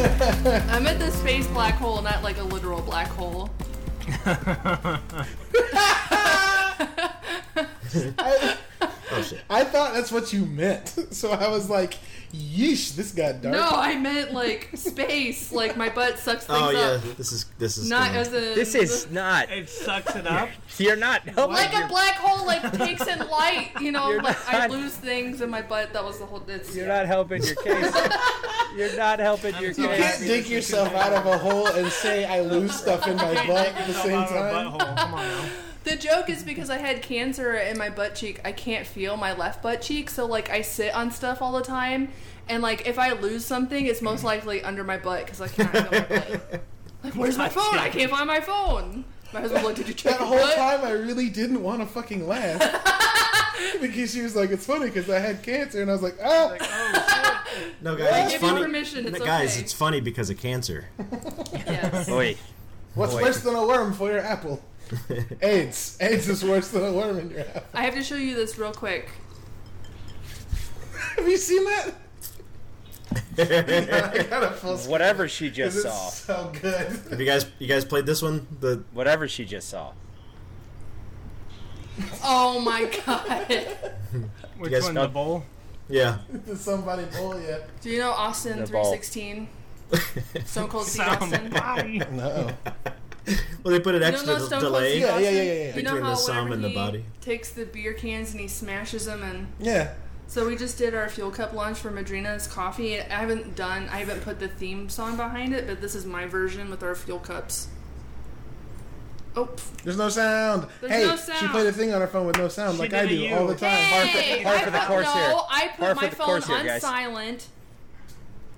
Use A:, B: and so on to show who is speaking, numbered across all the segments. A: I'm at the space black hole, not like a literal black hole.
B: I,
C: Oh shit.
B: I thought that's what you meant. So I was like, yeesh, this got dark.
A: No, I meant like space. Like my butt sucks things
C: Oh yeah,
A: up.
C: this is this is
A: Not
C: gonna-
A: as a
D: This is not.
E: It sucks it up.
D: You're not helping.
A: like a
D: your-
A: black hole like takes in light. You know,
D: You're
A: like I
D: not-
A: lose things in my butt. That was the whole. It's,
D: You're not helping your case. you're not helping your
B: You
E: sorry.
D: case.
B: can't dig yourself out of a hole and say I lose stuff in my butt at the same time.
E: Butthole. Come on now.
A: The joke is because I had cancer in my butt cheek, I can't feel my left butt cheek, so like I sit on stuff all the time, and like if I lose something, it's most likely under my butt because I can't feel my butt. Like, where's my phone? I can't find my phone. My husband looked at you check
B: That
A: your
B: whole
A: butt?"
B: time I really didn't want to fucking laugh. because she was like, it's funny because I had cancer. And I was like, oh,
E: Like, oh shit.
C: No
A: I
C: guys, it's
A: give you
C: funny.
A: permission, it's
C: guys,
A: okay.
C: it's funny because of cancer.
A: Yes.
D: Oi.
B: what's
C: boy.
B: worse than a worm for your apple? AIDS. AIDS is worse than a worm in your apple.
A: I have to show you this real quick.
B: Have you seen that?
C: Have
B: I got a full screen.
D: Whatever she
B: This
D: just
B: is
D: saw.
B: so good.
C: you guys you guys played this one? The
D: Whatever she just saw.
A: Oh my god.
E: Which
C: Yes,
E: one?
D: no.
E: The bowl?
C: yeah.
B: Did somebody pull yet?
A: Do you know Austin
D: The
A: three
D: ball.
A: sixteen? Stone Cold Steve Austin.
E: Somebody.
B: No.
C: Well, they put
A: You
C: an
A: don't
C: extra
A: know
C: d-
A: Stone Cold
C: delay.
A: Steve
B: Yeah, yeah,
A: Austin?
B: yeah, yeah, yeah.
A: You know
C: Between
A: how
C: the sum
A: whenever
C: and the
A: he
C: body.
A: takes the beer cans and he smashes them and
B: Yeah.
A: So we just did our fuel cup launch for Madrina's coffee. I haven't done, I haven't put the theme song behind it, but this is my version with our fuel cups. Oh, pff.
B: There's no sound.
A: There's
B: hey,
A: no
B: she
A: sound.
B: played a thing on her phone with no sound,
E: She
B: like
E: did
B: I
E: it
B: do
E: you.
B: all the time.
A: hey,
D: par for the
A: I put,
D: course
A: no,
D: here.
A: I put
D: Par for
A: my
D: the
A: phone
D: course here,
A: on
D: guys.
A: silent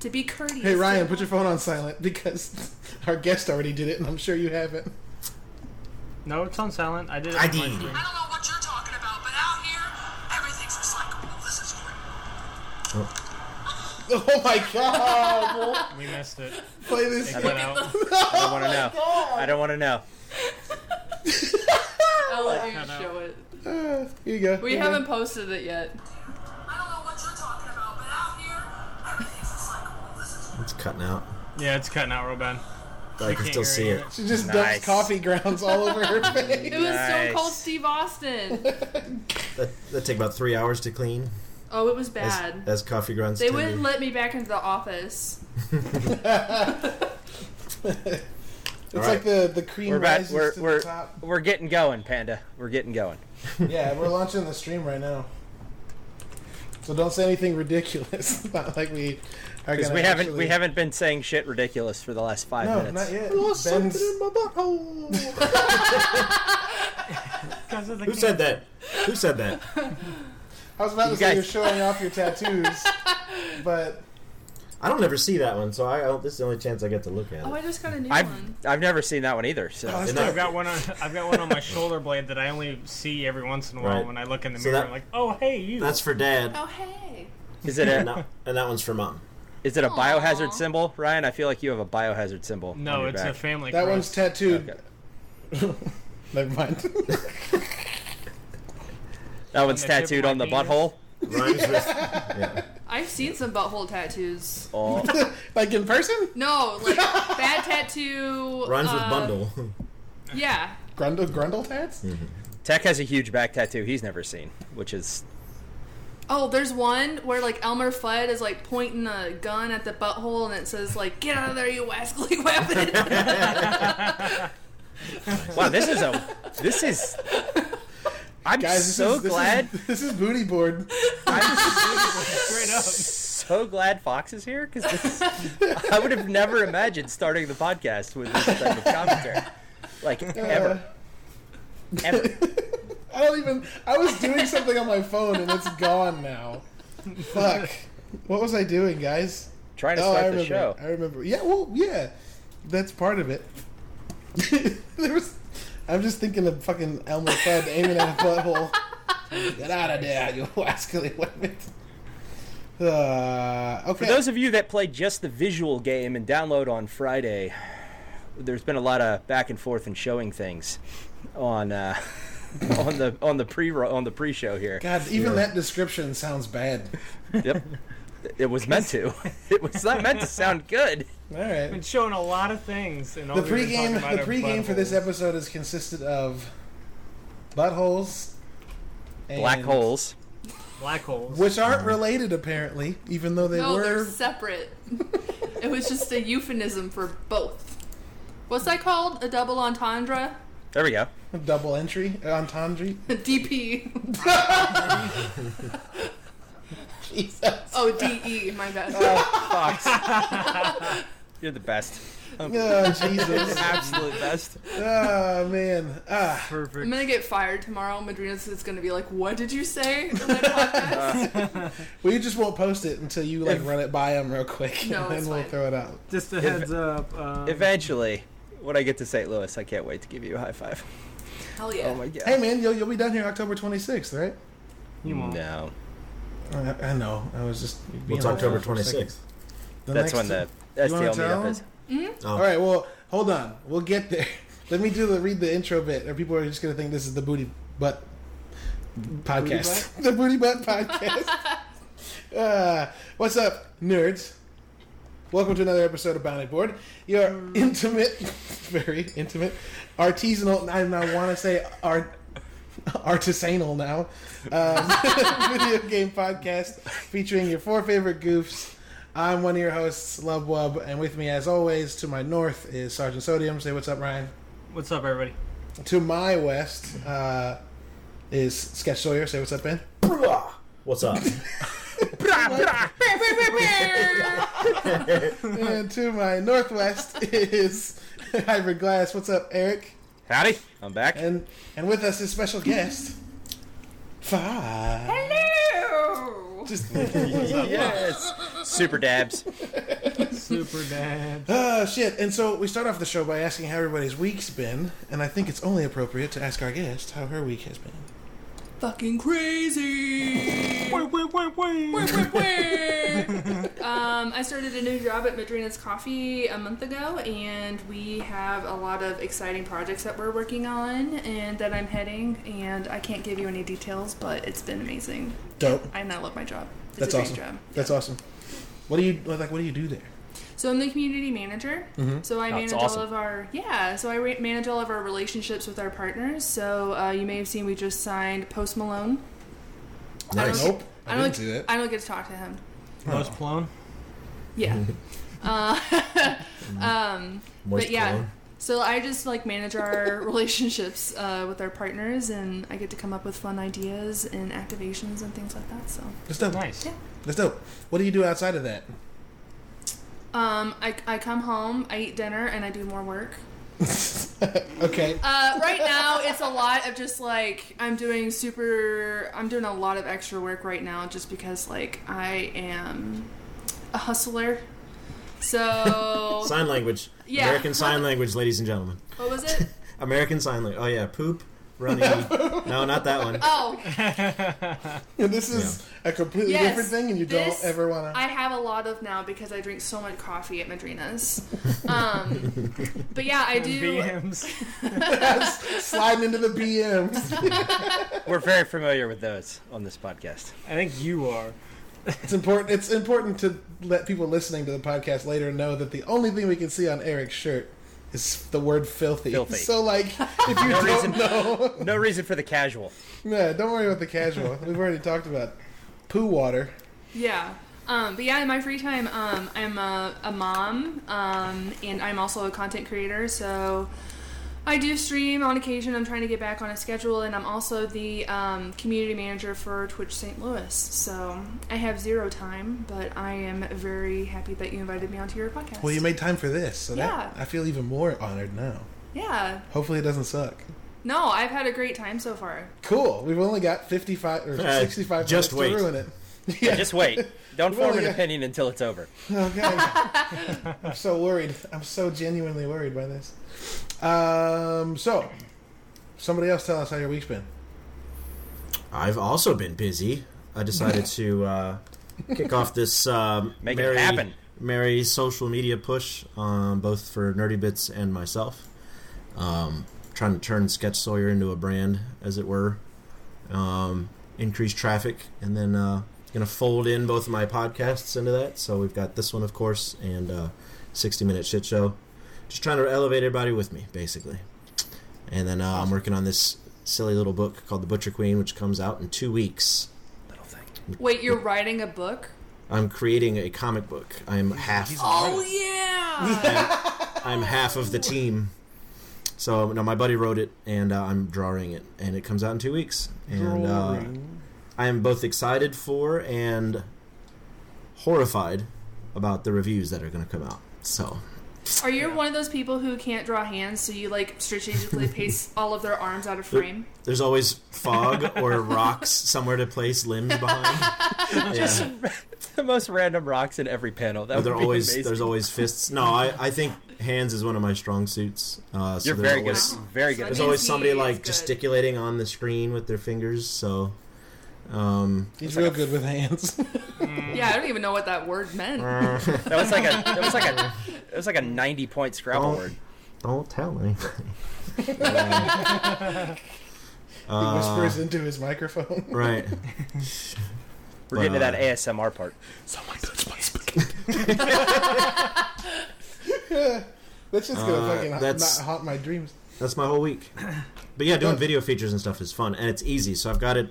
A: to be courteous.
B: Hey Ryan, put your phone on silent because our guest already did it, and I'm sure you haven't.
E: No, it's on silent. I did it.
C: I
E: on my
C: did.
E: screen.
F: I don't know what you're talking about, but out here, everything's recyclable. This is great.
B: Oh my god!
E: We missed it.
B: Play this.
E: It went out.
D: I
B: Oh
D: don't want to know. I don't want to know.
A: I'll let you
E: Cut out.
A: show it.
B: Uh, here you go.
A: We
B: Here you
A: haven't posted it yet.
F: I don't know what you're talking about, but out here, everything's recyclable. This is
C: It's cutting out.
E: Yeah, it's cutting out real bad.
C: I can
E: can't
C: still
E: hear
C: see
E: any of
C: it.
E: it.
B: go. She just
D: Nice.
B: dumps coffee grounds all over her
A: It
B: face.
A: was Stone
D: Nice.
A: Cold Steve Austin.
C: That that take about three hours to clean.
A: Oh, it was
C: As,
A: bad.
C: as coffee grounds.
A: They
C: tend to-
A: wouldn't let me back into the office.
B: It's
C: All right.
B: like the the cream
D: We're about,
B: rises
D: we're,
B: to
D: we're,
B: the top.
D: we're getting going, Panda. We're getting going.
B: Yeah, we're launching the stream right now. So don't say anything ridiculous. Not like we are
D: Because
B: gonna.
D: we haven't
B: actually-
D: we haven't been saying shit ridiculous for the last five
B: No, not
D: minutes.
B: yet.
C: lost
B: Ben's-
C: something in my butthole.
E: Because of the
C: Who said that? Who said that?
B: I was about
D: You
B: to say
D: guys-
B: you're showing off your tattoos, but
C: I don't ever see that one, so I, I don't, this is the only chance I get to look at
A: Oh,
C: it.
A: I just got a new
D: I've
A: one.
D: I've never seen that one either. So
B: Oh, that's
C: not-
E: I've got one. On, I've got one on my shoulder blade that I only see every once in a while
C: Right.
E: when I look in the
C: So
E: mirror.
C: that-
E: I'm like, oh hey, you.
C: That's for Dad,
A: Oh, hey.
D: is it
C: and
D: a
C: that, and that one's for Mom.
D: is it a
A: Aw.
D: biohazard symbol, Ryan? I feel like you have a biohazard symbol. on
E: no,
D: your
E: it's a
D: back.
E: family.
B: that
E: crest.
B: one's tattooed.
D: Okay.
B: Never mind.
D: that one's
E: the tip of
D: tattooed
E: my
D: on the
E: penis.
D: butthole.
C: Rhymes with yeah.
A: I've seen some butthole tattoos.
D: Oh,
B: like in person?
A: No, like bad tattoo.
C: Rhymes with
A: uh,
C: bundle.
A: Yeah.
B: Grundle Grundle tats?
D: Hmm. Tech has a huge back tattoo he's never seen, which is
A: Oh, there's one where like Elmer Fudd is like pointing a gun at the butthole and it says like "Get out of there, you rascally weapon."
D: wow. This is a this is. I'm
B: Guys, this
D: so
B: is, this
D: glad.
B: Is, this is booty board.
E: straight up.
D: so glad Fox is here because I would have never imagined starting the podcast with this type of commentary, like
B: Uh,
D: ever, ever.
B: I don't even. I was doing something on my phone and it's gone now. Fuck. What was I doing, guys?
D: Trying to
B: Oh, I
D: start
B: remember.
D: the show.
B: I remember. Yeah. Well, yeah. That's part of it. there was. I'm just thinking of fucking Elmer Fudd aiming at a butthole. Get out of there, you rascally weapon. Uh, okay.
D: For those of you that play just the visual game and download on Friday, there's been a lot of back and forth and showing things on uh, on the on the pre on the pre show here.
B: God, even that description sounds bad.
D: Yep, it was meant to. It was not meant to sound good.
B: All right.
E: Been showing a lot of things. And all
B: The
E: we've been talking
B: pregame,
E: about
B: the
E: are
B: pregame for this
E: buttholes.
B: episode is consisted of buttholes, and-
D: Black holes.
E: Black holes.
B: which aren't related apparently, even though they
A: no,
B: were.
A: they're separate. it was just a euphemism for both. What's that called? A double entendre?
D: There we go.
B: Double entry, entendre.
A: DP.
B: Jesus.
A: Oh, DE, my bad.
D: Fox. You're the best.
B: Oh, Jesus.
D: Absolute best.
B: oh, man. Ah.
A: I'm
E: Perfect.
A: gonna get fired tomorrow. Madrina's is gonna be like, "What did you say?" in my podcast?"
B: We just won't post it until you like run it by them real quick,
A: No,
B: and then
A: it's
B: we'll
A: fine.
B: throw it out.
E: Just a heads up. Um,
D: Eventually, when I get to St. Louis, I can't wait to give you a high five.
A: Hell yeah.
D: Oh my god.
B: Hey, man, you'll, you'll be down here October 26th, right?
E: you won't.
D: No.
B: I, I know. I was just. being
C: It's
B: hopeful
C: October
B: for a second.
C: 26th.
B: The
D: That's
B: next
D: when the
B: You wanna
D: STL
B: tell
D: meetup is.
B: All right. Well, hold on. We'll get there. Let me do the read the intro bit, or people are just gonna think this is the booty butt podcast. the booty butt podcast. uh, what's up, nerds? Welcome to another episode of Bounty Board. Your intimate, very intimate, artisanal. I, I want to say art. Artisanal now, um, video game podcast featuring your four favorite goofs. I'm one of your hosts, Love Wub, and with me, as always, to my north is Sergeant Sodium. Say what's up, Ryan.
E: What's up, everybody?
B: To my west uh, is Sketch Sawyer. Say what's up, Ben.
C: Oh. What's up?
B: and to my northwest is Hybrid Glass. What's up, Eric?
D: Howdy. I'm back.
B: And and with us is special guest, Five.
A: Hello.
B: Just
D: yes. Super dabs.
E: Super dad.
B: oh shit! And so we start off the show by asking how everybody's week's been, and I think it's only appropriate to ask our guest how her week has been.
A: Fucking crazy. Wah,
E: wait, wait,
A: wah,
E: wait.
A: wah. um, I started a new job at Madrina's Coffee a month ago, and we have a lot of exciting projects that we're working on, and that I'm heading. And I can't give you any details, but it's been amazing.
B: Dope.
A: And I love my job. It's
B: That's
A: a great
B: awesome.
A: job.
B: That's awesome. What do you like? What do you do there?
A: So I'm the community manager.
E: Mm-hmm.
A: So I
D: That's
A: manage
D: awesome.
A: all of our yeah. So I re- manage all of our relationships with our partners. So uh, you may have seen we just signed Post Malone.
C: nice.
B: Nope.
A: I don't get, I don't get to talk to him.
E: Most clone. Mm-hmm.
A: Yeah. uh, um,
C: Moist
A: but yeah.
C: cologne.
A: So I just like manage our relationships uh, with our partners, and I get to come up with fun ideas and activations and things like that. So
B: That's dope.
E: Nice.
A: Yeah.
B: That's dope. What do you do outside of that?
A: um, I, I come home, I eat dinner, and I do more work.
B: okay.
A: Uh, right now, it's a lot of just like I'm doing super. I'm doing a lot of extra work right now, just because like I am a hustler. So
C: Sign language.
A: Yeah.
C: American Sign Language, ladies and gentlemen.
A: what was it?
C: American Sign Language. Oh, yeah. Poop, runny. no, not that one.
A: Oh,
B: this is a completely
A: Yes,
B: different thing, and you
A: this-
B: don't ever want to.
A: I have a lot of now because I drink so much coffee at Madrina's. Um, but yeah, I do.
E: BMs.
B: Sliding into the BMs.
D: We're very familiar with those on this podcast.
E: I think you are.
B: It's important. It's important to let people listening to the podcast later know that the only thing we can see on Eric's shirt is the word "filthy."
D: Filthy.
B: So, like, if you don't
D: reason-
B: know,
D: No reason for the casual.
B: yeah, don't worry about the casual. We've already talked about poo water.
A: Yeah. Um, but yeah, in my free time, um, I'm a, a mom, um, and I'm also a content creator. So I do stream on occasion. I'm trying to get back on a schedule, and I'm also the um, community manager for Twitch St. Louis. So I have zero time, but I am very happy that you invited me onto your podcast.
B: Well, you made time for this, so that
A: Yeah.
B: I feel even more honored now.
A: yeah.
B: Hopefully, it doesn't suck.
A: No, I've had a great time so far.
B: Cool. We've only got fifty-five or
C: Uh,
B: sixty-five
C: just
B: minutes
C: wait.
B: to ruin it.
D: Yeah, just wait. Don't
B: Well,
D: form an
B: yeah.
D: opinion until it's over.
B: Okay. I'm so worried. I'm so genuinely worried by this. Um, so, somebody else tell us how your week's been.
C: I've also been busy. I decided to uh, kick off this um,
D: Make it
C: merry,
D: happen.
C: merry social media push, um, both for Nerdy Bits and myself. Um, trying to turn Sketch Sawyer into a brand, as it were. Um, increase traffic, and then uh, going to fold in both of my podcasts into that. So we've got this one, of course, and uh, 60 minute shit show. Just trying to elevate everybody with me, basically. And then uh, I'm working on this silly little book called The Butcher Queen, which comes out in two weeks.
D: Little thing.
A: Wait, you're writing a book?
C: I'm creating a comic book. I'm half.
A: Oh yeah.
C: I'm half of the team. So now my buddy wrote it, and uh, I'm drawing it, and it comes out in two weeks. And uh, I am both excited for and horrified about the reviews that are going to come out. So
A: Are you one of those people who can't draw hands, so you like strategically pace all of their arms out of frame?
C: there's always fog or rocks somewhere to place limbs behind. Yeah.
D: the most random rocks in every panel. That
C: But
D: would
C: there
D: be
C: always
D: amazing.
C: there's always fists. No, I, I think hands is one of my strong suits. Uh, so
D: You're
C: there's
D: very good.
C: always-
D: at- Very good.
A: Wow.
C: There's
D: at that.
A: Means
C: always
A: he
C: somebody
A: is
C: like
A: good.
C: gesticulating on the screen with their fingers. So, um,
B: He's real good with hands.
A: Yeah, I don't even know what that word meant.
D: That was like a that was like a that was like a 90 point Scrabble
C: Oh.
D: word.
C: don't tell anybody.
B: he whispers
C: Uh,
B: into his microphone.
C: Right.
D: We're getting to that
C: Wow.
D: ASMR part.
B: Someone touched my spaghetti. That's just gonna
C: Uh,
B: fucking
C: that's-
B: not haunt my dreams.
C: That's my whole week. But yeah, doing video features and stuff is fun and it's easy. So I've got it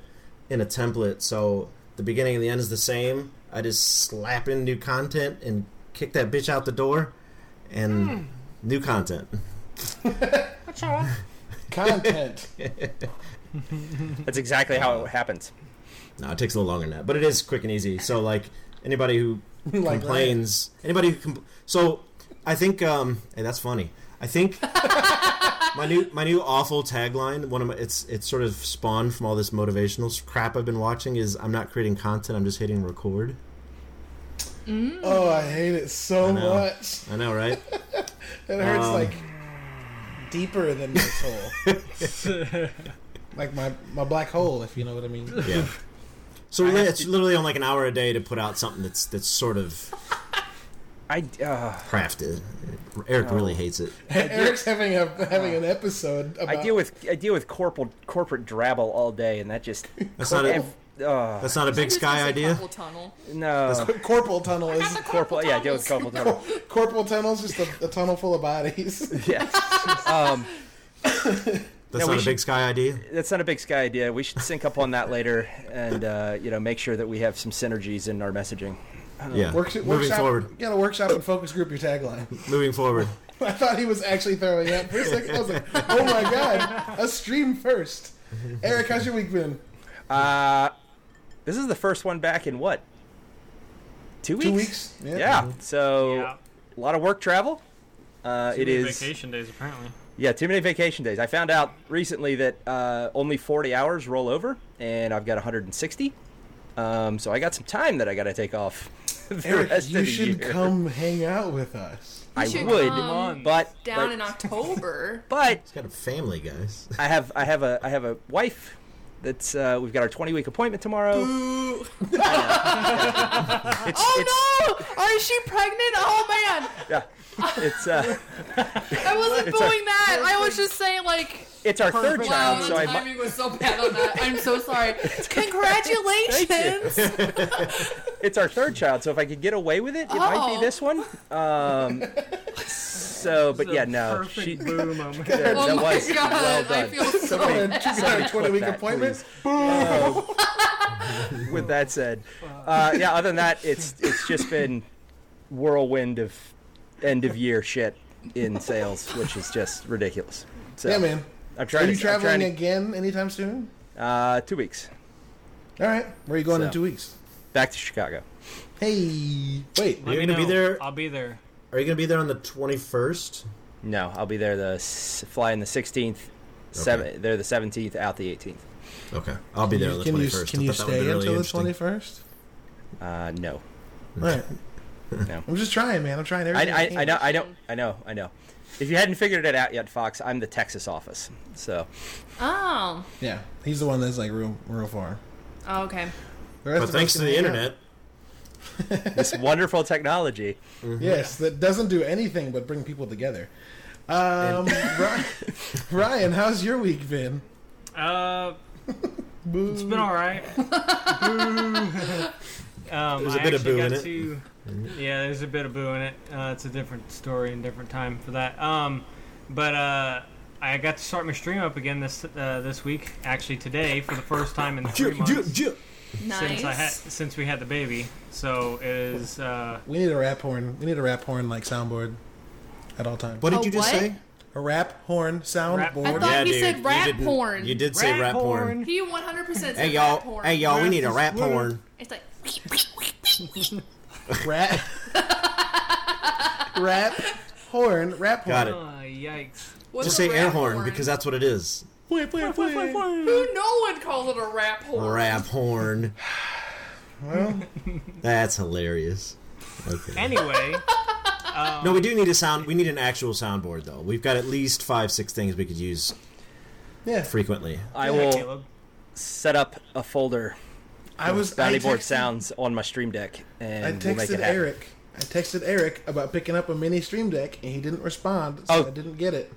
C: in a template. So the beginning and the end is the same. I just slap in new content and kick that bitch out the door and new content.
B: Content.
D: That's exactly how it happens.
C: No, it takes a little longer than that, but it is quick and easy. So like anybody who
B: Like
C: complains, anybody who compl- so I think um hey, that's funny. I think my new my new awful tagline one of my it's it's sort of spawned from all this motivational s- crap I've been watching is I'm not creating content, I'm just hitting record.
B: oh, I hate it so
C: I know.
B: much.
C: I know, right?
B: It hurts
C: Um.
B: like deeper than my soul. like my my black hole, if you know what I mean.
C: yeah. So li- it's literally on like an hour a day to put out something that's that's sort of
D: I uh,
C: crafted. Eric really hates it.
B: Eric's having a having an episode about
D: I deal with I deal with corporate corporate drabble all day, and that just
C: That's not a
D: ev- uh,
C: that's not a big sky idea.
A: Carpal tunnel.
D: no
B: corporal tunnel is
D: corporal. Yeah, I deal with corporal drabble.
B: corporal tunnel's just a, a tunnel full of bodies.
D: Yeah, um,
C: That's
D: Yeah, we
C: not a
D: should-
C: big sky idea.
D: that's not a big sky idea. We should sync up on that later, and uh, you know make sure that we have some synergies in our messaging.
C: Yeah.
B: Works-
C: Moving
B: workshop,
C: forward.
B: You got a workshop and focus group your tagline.
C: Moving forward.
B: I thought he was actually throwing up for a second. I was like, oh my god, a stream first. Eric, how's your week been?
D: Uh, this is the first one back in what? Two weeks.
B: Two weeks?
D: Yeah. So
E: Yeah.
D: a lot of work travel. Uh, it is.
E: vacation days apparently.
D: Yeah, too many vacation days. I found out recently that uh, only 40 hours roll over, and I've got 160. Um, so I got some time that I got to take off. The
B: Eric,
D: rest of
B: you
D: the
B: should
D: year.
B: come hang out with us.
D: I
A: should
D: would,
A: come
D: but but,
A: Down in October.
D: but
C: He's got a family, guys.
D: I have I have a I have a wife. That's uh, we've got our 20 week appointment tomorrow.
A: Ooh.
D: It's,
A: Oh no! Is she pregnant? Oh man!
D: no! Yeah, it's uh,
A: I wasn't
D: It's
A: doing that. I was just saying like.
D: it's our third
A: Wow,
D: child,
A: the
D: so I might-
A: timing was so bad on that. I'm so sorry. Congratulations!
D: it's our third child, so if I could get away with it, it might
A: Oh.
D: be this one. Um, so, but
E: It's a
D: yeah, no,
E: Perfect
D: she,
E: boo moment.
D: Yeah,
A: Oh
D: that
A: my
D: was
A: god!
D: well
A: I
D: done.
A: feel so
B: Come on, you got a 20 week
D: that,
B: appointment?
D: With that said, uh, yeah. Other than that, it's it's just been whirlwind of end of year shit in sales, which is just ridiculous. So,
B: Yeah, man.
D: I'm
B: Are
D: trying.
B: you
D: to, I'm
B: traveling
D: trying
B: again anytime soon?
D: to- uh, two weeks
B: All right. Where are you going in
D: So.
B: two weeks?
D: back to Chicago.
B: Hey, wait.
E: Let
C: You're
E: me
C: gonna be
E: know.
C: there-
E: I'll be there.
C: Are you gonna be there on the twenty first?
D: No, I'll be there the s- flying the 16th.
C: Okay.
D: Seven, they're the 17th out the 18th.
C: Okay, I'll be there on the
B: Can
C: twenty
B: you,
C: first.
B: can you stay until the 21st?
D: Uh, no,
C: Mm.
B: Right.
D: No.
B: I'm just trying, man. I'm trying
D: I,
B: everything.
D: I, I
B: can.
D: know, I don't, I know, I know. If you hadn't figured it out yet, Fox, I'm the Texas office. So
A: Oh.
B: Yeah, he's the one that's like real, real far.
A: Okay.
B: The rest
C: But
B: of
C: thanks to
B: us can
C: the
B: hang out.
C: internet,
D: this wonderful technology.
B: Yes,
C: Mm-hmm.
B: that doesn't do anything but bring people together. Um, Ry- Ryan, how's your week been?
E: Uh,
B: Boo.
E: it's been all right. Um,
C: There's
E: I
C: a bit of
E: actually
C: boo
E: got
C: in it.
E: to- yeah, there's a bit of boo in it. Uh, it's a different story and different time for that. Um, but uh, I got to start my stream up again this uh, this week, actually today, for the first time in three
C: Ju- ju-
E: months
C: ju-
E: since I had
A: Nice.
E: since we had the baby. So it is. Uh,
B: We need a rap horn. We need a rap horn like soundboard at all times.
C: What did
A: A
C: you just
A: what?
C: say?
B: A rap horn
A: I
B: soundboard.
A: thought he
C: dude,
A: said
C: you
A: rat
C: didn't-
A: porn.
C: You did say
E: Rat
C: rat porn.
E: porn.
A: He 100% said
C: Hey
A: rat
C: y'all,
A: porn.
C: hey y'all, we need a
B: is
C: rat
B: blue.
C: porn.
A: It's like
B: Rat. rap horn. Rap horn.
C: Got it.
E: uh, yikes.
A: what's
C: Just
A: a
C: say air
A: rat
C: horn because that's what it is.
A: Who no one calls it a rap horn.
C: Rap horn.
B: Well,
C: That's hilarious. Okay.
E: Anyway,
C: No, we do need a sound. We need an actual soundboard, though. We've got at least five, six things we could use
B: yeah.
C: frequently.
D: I
E: yeah,
D: will
E: Caleb.
D: set up a folder
B: I was. I
D: bounty board
B: texted-
D: sounds on my stream deck, and
B: I
D: we'll make
B: texted
D: it happen.
B: Eric. I texted Eric about picking up a mini stream deck, and he didn't respond, so
D: Oh.
B: I didn't get it.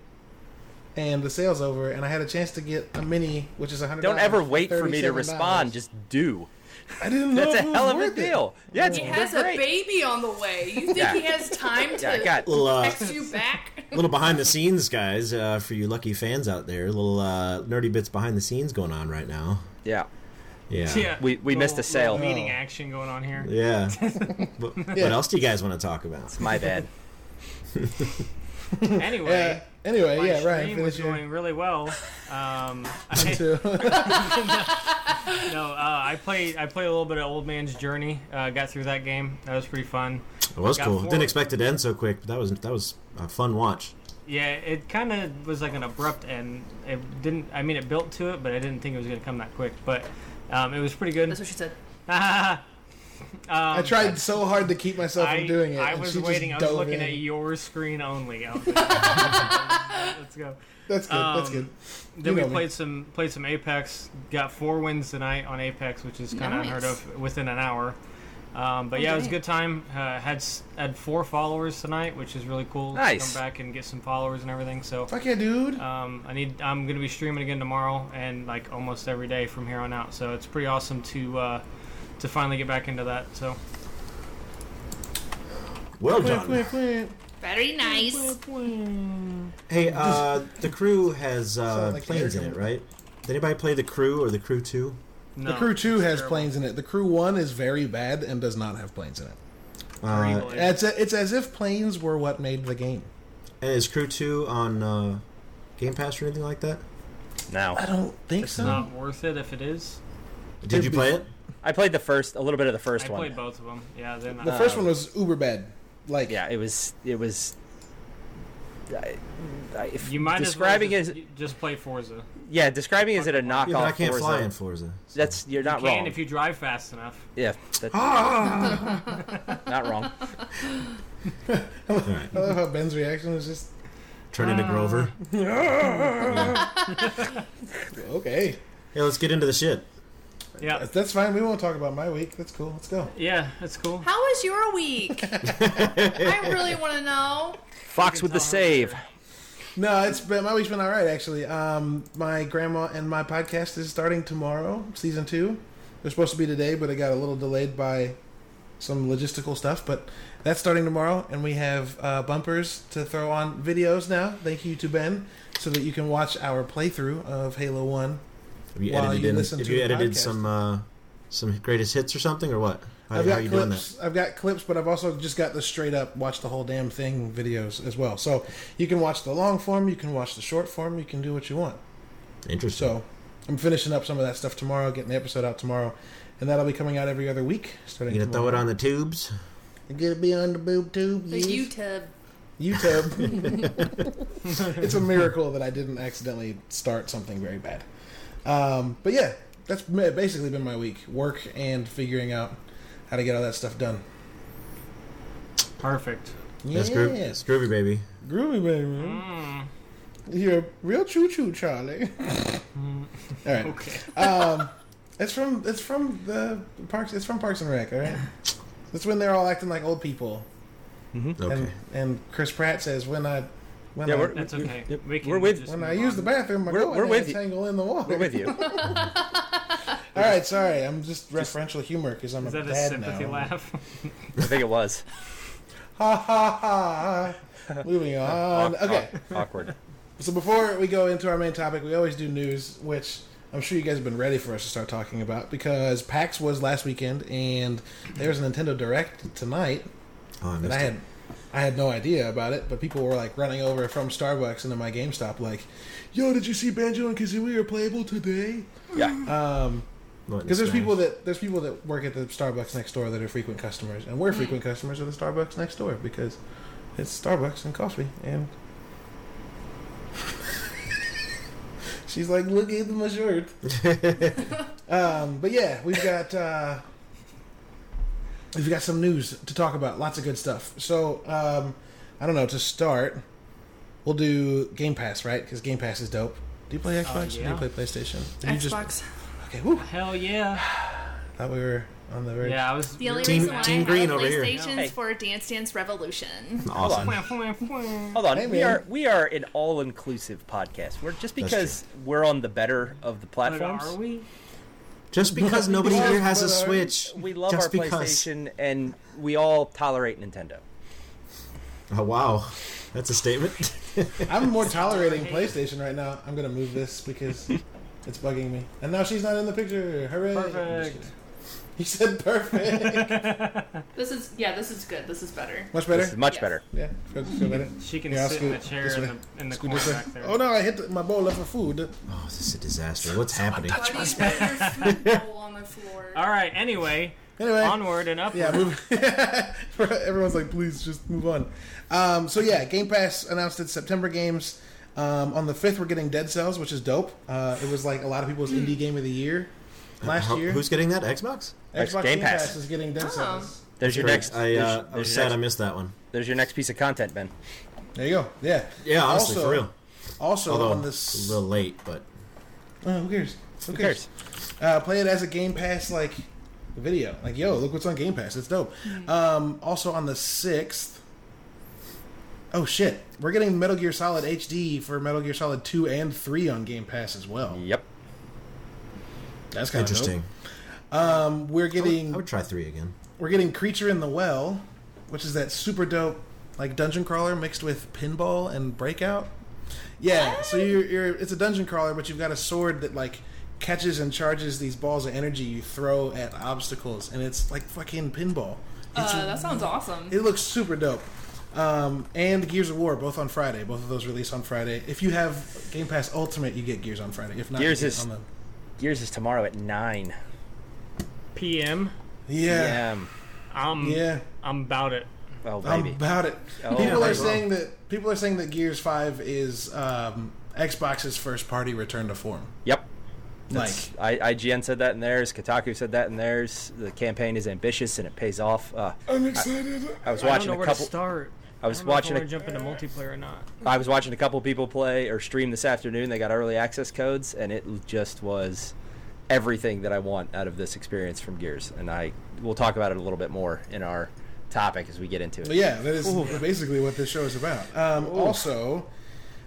B: And the sale's over, and I had a chance to get a mini, which is a hundred.
D: Don't ever wait for me to respond. Just do.
B: I didn't know
D: That's a
B: if it was
D: hell of a
B: worth it.
D: deal. Yeah, it's
A: He has
D: they're
A: a
D: great.
A: baby on the way. You think
D: Yeah.
A: he has time to
D: Yeah, I got
C: Little, uh,
A: text you back?
C: little behind the scenes, guys, uh, for you lucky fans out there. Little uh, nerdy bits behind the scenes going on right now.
D: yeah.
C: Yeah.
E: yeah,
D: we- we missed a sale.
E: little Meeting action going on here.
C: Oh. Yeah. But- What else do you guys want to talk about?
D: My bad.
E: Anyway.
B: Yeah. Anyway,
E: my
B: Uh, yeah, right.
E: stream was
B: Finish your
E: going really well. Um, I,
B: too.
E: no, uh, I played. I played a little bit of Old Man's Journey. Uh, got through that game. That was pretty fun.
C: It was
E: Got
C: cool.
E: four.
C: Didn't expect it to end so quick, but that was that was a fun watch.
E: Yeah, it kind of was like an abrupt end. It didn't. I mean, it built to it, but I didn't think it was going to come that quick. But um, it was pretty good.
A: That's what she said.
E: um,
B: I tried so hard to keep myself
E: I,
B: from doing it.
E: I
B: and
E: was
B: she
E: waiting. I
B: Just
E: was
B: dove
E: looking
B: in.
E: at your screen only. I was like, Let's go.
B: That's good. that's
E: Um,
B: good.
E: Then
B: You know
E: we
B: me.
E: played some played some Apex. Got four wins tonight on Apex, which is kind of
A: Nice. Oh,
E: unheard of within an hour. Um, but yeah, it was a
A: dang.
E: good time. Uh, had s- had four followers tonight, which is really cool. to
D: Nice.
E: come back and get some followers and everything. So
B: Fuck yeah, dude.
E: um, I need. I'm gonna be streaming again tomorrow and like almost every day from here on out. So it's pretty awesome to uh, to finally get back into that. So
C: Well
B: Quint,
C: done.
B: quint, quint.
A: Very nice.
C: Hey, uh, the crew has uh,
B: Sound like
C: planes in it,
B: Harrison.
C: right? Did anybody play the crew or the crew two?
E: no,
B: The crew two
E: it's
B: has
E: terrible.
B: planes in it. The crew one is very bad and does not have planes in it.
C: Uh,
E: Terrible.
B: It's it's as if planes were what made the game.
C: is crew two on uh, Game Pass or anything like that?
B: I
D: Now
B: don't think
E: It's
B: so.
E: not worth it if it is.
C: Did you play it?
D: I played the first, a little bit of the first
E: I
D: one.
E: played both of them. Yeah, uh, then
B: The first one was uber bad. Like
D: Yeah, it was. It was. I, I, if
E: you might
D: describing
E: as well
D: is
E: just, just play Forza.
D: yeah, describing is it a
E: Yeah,
D: knockoff?
C: Yeah, but I can't
D: Forza.
C: fly in Forza.
D: That's you're not
E: you can
D: wrong.
E: if you drive fast enough.
D: yeah, that's not wrong.
C: All right.
B: I love how Ben's reaction was just
C: Turn into Grover.
B: okay.
C: Yeah, let's get into the shit.
E: Yeah,
B: That's- That's fine. We won't talk about my week. That's cool. Let's go.
E: yeah, that's cool.
A: How was your week? I really want to know.
D: Fox with the save.
B: No, it's been my week's been all right actually. Um, my grandma and my podcast is starting tomorrow, season two. It was supposed to be today, but it got a little delayed by some logistical stuff. But that's starting tomorrow, and we have uh, bumpers to throw on videos now. Thank you to Ben, so that you can watch our playthrough of Halo One.
C: Have you
B: While
C: edited
B: you
C: in?
B: listen
C: Have
B: to
C: you
B: the
C: edited
B: podcast.
C: some uh, some greatest hits or something or what? How,
B: I've
C: how
B: got
C: are you doing
B: clips.
C: that?
B: I've got clips, but I've also just got the straight up watch the whole damn thing videos as well. So you can watch the long form, you can watch the short form, you can do what you want.
C: Interesting.
B: So I'm finishing up some of that stuff tomorrow, getting the episode out tomorrow, and that'll be coming out every other week. Starting
C: you gonna throw
B: tomorrow.
C: it on the tubes?
B: Get it be on the boob tube.
A: The
B: yes.
A: YouTube.
B: YouTube. it's a miracle that I didn't accidentally start something very bad. Um, but yeah, that's ma- basically been my week: work and figuring out how to get all that stuff done.
E: Perfect.
C: That's groovy, that's groovy, baby.
B: Groovy baby.
E: Mm,
B: You're a real choo choo, Charlie. all right.
E: okay.
B: Um, it's from it's from the parks. It's from Parks and Rec. All right. That's when they're all acting like old people.
C: Okay.
B: And and Chris Pratt says when I when
D: Yeah,
B: I,
D: we're-
E: That's okay.
D: Yep.
E: We can
D: We're with-
E: just
B: when
E: move
B: I use
E: on.
B: the bathroom, my
D: We're-
B: we're,
D: we're with you.
B: tangle in the wall.
D: We're with you.
B: All All right, sorry. I'm just referential humor because I'm
E: Is
B: a
E: that a
B: dad
E: sympathy
B: now.
E: laugh?
D: I think it was
B: Ha ha ha. Moving on.
D: Awk-
B: Um, Okay.
D: awk- awkward.
B: So before we go into our main topic, we always do news, which I'm sure you guys have been ready for us to start talking about because PAX was last weekend and there's a Nintendo Direct tonight,
C: Oh, I
B: and
C: missed
B: I
C: it.
B: had I had no idea about it, but people were like running over from Starbucks into my GameStop, like, "Yo, did you see Banjo and Kazooie are playable today?"
D: Yeah,
C: Well,
B: Because
C: it's
B: there's
C: nice.
B: people that there's people that work at the Starbucks next door that are frequent customers, and we're frequent customers of the Starbucks next door because it's Starbucks and coffee. And she's like, "Look at my shirt." um, but yeah, we've got uh, we've got some news to talk about. Lots of good stuff. So um, I don't know to start. We'll do Game Pass, right? Because Game Pass is dope. Do you play Xbox?
E: yeah.
B: Or do you play PlayStation? Do you just-
A: Xbox.
B: okay. Woo.
E: Hell yeah.
B: Thought we were on the verge.
E: Yeah, I was.
A: The only
C: Team-
A: reason why
C: Team
A: I
C: Green
A: have
C: over here.
A: PlayStation's
D: Hey.
A: for Dance Dance Revolution.
C: Awesome.
D: hold on.
B: Hey,
D: we
B: man.
D: are we are an all-inclusive podcast. We're just because we're on the better of the
E: But
D: platforms.
E: are we?
C: Just because nobody
B: Because
C: here has a
B: we're-
C: Switch.
D: We love
C: just
D: our
C: because.
D: PlayStation, and we all tolerate Nintendo.
C: Oh, wow. That's a statement.
B: I'm more tolerating PlayStation right now. I'm gonna move this because it's bugging me. And now she's not in the picture. Hooray! I'm just
E: Perfect.
B: kidding. He said perfect.
A: This is yeah, this is good. This is better.
B: Much
D: This is
B: better.
D: much
A: Yes.
D: better.
B: Yeah, go, go better.
E: She can
B: Yeah, I'll
E: sit in the
B: scoot
E: chair
B: this
E: in
B: way.
E: the, in the
B: Scoot
E: corner
B: this way.
E: back there.
B: Oh no! I hit my bowl of food.
C: oh, this is a disaster. What's happening?
A: Why do you put your food bowl on the floor?
E: All right. Anyway,
B: Anyway,
E: onward and upward.
B: yeah. Move. Everyone's like, please just move on. Um, so yeah, Game Pass announced its September games. Um, on the fifth, we're getting Dead Cells, which is dope. Uh, it was like a lot of people's indie game of the year last
C: Who-
B: year.
C: Who's getting that? Xbox?
B: Xbox
D: Game
B: Game Pass.
D: Pass
B: is getting Dead
A: Oh.
B: Cells.
D: There's your
C: Great.
D: next.
C: I,
D: there's,
C: uh, I was
D: there's
C: sad
D: your
C: I
D: next,
C: missed that one.
D: there's your next piece of content, Ben.
B: There you go. Yeah.
C: Yeah, honestly,
B: Also-
C: for real.
B: Also
C: Although
B: on
C: a
B: this,
C: little late, but
B: Oh, who cares? Who
D: Who cares?
B: cares? Uh, play it as a Game Pass like video. Like, yo, look what's on Game Pass. It's dope. Um, also on the sixth. Oh shit! We're getting Metal Gear Solid HD for Metal Gear Solid Two and Three on Game Pass as well.
D: Yep.
B: That's kind of
C: interesting.
B: Um,
C: I
B: we're
C: would,
B: getting
C: I would try three again.
B: we're getting Creature in the Well, which is that super dope like dungeon crawler mixed with pinball and breakout. Yeah, so you're, you're it's a dungeon crawler, but you've got a sword that like catches and charges these balls of energy you throw at obstacles, and it's like fucking pinball. It's,
A: Uh, that sounds awesome.
B: it looks super dope. Um, and Gears of War, both on Friday. Both of those release on Friday. If you have Game Pass Ultimate, you get Gears on Friday. If not, you
D: Gears
B: get
D: is-
B: on the
D: Gears is tomorrow at nine
E: PM.
B: yeah,
D: p.m.
E: I'm.
B: yeah.
E: I'm about it.
D: Oh
B: I'm
D: baby.
B: about it.
D: Oh,
B: people
D: yeah.
B: are saying that people are saying that Gears Five is um, Xbox's first party return to form.
D: Yep.
B: Like
D: I, IGN said that in theirs. Kotaku said that in theirs. The campaign is ambitious and it pays off. Uh,
B: I'm excited.
D: I was
E: I don't
D: watching
E: know
D: a
E: where
D: couple.
E: to start.
D: I was
E: don't know if
D: watching
E: I want
D: a,
E: to jump into multiplayer or not.
D: I was watching a couple people play or stream this afternoon. They got early access codes, and it l- just was everything that I want out of this experience from Gears. And I we'll talk about it a little bit more in our topic as we get into it.
B: But yeah, that is basically what this show is about. Um, also,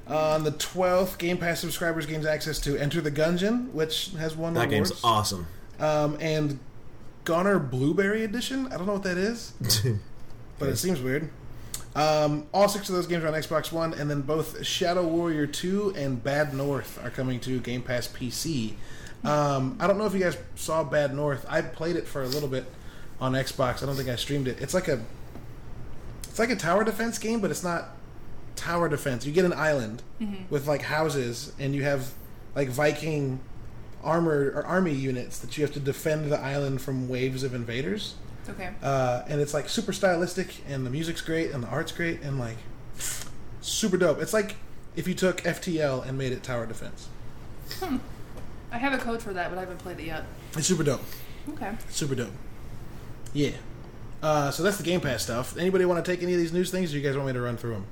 B: on the twelfth, Game Pass subscribers gains access to Enter the Gungeon, which has won
C: That
B: awards.
C: game's awesome.
B: Um, and Goner Blueberry Edition. I don't know what that is, but it seems weird. Um, all six of those games are on Xbox One, and then both Shadow Warrior 2 and Bad North are coming to Game Pass PC. Um, I don't know if you guys saw Bad North. I played it for a little bit on Xbox. I don't think I streamed it. It's like a it's like a tower defense game, but it's not tower defense. You get an island with like houses, and you have like Viking armor or army units that you have to defend the island from waves of invaders.
A: Okay.
B: Uh, and it's like super stylistic, and the music's great, and the art's great, and like super dope. It's like if you took FTL and made it tower defense.
A: I have a code for that, but I haven't played it yet.
B: It's super dope.
A: Okay.
B: It's super dope. Yeah. Uh, so that's the Game Pass stuff. Anybody want to take any of these news things? Or you guys want me to run through them?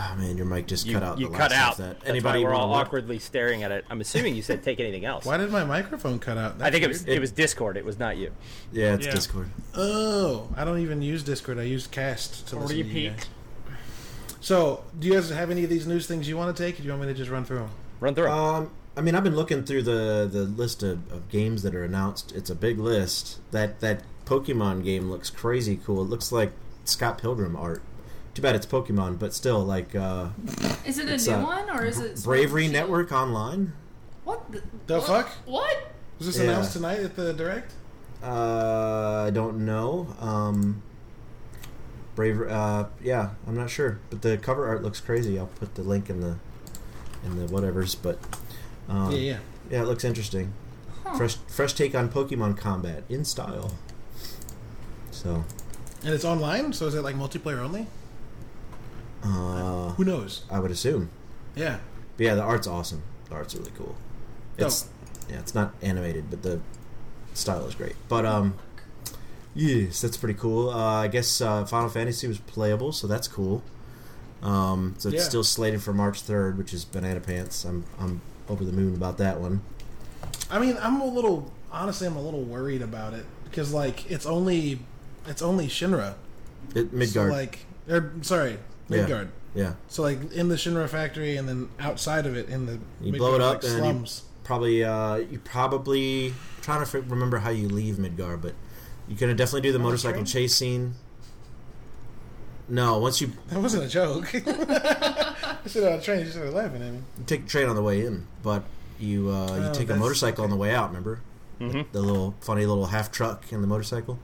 C: Oh man, your mic just
D: You
C: cut out.
D: you
C: the
D: cut
C: last half
D: out.
C: of That.
D: That's
C: Anybody
D: why we're
C: wanna
D: all
C: look?
D: awkwardly staring at it. I'm assuming you said take anything else.
B: Why did my microphone cut out?
D: I
B: That's
D: think it was
B: weird.
D: it was Discord. It was not you.
C: Yeah, it's
E: Yeah.
C: Discord.
B: Oh, I don't even use Discord. I use Cast to listen to you
E: Repeat.
B: guys. So, do you guys have any of these news things you want to take? Or do you want me to just run through them?
D: Run through. 'em.
C: Um, I mean, I've been looking through the the list of, of games that are announced. It's a big list. That that Pokemon game looks crazy cool. It looks like Scott Pilgrim art. Too bad it's Pokemon, but still, like uh,
A: Is it a
C: It's,
A: new
C: uh,
A: one or is it
C: Bravery
A: Shield?
C: Network Online.
A: What the,
B: The
A: what-
B: fuck?
A: What?
B: Was this
C: Yeah.
B: announced tonight at the direct?
C: Uh, I don't know. Um, Brave. Uh, yeah, I'm not sure, but the cover art looks crazy. I'll put the link in the in the whatever's, but um,
B: yeah, yeah.
C: yeah, it looks interesting.
A: Huh.
C: Fresh fresh take on Pokemon combat in style. So,
B: And it's online, so is it like multiplayer only?
C: uh,
B: Who knows?
C: I would assume.
B: Yeah.
C: But yeah, the art's awesome. The art's really cool. It's yeah, it's not animated, but the style is great. But um,
B: Oh,
C: yes, that's pretty cool. Uh, I guess uh, Final Fantasy was playable, so that's cool. Um, so it's
B: Yeah.
C: still slated for March third, which is Banana Pants. I'm I'm over the moon about that one.
B: I mean, I'm a little honestly, I'm a little worried about it because like it's only it's only Shinra.
C: It,
B: So,
C: Midgard,
B: like, er, sorry,
C: Yeah.
B: Midgard.
C: yeah,
B: So like in the Shinra factory, and then outside of it in the
C: You
B: Midgard,
C: blow it up
B: like,
C: and you-
B: slums.
C: probably uh, you probably I'm trying to fi- remember how you leave Midgard, but you're gonna definitely do the motorcycle
B: train?
C: chase scene. No, once you
B: That wasn't a joke. I said on a train, you just started laughing at me.
C: take the train on the way in, but you uh,
B: Oh,
C: you take a
B: that's-
C: motorcycle on the way out. Remember
D: Mhm.
C: the little funny little half truck and the motorcycle.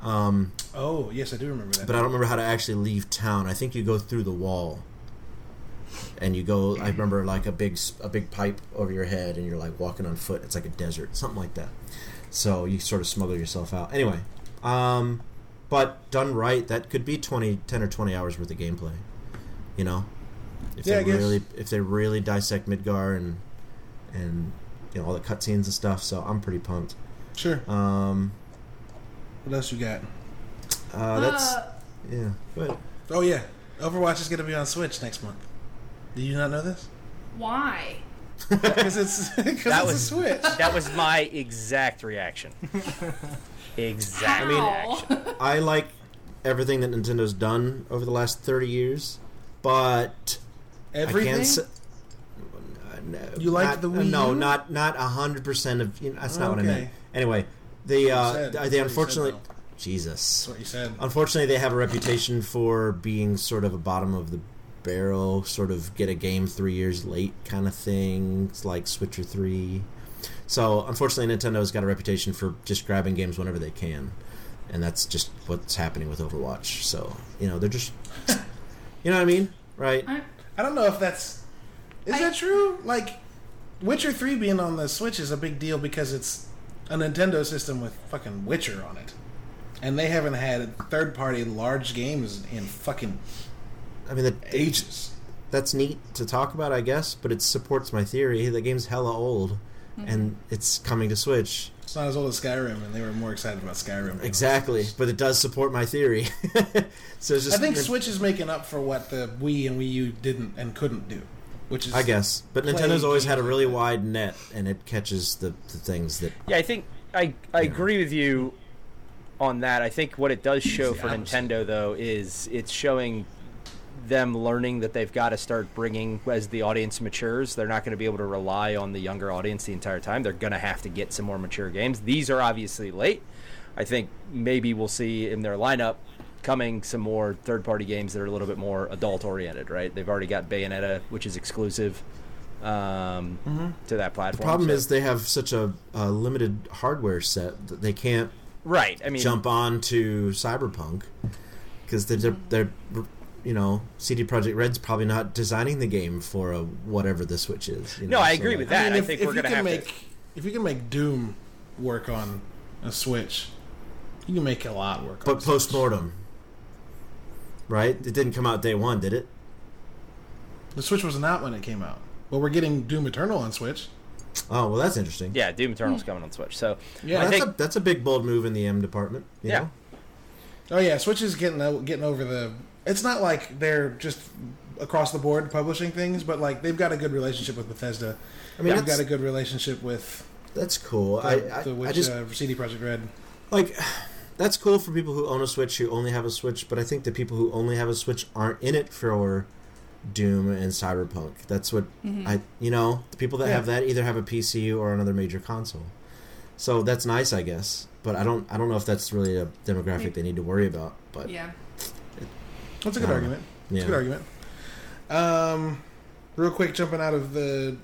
C: Um,
B: Oh yes, I do remember that.
C: but I don't remember how to actually leave town. I think you go through the wall, and you go. I remember like a big s- a big pipe over your head, and you're like walking on foot. It's like a desert, something like that. So you sort of smuggle yourself out. Anyway, um, but done right, that could be 20, 10 or twenty hours worth of gameplay. You know, if
B: Yeah, I
C: they
B: guess.
C: really if they really dissect Midgar and and you know all the cutscenes and stuff. So I'm pretty pumped.
B: sure.
C: Um,
B: What else you got?
C: uh, that's
A: Uh,
C: yeah. Go ahead.
B: Oh yeah, Overwatch is going to be on Switch next month. Do you not know this?
A: why?
B: Because it's because it's
D: That
B: a
D: was-
B: Switch.
D: That was my exact reaction. exact
A: How?
D: reaction.
C: I like everything that Nintendo's done over the last 30 years, but I
B: Everything.
C: can't say.
B: You
C: not,
B: liked the Wii
C: No,
B: U?
C: not not hundred percent of. You know, that's not what I
B: Okay.
C: meant. Anyway, they uh,
B: said. That's what
C: they
B: you said,
C: unfortunately,
B: though.
C: Jesus,
B: That's what you said.
C: unfortunately they have a reputation for being sort of a bottom of the barrel sort of get a game three years late kind of thing It's like switcher 3 so unfortunately nintendo's got a reputation for just grabbing games whenever they can and that's just what's happening with overwatch so you know they're just you know what i mean right
A: I-
B: I don't know if that's is
A: I-
B: that true. Like Witcher Three being on the Switch is a big deal because it's a Nintendo system with fucking Witcher on it, and they haven't had third party large games in fucking
C: i mean that,
B: ages.
C: that's neat to talk about i guess but it supports my theory the game's hella old and it's coming to switch
B: It's not as old as Skyrim, and they were more excited about Skyrim. than
C: Exactly,
B: Overwatch.
C: but it does support my theory. so it's just
B: I think Switch is making up for what the Wii and Wii U didn't and couldn't do, which is
C: I guess, but
B: Play
C: Nintendo's always
B: games
C: had a
B: like
C: really
B: that.
C: wide net, and it catches the, the things that
D: Yeah, I think I I agree with you on that. I think what it does show
B: It's the
D: for
B: opposite.
D: Nintendo though is it's showing them learning that they've got to start bringing as the audience matures. They're not going to be able to rely on the younger audience the entire time. They're going to have to get some more mature games. These are obviously late. I think maybe we'll see in their lineup coming some more third-party games that are a little bit more adult-oriented. Right? They've already got Bayonetta, which is exclusive um, to that platform.
C: Mm-hmm. the problem
D: so-
C: is they have such a, a limited hardware set that they can't
D: right. I mean,
C: jump on to Cyberpunk because they're, they're they're, you know CD Projekt Red's probably not designing the game for a whatever the Switch is. you
D: No,
C: know,
D: I
C: so,
D: agree
C: like,
D: with that. I think we're
B: you
D: gonna
B: can
D: have to-
B: make, If you can make Doom work on a Switch, you can make a lot work. on
C: But
B: a
C: post
B: Switch.
C: mortem, right? It didn't come out day one, did it?
B: the Switch wasn't out when it came out. But we're getting Doom Eternal on Switch.
C: Oh well, that's interesting.
D: Yeah, Doom Eternal's coming on Switch. So
B: Yeah,
D: I
C: that's
D: think
C: a that's a big bold move in the M department. You
D: Yeah.
C: know?
B: Oh yeah, Switch is getting o- getting over the. It's not like they're just across the board publishing things, but like they've got a good relationship with Bethesda.
C: I mean,
B: they've
C: that's,
B: got a good relationship with
C: that's cool.
B: the,
C: I, I,
B: the
C: I
B: which,
C: just
B: uh, CD Project Red.
C: like that's cool for people who own a switch who only have a switch but i think the people who only have a switch aren't in it for Doom and Cyberpunk. That's what
A: Mm-hmm.
C: I you know, the people that
B: Yeah.
C: have that either have a PC or another major console. So that's nice, I guess, but I don't I don't know if that's really a demographic they need to worry about, but yeah.
A: Yeah.
B: That's a good
C: Um,
B: argument. That's a good argument. Um, real quick, jumping out of the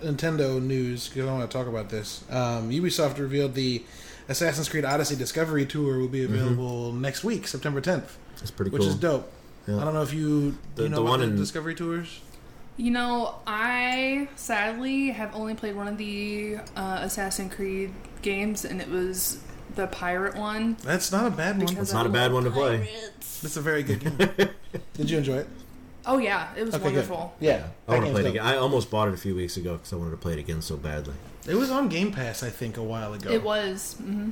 B: Nintendo news because I want to talk about this. Um, Ubisoft revealed the Assassin's Creed Odyssey Discovery Tour will be available next week, September 10th,
C: It's Mm-hmm. pretty
B: which
C: cool.
B: is dope.
C: Yeah.
B: I don't know if you,
C: The-
B: you know
C: the
B: about
C: one
B: the
C: in-
B: Discovery Tours.
A: You know, I sadly have only played one of the uh, Assassin's Creed games, and it was the pirate one.
B: That's not a bad one.
A: Because
C: That's not a
A: I
C: bad
A: love
C: one to play.
A: pirates.
B: That's a very good game. Did you enjoy it?
A: Oh yeah, it was
B: Okay, good.
A: wonderful.
B: Yeah.
C: I want to
B: That
C: play it
B: game's
C: again. I almost bought it a few weeks ago because I wanted to play it again so badly.
B: dope. It was on Game Pass, I think, a while ago.
A: It was. Mm-hmm.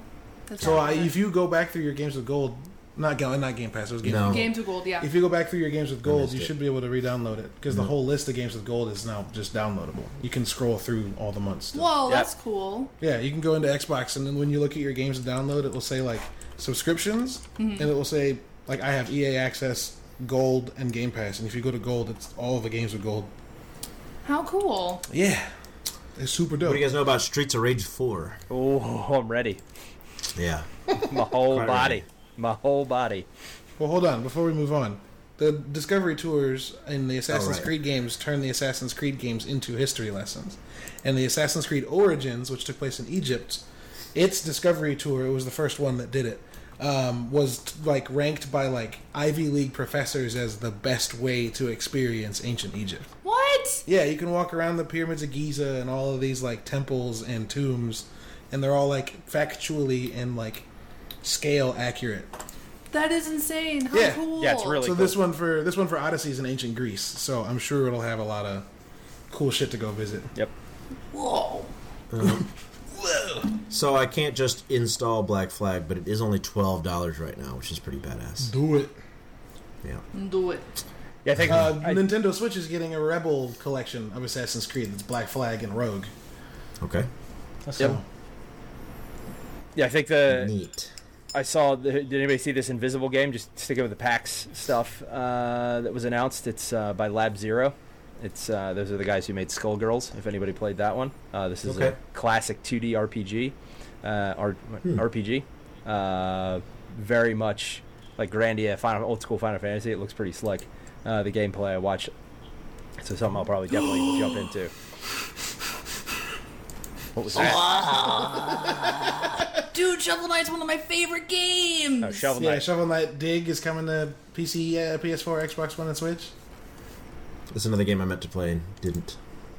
A: That's
B: So
A: how
B: I,
A: it
B: if you go back through your games with gold, not go- not Game Pass, it was Game
C: No.
A: was. games of gold, yeah.
B: If you go back through your games with gold,
C: missed
B: you
C: it.
B: should be able to re-download it because the whole list of games with gold is now just downloadable. You can scroll through all the months. still.
A: Whoa,
D: Yeah.
A: that's cool.
B: Yeah, you can go into Xbox and then when you look at your games to download, it will say like subscriptions, and it will say like I have EA Access, Gold, and Game Pass. And if you go to Gold, it's all the games with gold.
A: How cool.
B: Yeah, it's super dope.
C: What do you guys know about Streets of Rage 4?
D: Oh, I'm ready.
C: Yeah.
D: My whole
C: Quite
D: body.
C: ready.
D: My whole body.
B: Well, hold on. Before we move on, the Discovery tours in the Assassin's
C: right.
B: Creed games turned the Assassin's Creed games into history lessons, and the Assassin's Creed Origins, which took place in Egypt, its Discovery tour it was the first one that did it. Um, was t- like ranked by like Ivy League professors as the best way to experience ancient Egypt.
A: What?
B: Yeah, you can walk around the pyramids of Giza and all of these like temples and tombs, and they're all like factually and like scale accurate.
A: That is insane. How
B: Yeah.
A: cool.
D: Yeah, it's really
B: So
D: cool.
B: this one for this one for Odyssey is in ancient Greece, so I'm sure it'll have a lot of cool shit to go visit.
D: Yep.
A: Whoa.
C: So I can't just install Black Flag, but it is only $12 right now, which is pretty badass.
B: Do it.
C: Yeah.
A: Do it.
D: Yeah, I think
B: Uh,
D: I-
B: Nintendo Switch is getting a Rebel collection of Assassin's Creed that's Black Flag and Rogue.
C: Okay.
B: So
D: yeah, I think
A: Uh,
D: the
C: Neat.
D: I saw. The, did anybody see this Invisible game? Just sticking with the PAX stuff uh, that was announced. It's uh, by Lab Zero. It's uh, those are the guys who made Skullgirls. If anybody played that one, uh, this is
C: Okay.
D: a classic 2D RPG. Uh, R-
C: Hmm.
D: RPG, uh, very much like Grandia, Final, old school Final Fantasy. It looks pretty slick. Uh, the gameplay I watched. So something I'll probably definitely jump into. What was that?
A: Dude, Shovel Knight's one of my favorite games.
D: Oh, Shovel
B: yeah,
D: Knight.
B: Shovel Knight Dig is coming to PC, uh, PS4, Xbox One, and Switch.
C: That's another game I meant to play and didn't.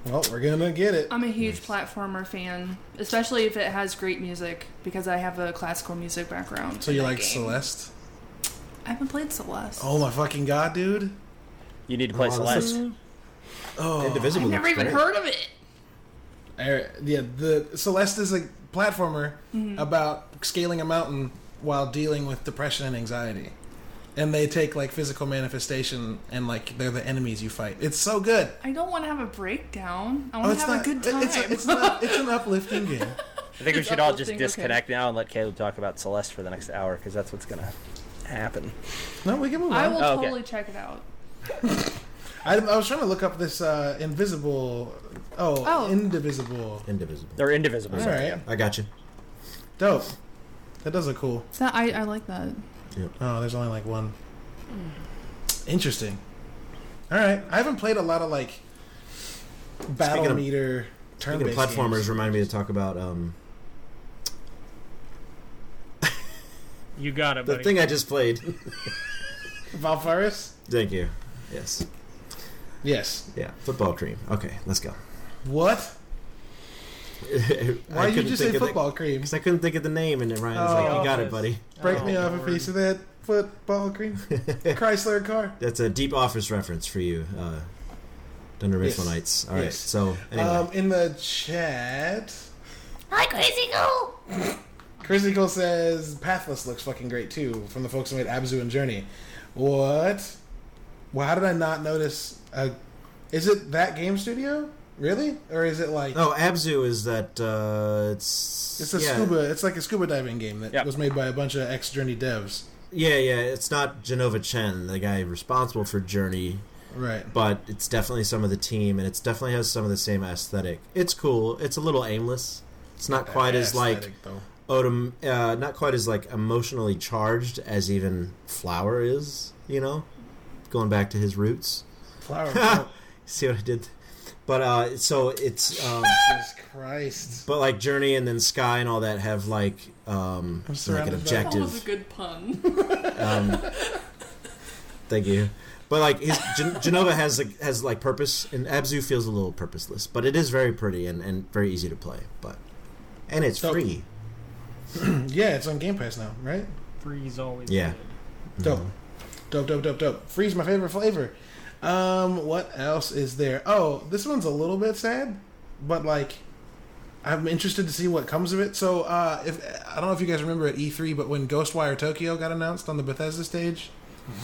B: Well, we're gonna get it.
A: I'm a huge platformer fan, especially if it has great music, because I have a classical music background.
B: So
A: in
B: you
A: that
B: like
A: game.
B: Celeste?
A: I haven't played Celeste.
B: Oh my fucking god, dude!
D: You need to play
C: Oh, that's
D: Celeste.
B: Oh,
C: Indivisible.
A: I've never
C: looks
A: even
C: great.
A: heard of it.
B: Er, yeah, the Celeste is a platformer
A: Mm-hmm.
B: about scaling a mountain while dealing with depression and anxiety. And they take like physical manifestation and like they're the enemies you fight. It's so good.
A: I don't want to have a breakdown. I
B: Oh,
A: want to
B: it's
A: have
B: not,
A: a good time.
B: It's, it's not, it's an uplifting game.
D: I think we
A: It's
D: should all just
A: uplifting, okay.
D: disconnect now and let Caleb talk about Celeste for the next hour because that's what's gonna happen.
B: No, we can move
A: I
B: on.
A: will
D: Oh, okay.
A: totally check it out.
B: I, I was trying to look up this uh, invisible. Oh,
A: Oh.
B: indivisible.
C: Indivisible.
D: They're indivisible.
B: All
D: sorry.
B: right,
C: I got you.
B: dope. That does look cool.
A: That, I, I like that.
B: Oh, there's only like one.
C: Hmm.
B: Interesting. All right, I haven't played a lot of like battle
C: Speaking of-
B: meter turn
C: Speaking
B: based
C: of platformers remind me to talk about um,
E: You got it,
C: the
E: buddy.
C: thing I just played.
B: Valfaris.
C: Thank you. Yes.
B: Yes.
C: Yeah. Football cream. Okay, let's go.
B: What? Why
C: Why
B: did you just say football cream?
C: Because I couldn't think of the name, and then Ryan was
B: Oh.
C: like, "You got it,
E: Office.
C: buddy."
B: Break
E: Oh,
B: me off a
E: Lord.
B: piece of that football cream. Chrysler car.
C: That's a deep office reference for you, uh, Dunder
B: Yes.
C: Mifflin Knights. All right.
B: Yes.
C: So anyway,
B: Um, in the chat,
A: Hi, Crazy Girl!
B: Chrisical says Pathless looks fucking great too from the folks who made Abzu and Journey. What? Well, how did I not notice? A, is it that game studio? Really? Or is it like?
C: oh, Abzu is that? Uh, it's
B: It's a
C: yeah,
B: scuba. It's like a scuba diving game that
D: Yep.
B: was made by a bunch of ex Journey devs.
C: Yeah, yeah. It's not Genova Chen, the guy responsible for Journey.
B: Right.
C: but it's definitely some of the team, and it's definitely has some of the same aesthetic. It's cool. It's a little aimless. It's not quite as like
B: Aesthetic, though.
C: Odom, uh, not quite as like emotionally charged as even Flower is. You know, going back to his roots.
B: Flower. oh,
C: See what I did? But uh, so it's, um,
B: Jesus Christ.
C: but like Journey and then Sky and all that have like um,
B: I'm
C: like an
B: surrounded by-
A: That was a
C: objective.
A: good pun.
C: Um, thank you. But like his Gen- Genova has like has like purpose, and Abzu feels a little purposeless. But it is very pretty and, and very easy to play. But and it's
B: So-
C: free.
B: Yeah, it's on Game Pass now, right?
E: Freeze always.
C: Yeah.
E: good.
B: Dope. Dope, dope, dope, dope. Freeze my favorite flavor. Um, what else is there? Oh, this one's a little bit sad, but like I'm interested to see what comes of it. So, uh if I don't know if you guys remember at E3, but when Ghostwire Tokyo got announced on the Bethesda stage,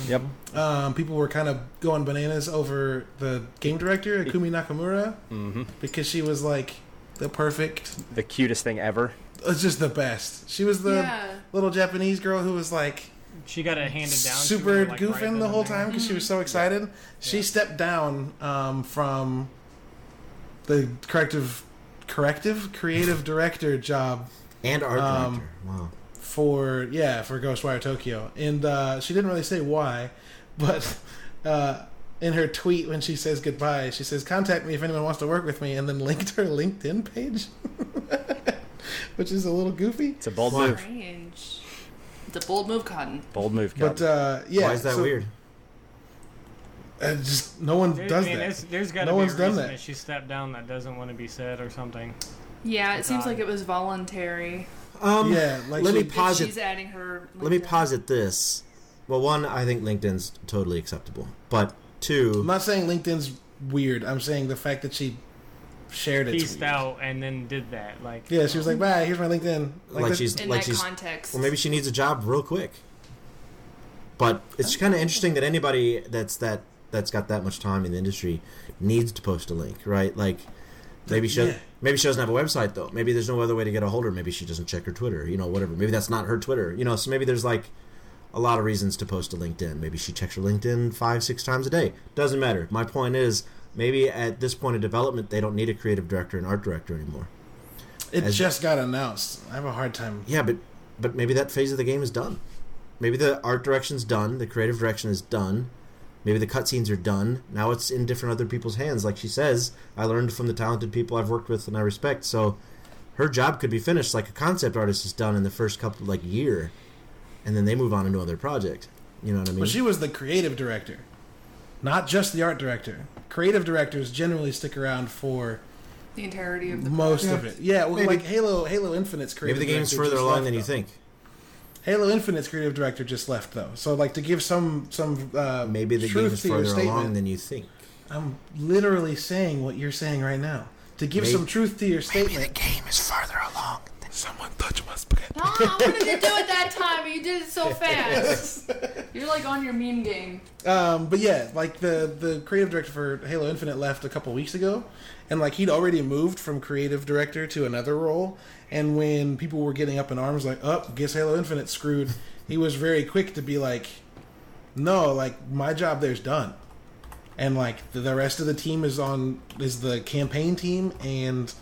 D: Yep.
B: um, people were kind of going bananas over the game director, Akumi Nakamura,
D: hmm
B: because she was like the perfect,
D: The cutest thing ever.
B: it's just the best. She was the
A: yeah.
B: little Japanese girl who was like
E: She got it handed down. to
B: super
E: her, like, right
B: goofing
E: then
B: the
E: and
B: whole
E: there.
B: time because she was so excited. She
E: Yeah.
B: stepped down um, from the corrective, corrective, creative director job
C: And art
B: Um,
C: director. Wow.
B: for yeah for Ghostwire Tokyo, and uh, she didn't really say why, but uh, in her tweet when she says goodbye, she says, "Contact me if anyone wants to work with me," and then linked her LinkedIn page, which is a little goofy.
D: It's a bold
C: Why?
D: move.
A: Strange. It's a bold move, Cotton.
D: Bold move.
B: But
D: But,
B: uh, yeah,
C: Why is that
B: so-
C: weird?
B: uh, just no one
E: There,
B: does
E: I mean,
B: that.
E: there's- there's got to
B: No
E: be a
B: one's done
E: reason
B: that.
E: that. she stepped down that doesn't want to be said or something.
A: Yeah, it seems
E: God.
A: like it was voluntary.
C: Um,
B: yeah, like
C: let me
B: she-
A: that
C: posit-
A: She's adding her.
C: Let me
A: LinkedIn.
C: posit this. Well, one, I think LinkedIn's totally acceptable. But two,
B: I'm not saying LinkedIn's weird. I'm saying the fact that she shared it.
E: Peaced out and then did that. Like
B: Yeah, she was like, "Bye, here's my LinkedIn."
C: like,
B: that-
C: she's
A: In
C: like
A: that
C: she's
A: context.
C: well, maybe she needs a job real quick. But it's kind of interesting that anybody that's that that's got that much time in the industry needs to post a link, right? Like maybe she
B: Yeah.
C: maybe she doesn't have a website though. Maybe there's no other way to get a hold of her. Maybe she doesn't check her Twitter, you know, whatever. Maybe that's not her Twitter, you know. So maybe there's like a lot of reasons to post to LinkedIn. Maybe she checks her LinkedIn five, six times a day. Doesn't matter. My point is, maybe at this point of development, they don't need a creative director and art director anymore.
B: it
C: as-
B: just got announced. I have a hard time.
C: Yeah, but but maybe that phase of the game is done. Maybe the art direction's done, the creative direction is done. Maybe the cutscenes are done. Now it's in different other people's hands. Like she says, I learned from the talented people I've worked with and I respect. So her job could be finished like a concept artist is done in the first couple like year, and then they move on into other project. You know what I mean?
B: But she was the creative director, not just the art director. Creative directors generally stick around for
A: the entirety of the
B: most of
C: Yeah.
B: it. Yeah, well,
C: Maybe.
B: like Halo, Halo Infinite's
C: maybe
B: creative.
C: the game's
B: director
C: further
B: just
C: along
B: left,
C: than you
B: though.
C: think.
B: Halo Infinite's creative director just left though. So like to give some some uh,
C: Maybe the game
B: truth
C: is
B: to your
C: further
B: statement,
C: along than you think.
B: I'm literally saying what you're saying right now. To give
C: Maybe-
B: some truth to your statement,
C: game is further along.
B: someone touch my spaghetti.
A: Ah, what did you do it that time? You did it so fast. You're like on your meme game.
B: Um, but yeah, like the the creative director for Halo Infinite left a couple weeks ago, and like he'd already moved from creative director to another role. And when people were getting up in arms, like, "Up, oh, guess Halo Infinite screwed," he was very quick to be like, "No, like my job there's done," and like the, the rest of the team is on is the campaign team and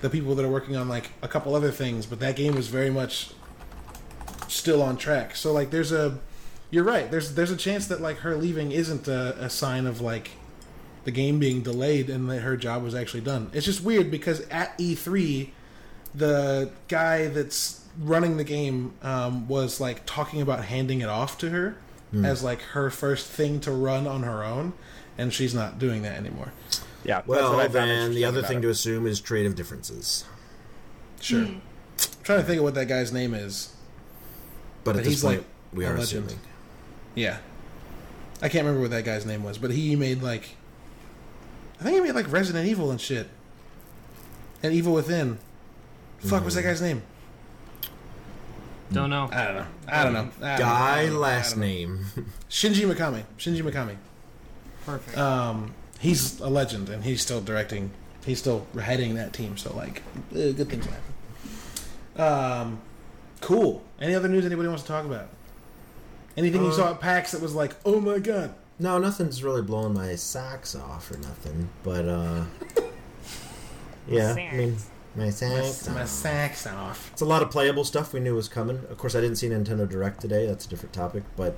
B: the people that are working on like a couple other things. But that game is very much still on track. So like, there's a you're right. There's there's a chance that like her leaving isn't a, a sign of like the game being delayed and that her job was actually done. It's just weird because at E3, the guy that's running the game um, was like talking about handing it off to her as like her first thing to run on her own, and she's not doing that anymore.
D: yeah. that's what I
C: Well,
D: found
C: then the
D: interesting
C: other
D: about
C: thing
D: it.
C: to assume is creative differences.
B: Sure. I'm trying to think of what that guy's name is.
C: But
B: But
C: at this
B: he's,
C: point,
B: like,
C: we
B: a
C: are
B: legend.
C: assuming.
B: Yeah. I can't remember what that guy's name was, but he made like I think he made like Resident Evil and shit. And Evil Within. Fuck was that guy's name?
E: don't know.
B: I don't know. I don't know. I don't know. I
C: Guy
B: don't know. I
C: last
B: don't know.
C: name.
B: Shinji Mikami. Shinji Mikami.
E: Perfect.
B: Um he's a legend and he's still directing he's still heading that team, so like eh, good things happen. Um
C: Uh,
B: cool. Any other news anybody wants to talk about? Anything you saw at PAX that was like, oh my god,
C: No, nothing's really blowing my socks off or nothing, but uh, yeah, I mean my socks.
B: My
C: off.
B: sack's off.
C: It's a lot of playable stuff we knew was coming. Of course, I didn't see Nintendo Direct today. That's a different topic, but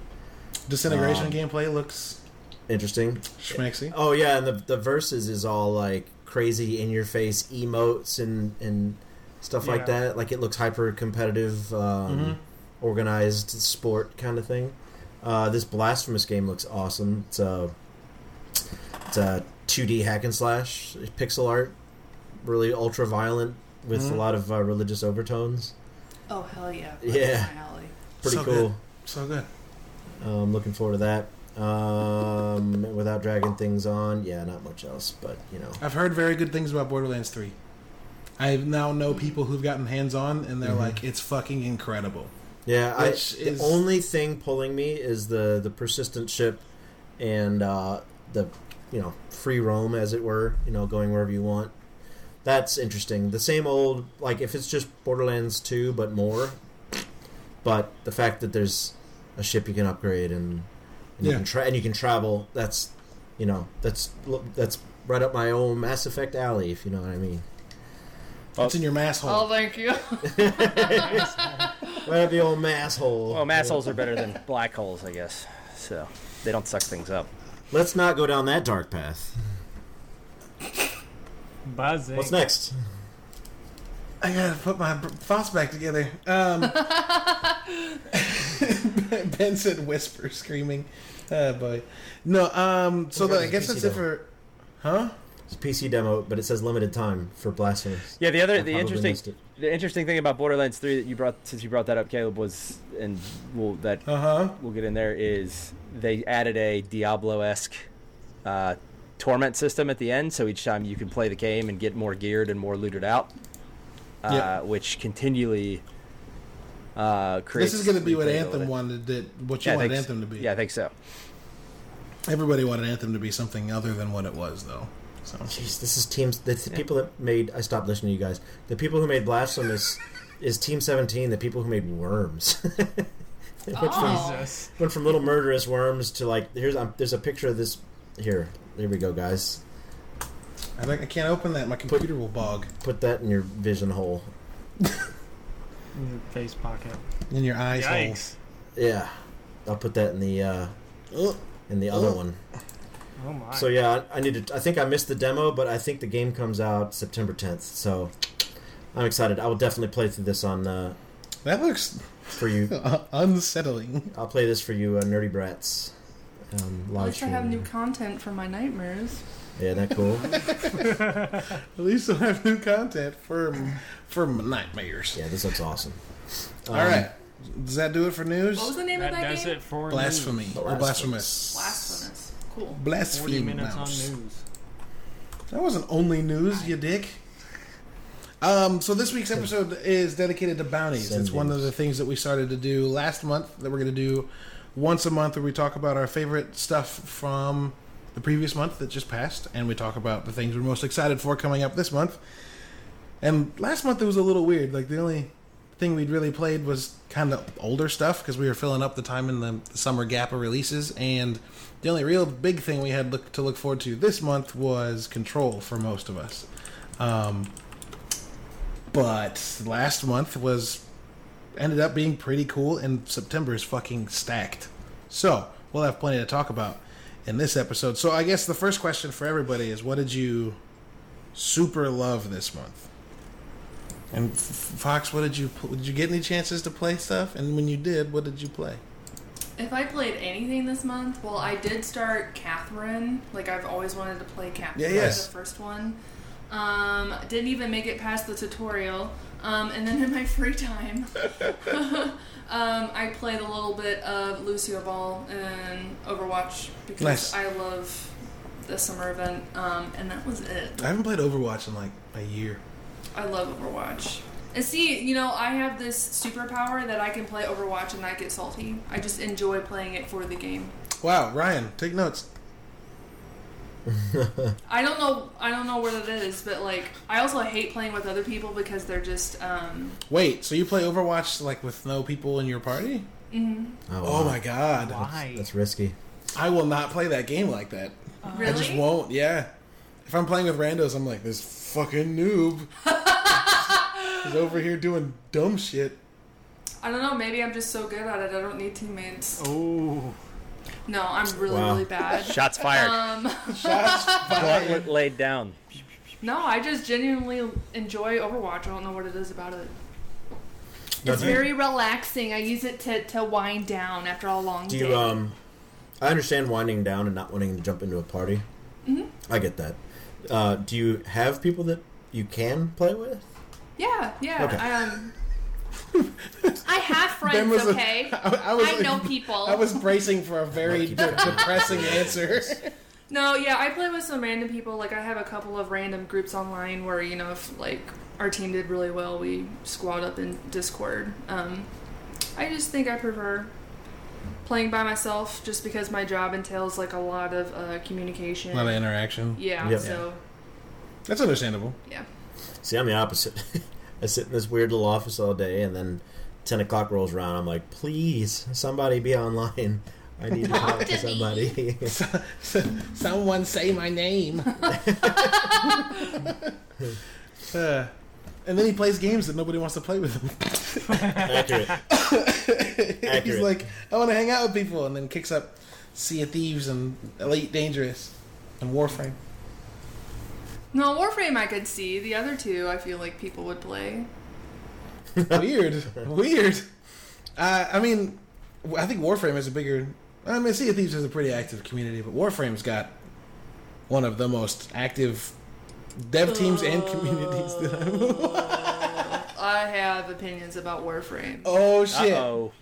B: Disintegration
C: Um,
B: gameplay looks
C: interesting.
B: schmaxy.
C: Oh yeah, and the the verses is all like crazy in your face emotes and and stuff like
E: Yeah.
C: that. Like it looks hyper competitive, um,
B: Mm-hmm.
C: organized sport kind of thing. Uh, this blasphemous game looks awesome. It's a it's a 2D hack and slash pixel art, really ultra violent with a
B: Mhm.
C: lot of uh, religious overtones.
A: Oh hell yeah! Right
C: Yeah.
A: up my alley.
C: Pretty
B: So
C: cool.
B: So good.
C: Um, looking forward to that. Um, without dragging things on, yeah, not much else, but you know.
B: I've heard very good things about Borderlands 3. I now know people who've gotten hands on and they're
C: Mhm.
B: like, it's fucking incredible.
C: Yeah, I,
B: Which is-
C: the only thing pulling me is the the persistent ship and uh, the you know free roam, as it were. You know, going wherever you want. That's interesting. The same old like if it's just Borderlands two, but more. But the fact that there's a ship you can upgrade and, and you
B: Yeah.
C: can tra- and you can travel. That's you know that's that's right up my own Mass Effect alley, if you know what I mean.
B: it's in your mass hole.
A: Oh, thank you.
C: Right up the old mass hole.
D: Well, mass holes are better than black holes, I guess. So they don't suck things up.
C: Let's not go down that dark path.
E: Buzzing.
C: What's next?
B: I gotta put my b- thoughts back together. Um, ben said whisper screaming. Oh boy. No, um, so
C: What about
B: the, I
C: the
B: guess
C: PC
B: that's it for. Huh?
C: It's a PC demo, but it says limited time for blasphemous.
D: Yeah, the
C: I
D: other the
C: probably
D: interesting
C: missed it.
D: the interesting thing about Borderlands Three that you brought since you brought that up, Caleb, was and we'll, that
B: Uh huh.
D: we'll get in there is they added a Diablo esque uh, torment system at the end, so each time you can play the game and get more geared and more looted out, uh,
B: Yeah.
D: which continually uh, creates.
B: This is gonna be what
D: replayability.
B: Anthem wanted. That what you
D: Yeah, I
B: wanted
D: think
B: Anthem to be.
D: Yeah, I think so.
B: Everybody wanted Anthem to be something other than what it was, though. So.
C: Jeez, this is teams. That's the people that made. I stopped listening to you guys. The people who made blasphemous is Team Seventeen. The people who made worms. They went, from,
A: Oh.
E: Jesus.
C: went from little murderous worms to like here's um, there's a picture of this here. There we go, guys.
B: I, think I can't open that. My computer will bog
C: Put that in your vision hole.
E: In your face pocket.
B: in your eyes. hole.
E: Yikes.
C: Yeah, I'll put that in the uh, in the other one.
E: Oh my.
C: So yeah, I I need to. I think I missed the demo, but I think the game comes out September 10th. So I'm excited. I will definitely play through this on uh,
B: That looks
C: for you.
B: uh, unsettling.
C: I'll play this for you, uh, nerdy brats. Um,
A: At
C: live
A: least I have
C: stream.
A: new content for my nightmares.
C: Yeah, that cool.
B: At least I have new content for for nightmares.
C: yeah, this looks awesome. Um,
B: All right, does that do it for news?
A: What was the name
E: that
A: of that
E: does
A: game?
E: it for
B: Blasphemy
E: news.
B: or blasphemous?
A: Blasphemous. Cool.
E: Forty
B: Blasphemy.
E: minutes on
B: mouse.
E: news.
B: That wasn't only news, you dick. Um, so this week's episode is dedicated to bounties.
C: Send
B: It's one of
C: news.
B: the things that we started to do last month that we're going to do once a month, where we talk about our favorite stuff from the previous month that just passed, and we talk about the things we're most excited for coming up this month. And last month it was a little weird. Like the only thing we'd really played was kind of older stuff because we were filling up the time in the summer gap of releases. And the only real big thing we had look, to look forward to this month was Control for most of us. Um, but last month was ended up being pretty cool, and September is fucking stacked. So we'll have plenty to talk about in this episode. So I guess the first question for everybody is, what did you super love this month? And F- Fox, what did you pl- did you get any chances to play stuff? And when you did, what did you play?
A: If I played anything this month, well, I did start Catherine. Like I've always wanted to play Catherine,
B: Yeah, yes.
A: the first one. Um, didn't even make it past the tutorial. Um, and then in my free time, um, I played a little bit of Lucio Ball and Overwatch because
B: Nice.
A: I love the summer event. Um, and that was it.
B: I haven't played Overwatch in like a year.
A: I love Overwatch. And see, you know, I have this superpower that I can play Overwatch and not get salty. I just enjoy playing it for the game.
B: Wow, Ryan, take notes.
A: I don't know. I don't know what it is, but like, I also hate playing with other people because they're just. um
B: Wait, so you play Overwatch like with no people in your party?
C: Oh,
B: Oh
C: wow.
B: my god.
E: Why?
C: That's risky.
B: I will not play that game like that.
A: Really?
B: I just won't. Yeah. If I'm playing with randos, I'm like this fucking noob is over here doing dumb shit.
A: I don't know. Maybe I'm just so good at it. I don't need teammates.
E: Oh,
A: No, I'm really,
C: Wow.
A: really bad.
D: Shots fired.
A: Um,
B: Shots fired.
D: Gauntlet laid down.
A: no, I just genuinely enjoy Overwatch. I don't know what it is about it. It's
C: Nothing?
A: very relaxing. I use it to, to wind down after a long
C: Do
A: day.
C: you
B: uh,
C: um? I understand winding down and not wanting to jump into a party. Mm-hmm. I get that. Uh, do you have people that you can play with?
A: yeah, yeah.
C: Okay.
A: I, um, I have
B: Ben
A: friends.
B: was a-
A: Okay, I
B: I, I was,
A: know people.
B: I was bracing for a very de- depressing answer.
A: No, yeah, I play with some random people. Like, I have a couple of random groups online where, you know, if, like, our team did really well, we squad up in Discord. Um, I just think I prefer playing by myself just because my job entails, like, a lot of uh, communication.
B: interaction.
A: yeah,
C: Yeah.
A: so,
B: That's understandable.
A: yeah.
C: See, I'm the opposite. I sit in this weird little office all day, and then ten o'clock rolls around. I'm like, please, somebody be online. I need to talk to
A: to
C: somebody.
B: Someone say my name. Uh, and then he plays games that nobody wants to play with him.
C: Accurate.
B: He's
C: Accurate.
B: like, I want to hang out with people, and then kicks up Sea of Thieves and Elite Dangerous and Warframe.
A: No, Warframe I could see. The other two, I feel like people would play.
B: Weird, weird. Uh, I mean, I think Warframe is a bigger. I mean, Sea of Thieves is a pretty active community, but Warframe's got one of the most active dev teams and communities that I'm.
A: I have opinions about Warframe.
B: oh
D: Uh
B: shit!
D: oh.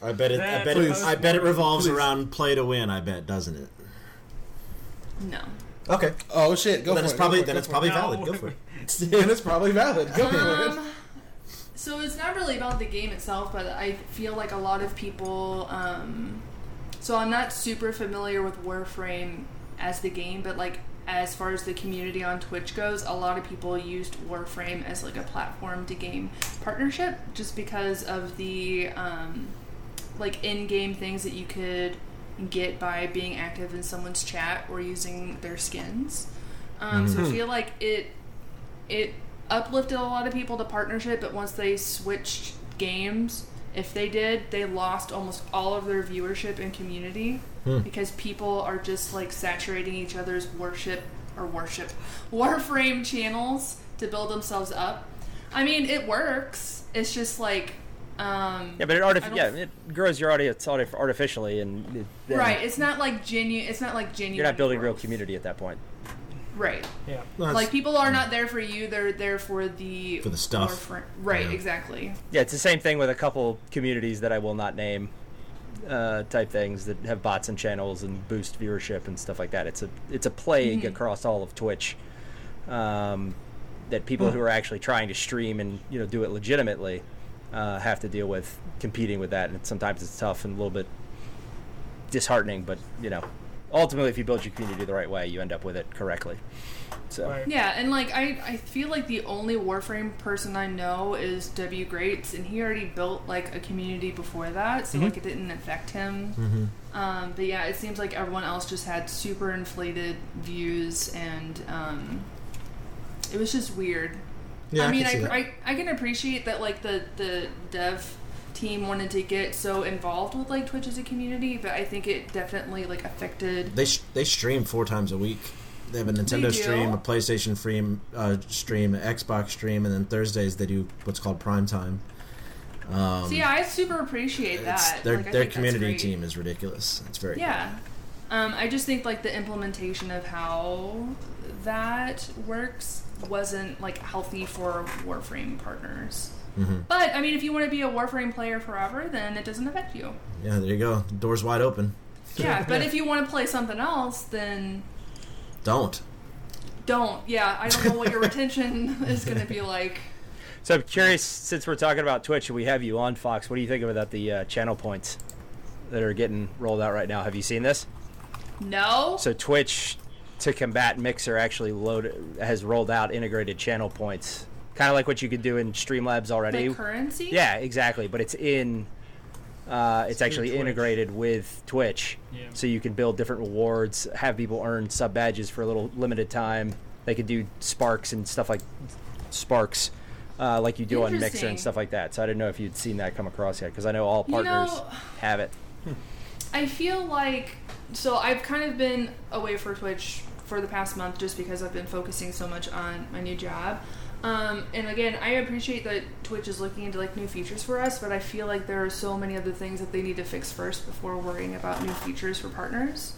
C: I bet it. I bet
B: Please.
C: it. I bet it revolves
B: Please.
C: around play to win. I bet, doesn't it?
A: No.
C: Okay.
B: Oh shit! Go
C: then
B: for
C: it's
B: it.
C: probably
B: go for
C: then
B: it,
C: it's probably
E: No.
C: valid. Go for it.
B: go for it. then it's probably valid. Go for it.
A: Um, so it's not really about the game itself, but I feel like a lot of people. Um, so I'm not super familiar with Warframe as the game, but like as far as the community on Twitch goes, a lot of people used Warframe as like a platform to game partnership, just because of the um, like in-game things that you could get by being active in someone's chat or using their skins. Um, So I feel like it it uplifted a lot of people to partnership, but once they switched games, if they did, they lost almost all of their viewership and community because people are just like saturating each other's worship or worship Warframe channels to build themselves up. I mean, it works. It's just like um
D: Yeah, but it,
A: I
D: artif-
A: don't-
D: yeah, it grows your audience artif- artificially, and it, then
A: right, it's not like genuine it's not like genuine
D: You're not building real
A: growth.
D: community at that point.
A: Right.
E: yeah.
C: No, it's-
A: Like people are not there for you, they're there for the
C: mm. For the stuff.
A: Warframe. Right,
C: Yeah.
A: exactly.
D: Yeah, it's the same thing with a couple communities that I will not name, uh, type things that have bots and channels and boost viewership and stuff like that. It's a it's a plague across all of Twitch, um, that people who are actually trying to stream and you know do it legitimately uh, have to deal with competing with that, and sometimes it's tough and a little bit disheartening. But you know, ultimately, if you build your community the right way, you end up with it correctly. So.
E: Right.
A: Yeah, and like I, I feel like the only Warframe person I know is W Greats, and he already built like a community before that, so
D: Mm-hmm.
A: like it didn't affect him.
C: Mm-hmm.
A: Um, but yeah, it seems like everyone else just had super inflated views, and um, it was just weird.
C: Yeah,
A: I mean,
C: can see that.
A: I, I, I can appreciate that like the the dev team wanted to get so involved with like Twitch as a community, but I think it definitely like affected
C: They sh- they stream four times a week. They have a
A: do?
C: Nintendo stream, a PlayStation stream, uh, stream, an Xbox stream, and then Thursdays they do what's called Prime Time. Um,
A: So yeah, I super appreciate
C: it's-
A: that.
C: their
A: Like, I
C: their
A: think that's
C: community
A: great.
C: team is ridiculous. It's very
A: Yeah, um, I just think like the implementation of how that works wasn't like healthy for Warframe partners.
C: Mm-hmm.
A: But I mean, if you want to be a Warframe player forever, then it doesn't affect you.
C: yeah. There you go. The door's wide open.
A: Yeah, but if you want to play something else, then
C: Don't.
A: don't. Yeah, I don't know what your retention is going to be like.
D: So I'm curious, since we're talking about Twitch and we have you on Fox, what do you think about the uh, channel points that are getting rolled out right now? Have you seen this?
A: No.
D: So Twitch, to combat Mixer, actually load has rolled out integrated channel points, kind of like what you could do in Streamlabs already.
A: Like currency.
D: Yeah, exactly. But it's in Uh, it's actually
E: Twitch.
D: integrated with Twitch,
E: Yeah.
D: so you can build different rewards, have people earn sub badges for a little limited time. They could do sparks and stuff like sparks, uh, like you do on Mixer
A: Interesting.
D: and stuff like that. So I didn't know if you'd seen that come across yet, because I know all
A: You know-
D: partners have it.
A: I feel like so I've kind of been away for Twitch for the past month just because I've been focusing so much on my new job. Um, and again, I appreciate that Twitch is looking into like new features for us, but I feel like there are so many other things that they need to fix first before worrying about new features for partners.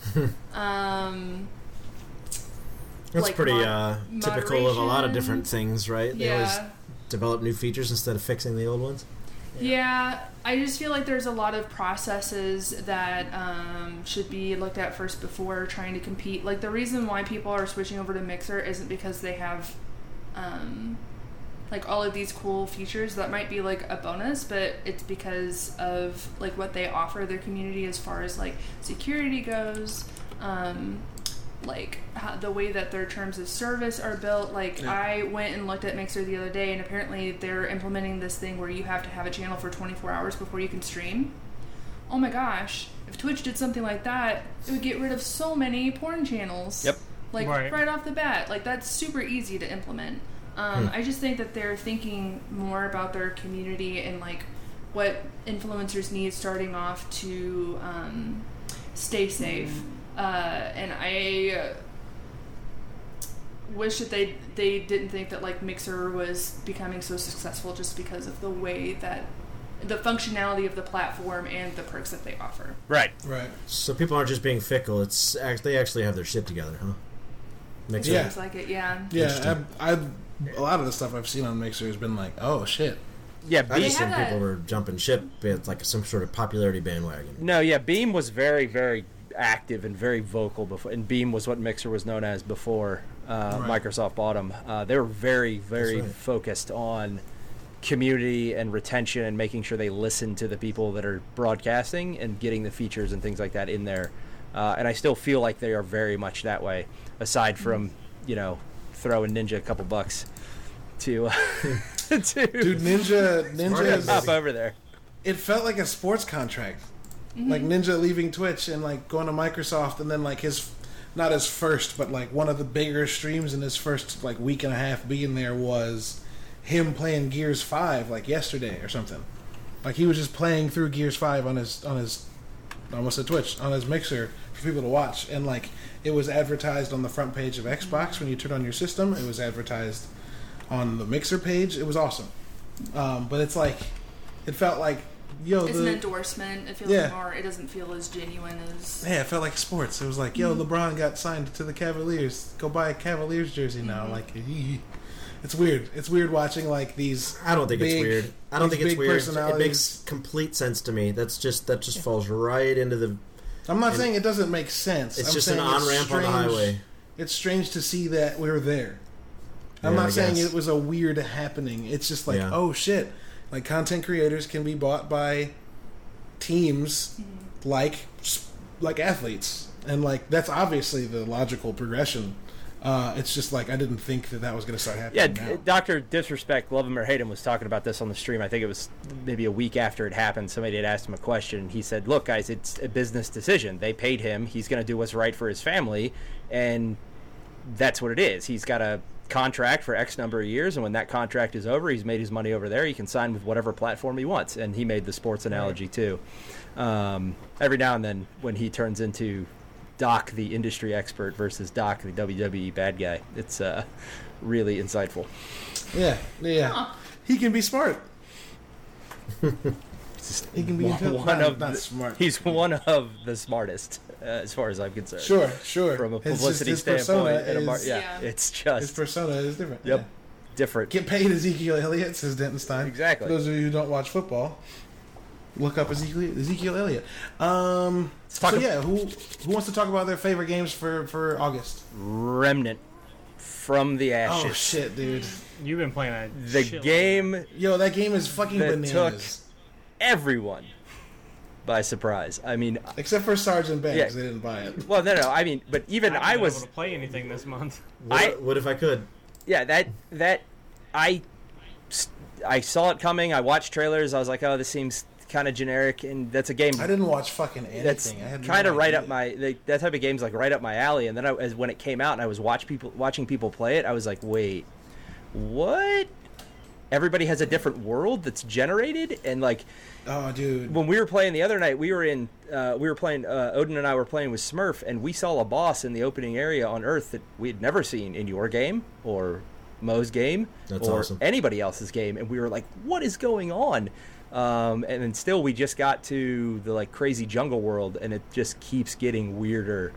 A: um,
C: That's
A: Like
C: pretty
A: mod-
C: uh, typical of a lot of
A: moderation.
C: different things, right? They always
A: yeah.
C: develop new features instead of fixing the old ones.
A: Yeah, I just feel like there's a lot of processes that um, should be looked at first before trying to compete. Like the reason why people are switching over to Mixer isn't because they have um, like all of these cool features that might be like a bonus, but it's because of like what they offer their community as far as like security goes. Um, like how, the way that their terms of service are built. Like I went and looked at Mixer the other day, and apparently they're implementing this thing where you have to have a channel for 24 hours before you can stream. Oh my gosh! If Twitch did something like that, it would get rid of so many porn channels.
D: Yep.
A: Like
E: Right.
A: right, off the bat, like that's super easy to implement. Um, I just think that they're thinking more about their community and like what influencers need starting off to um, stay safe. Uh, and I uh, wish that they they didn't think that like Mixer was becoming so successful just because of the way that the functionality of the platform and the perks that they offer.
D: Right.
B: Right.
C: So people aren't just being fickle. It's act- they actually have their shit together, huh? Makes
B: Yeah.
C: sense.
A: Seems like it, yeah.
B: Yeah,
C: Interesting.
B: I, I a lot of the stuff I've seen on Mixer has been like, oh shit.
D: Yeah.
C: I
D: Beam.
C: just think
A: have
C: people
A: a-
C: were jumping ship. It's like some sort of popularity bandwagon.
D: No. Yeah. Beam was very, very active and very vocal before, and Beam was what Mixer was known as before uh,
B: Right.
D: Microsoft bought them. Uh, they were very, very
C: right.
D: focused on community and retention and making sure they listen to the people that are broadcasting and getting the features and things like that in there. Uh, and I still feel like they are very much that way.
B: Mm-hmm.
D: Aside from you know throwing Ninja a couple bucks to uh, to
B: Dude, Ninja
C: Smart
B: Ninja
C: ass
B: is,
C: baby.
D: hop over there.
B: it felt like a sports contract. Like Ninja leaving Twitch and like going to Microsoft and then like his not his first, but like one of the bigger streams in his first like week and a half being there was him playing Gears 5 like yesterday or something. Like he was just playing through Gears 5 on his on his almost a Twitch on his mixer for people to watch, and like it was advertised on the front page of Xbox when you turn on your system. It was advertised on the mixer page. It was awesome, um, but it's like it felt like yo
A: It's an
B: the
A: endorsement. It feels
B: Yeah.
A: more. It doesn't feel as genuine as.
B: yeah it felt like sports. It was like
C: Mm.
B: yo LeBron got signed to the Cavaliers. Go buy a Cavaliers jersey
C: Mm-hmm.
B: now. Like ee. it's weird. It's weird watching like these.
C: I don't think it's
B: Big-
C: weird. I don't
B: these
C: think it's
B: big
C: weird. It makes
B: personalities.
C: complete sense to me. That's just that just falls right into the.
B: I'm not
C: And-
B: saying it doesn't make sense.
C: It's
B: I'm
C: just an
B: saying it's
C: on ramp on the
B: strange-
C: highway.
B: It's strange to see that we're there. I'm
C: Yeah,
B: not
C: I
B: saying
C: guess.
B: it was a weird happening. It's just like,
C: Yeah.
B: oh shit. Like content creators can be bought by teams like like athletes. And like that's obviously the logical progression. Uh, it's just like I didn't think that that was going to start
D: Yeah,
B: happening.
D: D-
B: now.
D: Dr. Disrespect, love him or hate him, was talking about this on the stream. I think it was maybe a week after it happened. Somebody had asked him a question. and He said, Look, guys, it's a business decision. They paid him. He's going to do what's right for his family. And that's what it is. He's got a contract for X number of years. And when that contract is over, he's made his money over there. He can sign with whatever platform he wants. And he made the sports analogy, too. Um, every now and then, when he turns into Doc, the industry expert, versus Doc, the WWE bad guy, it's uh, really insightful.
B: yeah, yeah. He can be smart. he can be
D: one-
B: intelligent.
D: one
B: Not-
D: of
B: not
D: the-
B: smart.
D: He's one of the smartest, uh, as far as I'm concerned.
B: sure, sure.
D: From a
B: It's just
D: publicity
B: his persona
D: standpoint, and a mar-
B: is-
D: yeah,
A: Yeah.
D: it's
B: his
D: just
B: persona is different.
D: yep,
B: yeah.
D: different.
B: Get paid Ezekiel Elliott, says Denton Stein.
D: Exactly.
B: For those of you who don't watch football, look up Ezekiel, Ezekiel Elliott. Um,
D: talk
B: so
D: ab-
B: yeah, who who wants to talk about their favorite games for for August?
D: Remnant from the ashes.
B: Oh shit, dude!
E: You've been playing that.
D: The
E: shit
D: game
B: Yo, that game is fucking
D: That
B: bananas.
D: everyone by surprise. I mean,
B: Except for Sergeant Banks,
D: Yeah.
B: they didn't buy it.
D: well, no, no. I mean, but even
E: I,
D: I was
E: able to play anything this month.
C: What,
D: I-
C: what if I could?
D: yeah that that i s- I saw it coming. I watched trailers. I was like, oh, this seems kind of generic, and that's a game.
B: I didn't watch fucking anything.
D: That's
B: I had no
D: kind of right
B: idea.
D: up my like, that type of game's like right up my alley. And then I, as when it came out, and I was watch people watching people play it, I was like, wait, what? Everybody has a different world that's generated, and like
B: Oh, dude.
D: when we were playing the other night, we were in, uh, we were playing, uh, Odin and I were playing with Smurf, and we saw a boss in the opening area on Earth that we had never seen in your game or Mo's game
C: That's
D: or
C: awesome.
D: anybody else's game, and we were like, "What is going on?" Um, and then still, we just got to the like crazy jungle world, and it just keeps getting weirder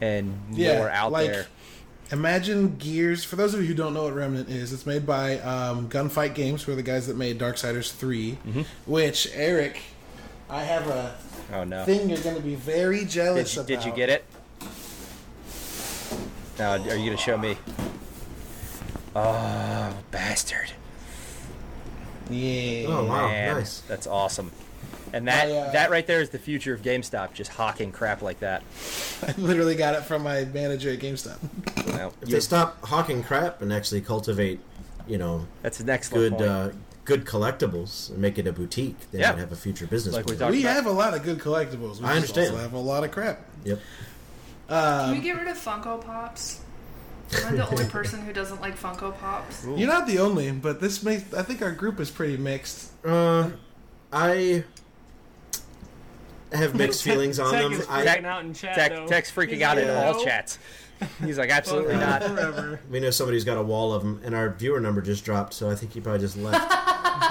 D: and more out there.
B: Imagine Gears. For those of you who don't know what Remnant is, it's made by um, Gunfight Games, who are the guys that made Darksiders 3,
D: Mm-hmm.
B: which, Eric, I have a
D: Oh no!
B: thing you're going to be very jealous
D: Did you,
B: about.
D: did you get it? Now, are you gonna show me? Oh, bastard!
B: Yeah.
C: Oh, wow.
D: Man,
C: Nice.
D: That's awesome. And that
B: I, uh,
D: that right there is the future of GameStop, just hawking crap like that.
B: I literally got it from my manager at GameStop.
D: Well,
C: If they stop hawking crap and actually cultivate, you know,
D: that's the next
C: good
D: point.
C: uh, good collectibles and make it a boutique, then
D: Yeah.
C: you'd have a future business.
D: Like we
C: plan.
D: talked-
B: we
D: about-
B: have a lot of good collectibles. We
C: I
B: just
C: understand.
B: also have a lot of crap.
C: Yep.
A: Can we get rid of Funko Pops? Am I the only person who doesn't like Funko Pops?
B: You're not the only, but this makes. I think our group is pretty mixed.
C: Uh, I have mixed feelings on
E: Tech
C: them.
E: is
C: Um, I,
E: freaking out in chat, though.
D: Tech, Tech's freaking
E: He's
D: out
E: like,
D: in
E: "No,
D: all chats. He's like, absolutely
E: fuck
D: not.
E: Forever.
C: we know somebody's got a wall of them, and our viewer number just dropped, so I think he probably just left.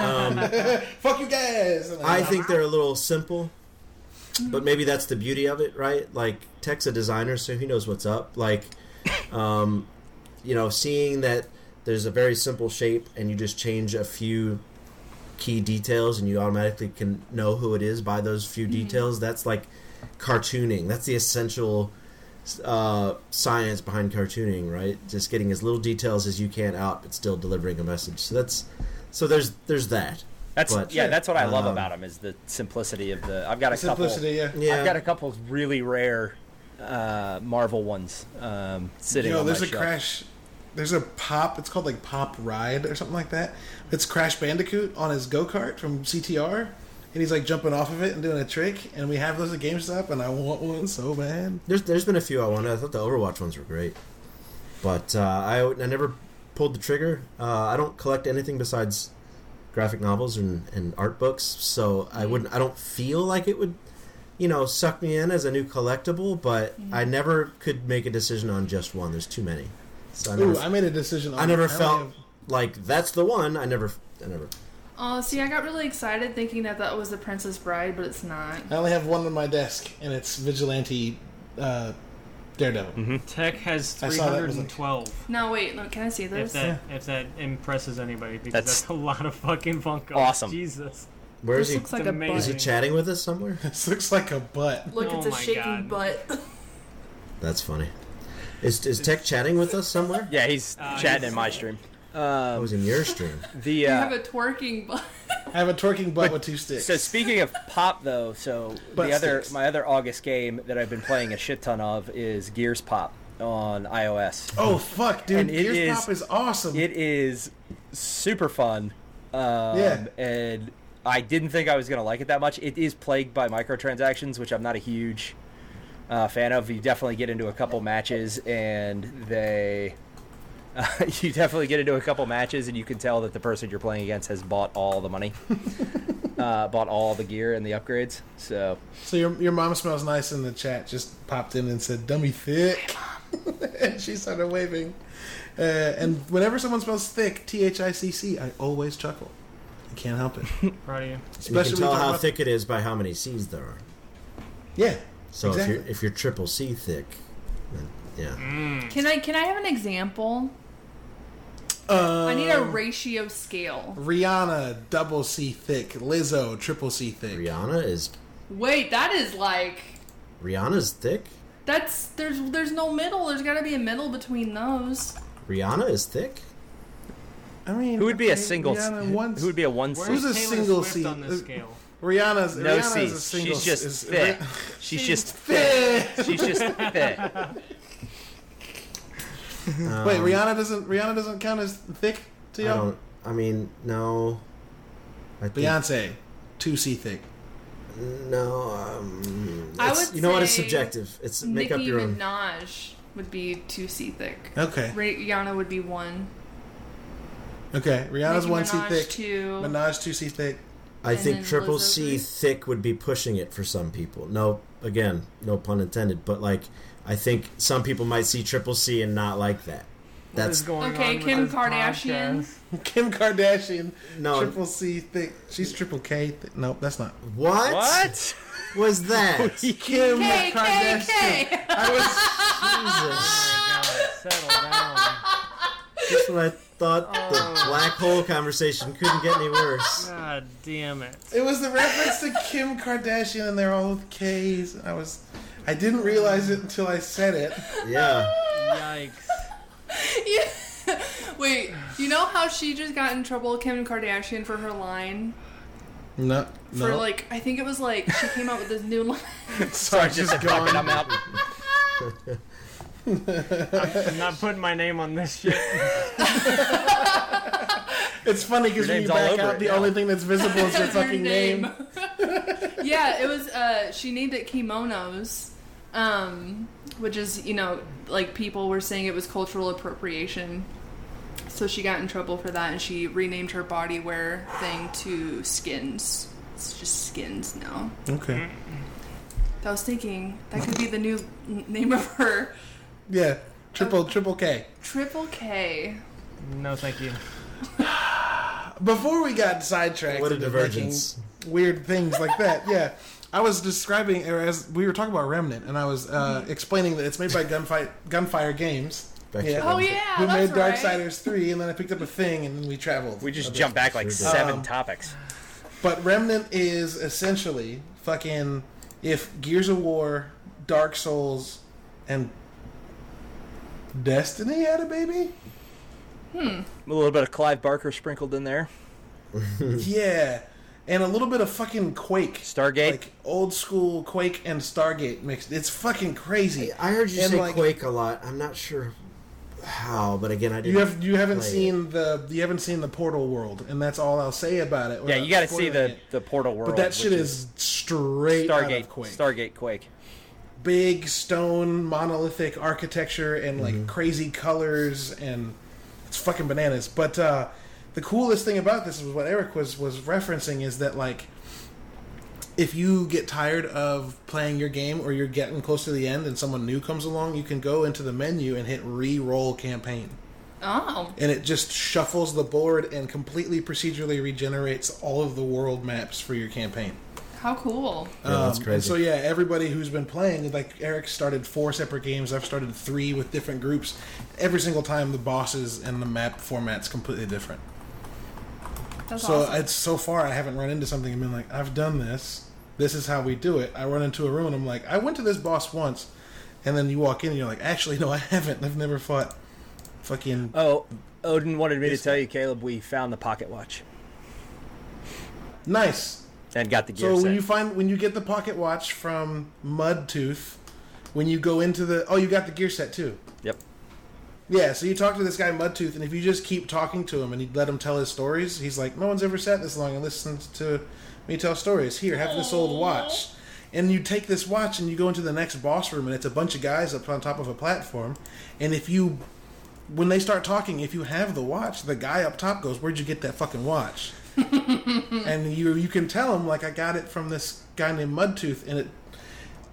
C: um,
B: Fuck you guys! And
C: I think they're a little simple, but maybe that's the beauty of it, right? Like Tech's a designer, so he knows what's up. Like, um, you know, seeing that there's a very simple shape, and you just change a few key details, and you automatically can know who it is by those few details. That's like cartooning. That's the essential uh, science behind cartooning, right? Just getting as little details as you can out, but still delivering a message. So that's so there's there's that.
D: That's
C: But-
D: yeah. That's what I love
C: Um,
D: about him is the simplicity of the. I've got a
B: simplicity. Yeah.
D: couple. I've got a couple really rare uh, Marvel ones um, sitting.
B: Yo,
D: on
B: there's
D: my
B: a
D: shelf.
B: crash. There's a pop. It's called like Pop Ride or something like that. It's Crash Bandicoot on his go kart from CTR, and he's like jumping off of it and doing a trick. And we have those at GameStop, and I want one so bad.
C: There's there's been a few I wanted. I thought the Overwatch ones were great, but uh, I I never pulled the trigger. Uh, I don't collect anything besides graphic novels and, and art books, so
A: Mm-hmm.
C: I wouldn't. I don't feel like it would, you know, suck me in as a new collectible. But
A: Mm-hmm.
C: I never could make a decision on just one. There's too many, so I never
B: Ooh, I made a decision. On
C: I never
B: only
C: felt
B: have-
C: like that's the one. I never I never.
A: Oh, see, I got really excited thinking that that was the Princess Bride, but it's not.
B: I only have one on my desk, and it's Vigilante uh, Daredevil.
D: Mm-hmm.
E: Tech has
B: I saw that was
E: 312.
A: No, wait, no, can I see
E: If
A: this?
E: that if that impresses anybody, because
D: That's-
E: that's, a lot of fucking Funko.
D: Awesome.
E: Jesus.
C: Where is
A: This
C: he?
A: looks like a
E: amazing.
C: is
A: butt.
C: he chatting with us somewhere?
B: This looks like a butt.
A: Look,
E: Oh
A: it's a
E: my
A: shaking
E: God.
A: butt.
C: That's funny. Is is Tech chatting with us somewhere?
D: Yeah, he's
E: Uh,
D: chatting
E: he's-
D: in my stream.
C: I was in your stream.
D: The
A: You
D: uh,
A: have a twerking butt.
B: I have a twerking butt with two sticks.
D: So speaking of pop, though, so
B: Butt
D: the other
B: sticks.
D: my other August game that I've been playing a shit ton of is Gears Pop on iOS.
B: oh fuck, dude!
D: And it
B: Gears
D: is-
B: Pop is awesome.
D: It is super fun. Um,
B: Yeah.
D: And I didn't think I was gonna like it that much. It is plagued by microtransactions, which I'm not a huge uh, fan of. You definitely get into a couple matches, and they. you definitely get into a couple matches, and you can tell that the person you're playing against has bought all the money, uh, bought all the gear and the upgrades. So
B: So your your mom smells nice in the chat. Just popped in and said, "Dummy thick," and she started waving. Uh, and whenever someone spells thick, T H I C C, I always chuckle. I can't help it.
E: Proud of you.
C: You
B: Especially
C: can
B: when
C: tell
B: we talk
C: how
B: about-
C: thick it is by how many C's there are.
B: Yeah.
C: So
B: Exactly.
C: if you're if you're triple C thick, then yeah.
A: Can I can I have an example?
B: Um,
A: I need a ratio scale.
B: Rihanna double C thick, Lizzo triple C thick.
C: Rihanna is
A: Wait, that is like
C: Rihanna's thick.
A: that's there's there's no middle. There's got to be a middle between those.
C: Rihanna is thick.
B: I mean,
D: Who would be a
B: okay,
D: single?
B: Rihanna once,
D: Who would be a one
E: Where's
B: Who's
D: seed?
B: a
E: Taylor
B: single
E: Swift
B: seed?
E: on
B: Uh,
E: this scale?
B: Rihanna's
D: No
B: Rihanna's
D: seed.
B: a single.
D: She's just
B: is-
D: thick. She's just thick.
B: Thick.
D: She's just thick.
B: Wait, Rihanna doesn't Rihanna doesn't count as thick to
C: Um, I
B: y'all.
C: don't. I mean, no. I think,
B: Beyonce, two C thick.
C: No. Um,
A: I
C: it's-
A: would
C: you know what? It's
A: say
C: subjective. It's make
A: Nicki
C: up your own.
A: Minaj would be two C thick.
B: Okay.
A: Rihanna would be one.
B: Okay. Rihanna's
A: Nicki
B: one C
A: Minaj,
B: thick.
A: two.
B: Minaj two C thick.
C: I
A: and
C: think
A: then
C: triple
A: Lizzo
C: C
A: three.
C: thick would be pushing it for some people. No, again, no pun intended. But like, I think some people might see triple C and not like that. That's
E: going
A: Okay,
E: with
A: Kim
E: this
A: Kardashian.
E: podcast?
B: Kim Kardashian,
C: No.
B: triple C thick. She's triple K. Thick. No, that's not.
C: what?
D: What?
C: was that? Jesus.
B: Kim
A: K K K.
B: I was
E: Oh God, settle down.
C: Just when I thought
A: Oh.
C: the black hole conversation couldn't get any worse.
E: God damn it.
B: it was the reference to Kim Kardashian and they're all with K's. I was I didn't realize it until I said it.
C: Yeah.
E: Yikes.
A: Yeah. Wait, you know how she just got in trouble, Kim Kardashian, for her line?
B: No, no.
A: For like, I think it was like she came out with this new line.
B: Sorry, just
D: Fuck it,
B: gone.
D: I'm out.
E: I'm not putting my name on this shit.
B: It's funny because
D: Your
B: when you
D: name's all
B: back
D: over
B: out,
D: it
B: the
D: now.
B: only thing that's visible is your
A: That's her
B: fucking name.
A: yeah, it was. Uh, she named it kimonos, um, which is you know like people were saying it was cultural appropriation. So she got in trouble for that, and she renamed her body wear thing to skins. It's just skins now.
B: Okay.
A: I was thinking that could be the new n- name of her
B: Yeah. Triple triple K.
A: triple K.
E: No, thank you.
B: Before we got sidetracked,
C: What a
B: into
C: divergence.
B: making Weird things like that. Yeah. I was describing, or as we were talking about Remnant, and I was uh,
A: Mm-hmm.
B: explaining that it's made by Gunfight Gunfire Games.
C: Back
B: Yeah.
C: to
A: Oh
C: them.
A: yeah,
B: who made
A: that's right.
B: Darksiders 3, and then I picked up a thing, and then we traveled.
D: We just
B: Okay.
D: jumped back like
C: Sure did.
D: seven
B: Um,
D: topics.
B: But Remnant is essentially fucking if Gears of War, Dark Souls, and Destiny had a baby.
D: A little bit of Clive Barker sprinkled in there.
C: Mm-hmm.
B: yeah, and a little bit of fucking Quake,
D: Stargate.
B: like old school Quake and Stargate mixed. It's fucking crazy.
C: I heard you
B: And,
C: say
B: like-
C: Quake a lot. I'm not sure how, but again, I didn't.
B: You have you haven't
C: play it.
B: seen the you haven't seen the Portal world, and that's all I'll say about it.
D: yeah,
B: without
D: you got to see
B: spoiling
D: the
B: it.
D: the Portal World.
B: But that shit
D: which
B: is straight out
D: Stargate
B: of Quake.
D: Stargate Quake.
B: big stone monolithic architecture and like crazy colors and it's fucking bananas. But uh, the coolest thing about this is what Eric was was referencing is that like if you get tired of playing your game or you're getting close to the end and someone new comes along, you can go into the menu and hit re-roll campaign.
A: Oh,
B: And it just shuffles the board and completely procedurally regenerates all of the world maps for your campaign.
A: how cool!
C: Yeah, that's
B: Um,
C: crazy.
B: And so yeah, everybody who's been playing, like Eric started four separate games. I've started three with different groups. Every single time, the bosses and the map format's completely different.
A: That's
B: so
A: awesome.
B: it's so far, I haven't run into something and been like, I've done this. This is how we do it. I run into a room and I'm like, I went to this boss once, and then you walk in and you're like, actually, no, I haven't. I've never fought. Fucking
D: Oh, Odin wanted me to tell you, Caleb, we found the pocket watch
B: nice.
D: and got the gear
B: So
D: set.
B: when you find when you get the pocket watch from Mudtooth, when you go into the oh, you got the gear set too.
D: Yep.
B: Yeah, so you talk to this guy Mudtooth, and if you just keep talking to him and you let him tell his stories, he's like, "No one's ever sat this long and listened to me tell stories." Here, have this old watch, and you take this watch and you go into the next boss room, and it's a bunch of guys up on top of a platform, and if you, when they start talking, if you have the watch, the guy up top goes, "Where'd you get that fucking watch?" and you you can tell him like, "I got it from this guy named Mudtooth," and it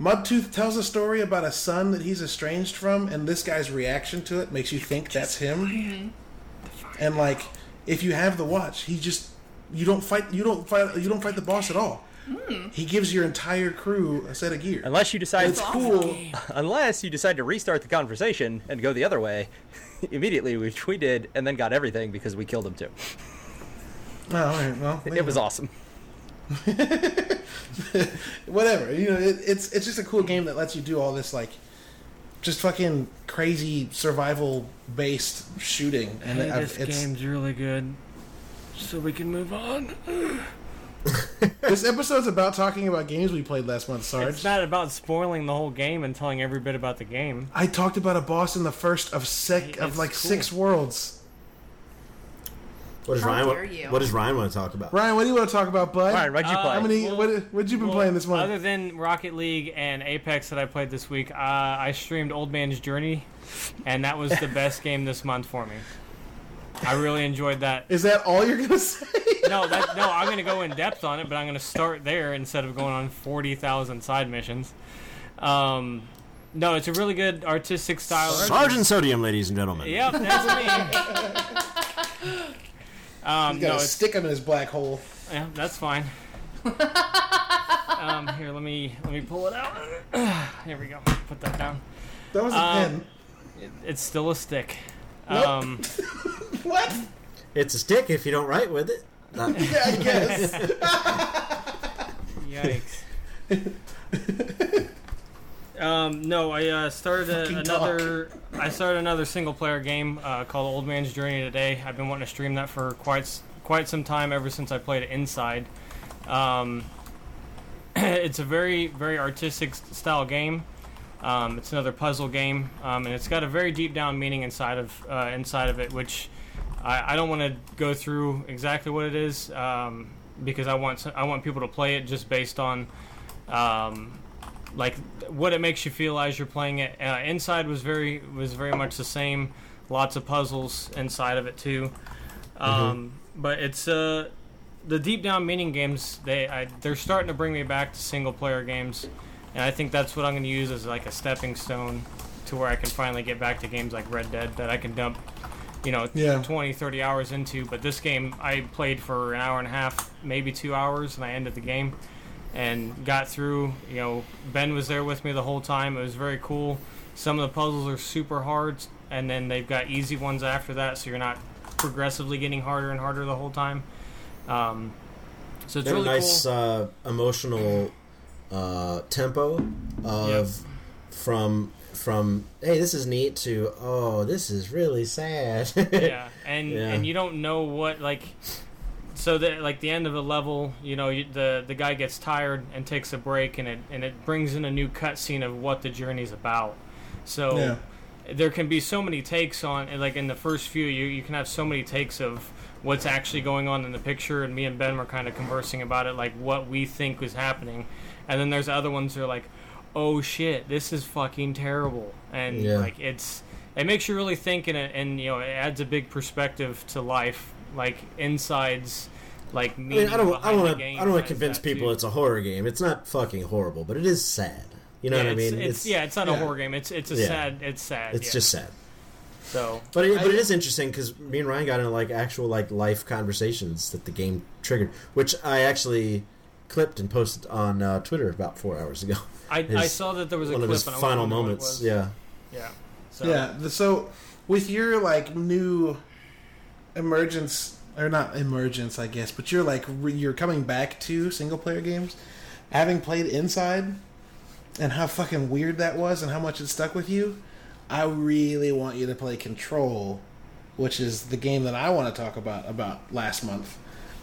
B: Mudtooth tells a story about a son that he's estranged from, and this guy's reaction to it makes you think that's him. And like, if you have the watch, he just you don't fight you don't fight you don't fight the boss at all. He gives your entire crew a set of gear.
D: Unless you decide,
B: it's cool.
D: unless you decide to restart the conversation and go the other way immediately, which we did, and then got everything because we killed him too.
B: Oh, all right, well, there you
D: It was
B: go.
D: awesome.
B: whatever. You know, it, it's it's just a cool game that lets you do all this like just fucking crazy survival based shooting. And
E: Hey,
B: I've-
E: this game's really good. So we can move on.
B: this episode's about talking about games we played last month, Sarge.
E: It's not about spoiling the whole game and telling every bit about the game.
B: I talked about a boss in the first of sec
E: It-
B: of
E: it's
B: like
E: cool.
B: six worlds.
C: What does
A: How
C: Ryan? wa-
A: dare you.
C: What does Ryan want to talk about?
B: Ryan, what do you want to talk about, bud?
D: Ryan, what'd you
E: Uh,
D: play?
B: How many?
E: Well,
B: what what you been
E: Well,
B: playing this month?
E: Other than Rocket League and Apex that I played this week, uh, I streamed Old Man's Journey, and that was the best game this month for me. I really enjoyed that.
B: Is that all you're gonna say?
E: No, that, no, I'm gonna go in depth on it, but I'm gonna start there instead of going on forty thousand side missions. Um, no, it's a really good artistic style.
C: Sergeant Sodium, ladies and gentlemen.
E: Yep, that's me. Um,
B: You gotta
E: no, it's
B: stick him in his black hole.
E: Yeah, that's fine. um, here, let me let me pull it out. here we go. Put that down.
B: That was a
E: Um,
B: pen.
E: It, it's still a stick.
B: Nope.
E: Um,
B: What?
C: It's a stick if you don't write with it. Not-
B: Yeah, I guess.
E: yikes. um, no, I uh, started a,
B: Fucking
E: another. I started another single player game uh, called Old Man's Journey today. I've been wanting to stream that for quite s- quite some time ever since I played it inside. Um, it's a very very artistic s- style game. Um, it's another puzzle game, um, and it's got a very deep down meaning inside of uh, inside of it, which I, I don't want to go through exactly what it is um, because I want s- I want people to play it just based on um, like what it makes you feel as you're playing it. Uh, inside was very was very much the same. Lots of puzzles inside of it too, um, but it's uh, the deep down meaning games. They I, they're starting to bring me back to single player games, and I think that's what I'm going to use as like a stepping stone to where I can finally get back to games like Red Dead that I can dump, you know,
B: Yeah.
E: 20, 30 hours into. But this game I played for an hour and a half, maybe two hours, and I ended the game and got through. You know, Ben was there with me the whole time. It was very cool. Some of the puzzles are super hard, and then they've got easy ones after that, so you're not progressively getting harder and harder the whole time. Um, so it's
C: They have
E: really
C: a nice
E: cool.
C: uh, emotional uh, tempo of from from hey this is neat to oh this is really sad
E: yeah, and
C: uh, Yeah.
E: and you don't know what like. So that like the end of a level, you know, you, the the guy gets tired and takes a break, and it and it brings in a new cutscene of what the journey's about. So
B: Yeah.
E: there can be so many takes on and, like in the first few you you can have so many takes of what's actually going on in the picture and me and ben were kind of conversing about it like what we think was happening and then there's other ones that are like oh shit this is fucking terrible and
C: Yeah.
E: like it's it makes you really think and it, and you know it adds a big perspective to life like insides like
C: I
E: me
C: mean I don't I don't want I don't want to convince people it's a horror game it's not fucking horrible but it is sad you know
E: yeah,
C: what I
E: it's,
C: mean
E: it's, yeah, it's not a
B: yeah.
E: horror game. It's it's a
C: Yeah.
E: sad. It's sad.
C: it's
E: yeah.
C: just sad
E: so.
C: but it, but it is interesting because me and Ryan got into like actual like life conversations that the game triggered which I actually clipped and posted on uh, Twitter about four hours ago
E: I, I
C: His-
E: saw that there was a
C: one of
E: clip
C: his
E: and I
C: final
E: wondered what it
C: moments
E: was.
C: yeah
E: Yeah. So,
B: yeah. the- So, with your like new emergence or not emergence, I guess, but you're like re- you're coming back to single player games, having played Inside, and how fucking weird that was, and how much it stuck with you. I really want you to play Control, which is the game that I want to talk about about last month.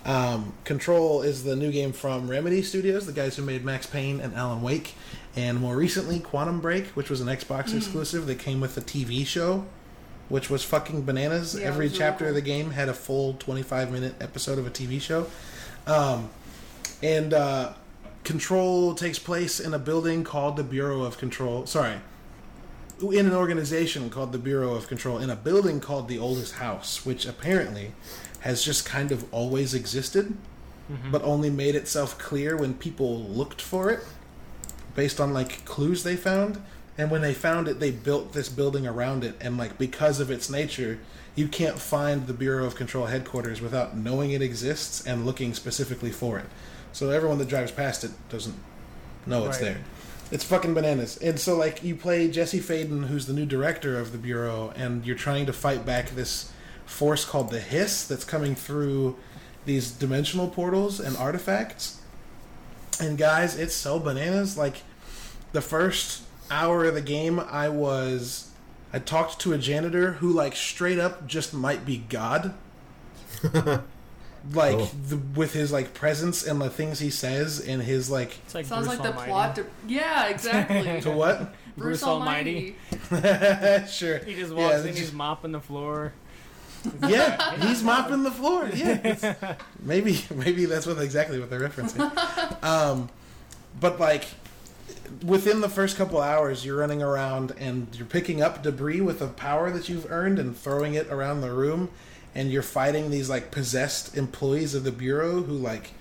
B: Um, Control is the new game from Remedy Studios, the guys who made Max Payne and Alan Wake, and more recently Quantum Break, which was an Xbox
A: Mm.
B: exclusive that came with the TV show, which was fucking bananas.
A: Yeah, it
B: Every
A: was really
B: chapter of
A: cool.
B: the game had a full 25 minute episode of a TV show. Um, and uh, Control takes place in a building called the Bureau of Control. Sorry, in an organization called the Bureau of Control in a building called the Oldest House, which apparently has just kind of always existed, but only made itself clear when people looked for it based on like clues they found. And when they found it, they built this building around it. And like because of its nature, you can't find the Bureau of Control headquarters without knowing it exists and looking specifically for it. So everyone that drives past it doesn't know it's
E: Right.
B: there. It's fucking bananas. And so like you play Jesse Faden, who's the new director of the Bureau, and you're trying to fight back this force called the Hiss that's coming through these dimensional portals and artifacts. And guys, it's so bananas. Like the first hour of the game, I was I talked to a janitor who like straight up just might be God. like
C: Cool.
B: the, with his like presence and the things he says and his like
E: it's like
A: Sounds
E: Bruce
A: like the
E: Almighty.
A: plot to. Yeah, exactly.
B: to what?
E: Bruce Almighty.
B: sure.
E: He just
B: Yeah, they
E: walks in, he's
B: just-
E: mopping the floor.
B: Yeah, he's mopping the floor. Yeah, It's- maybe maybe that's what exactly what they're referencing. Um, but like within the first couple hours, you're running around and you're picking up debris with the power that you've earned and throwing it around the room, and you're fighting these like possessed employees of the bureau who like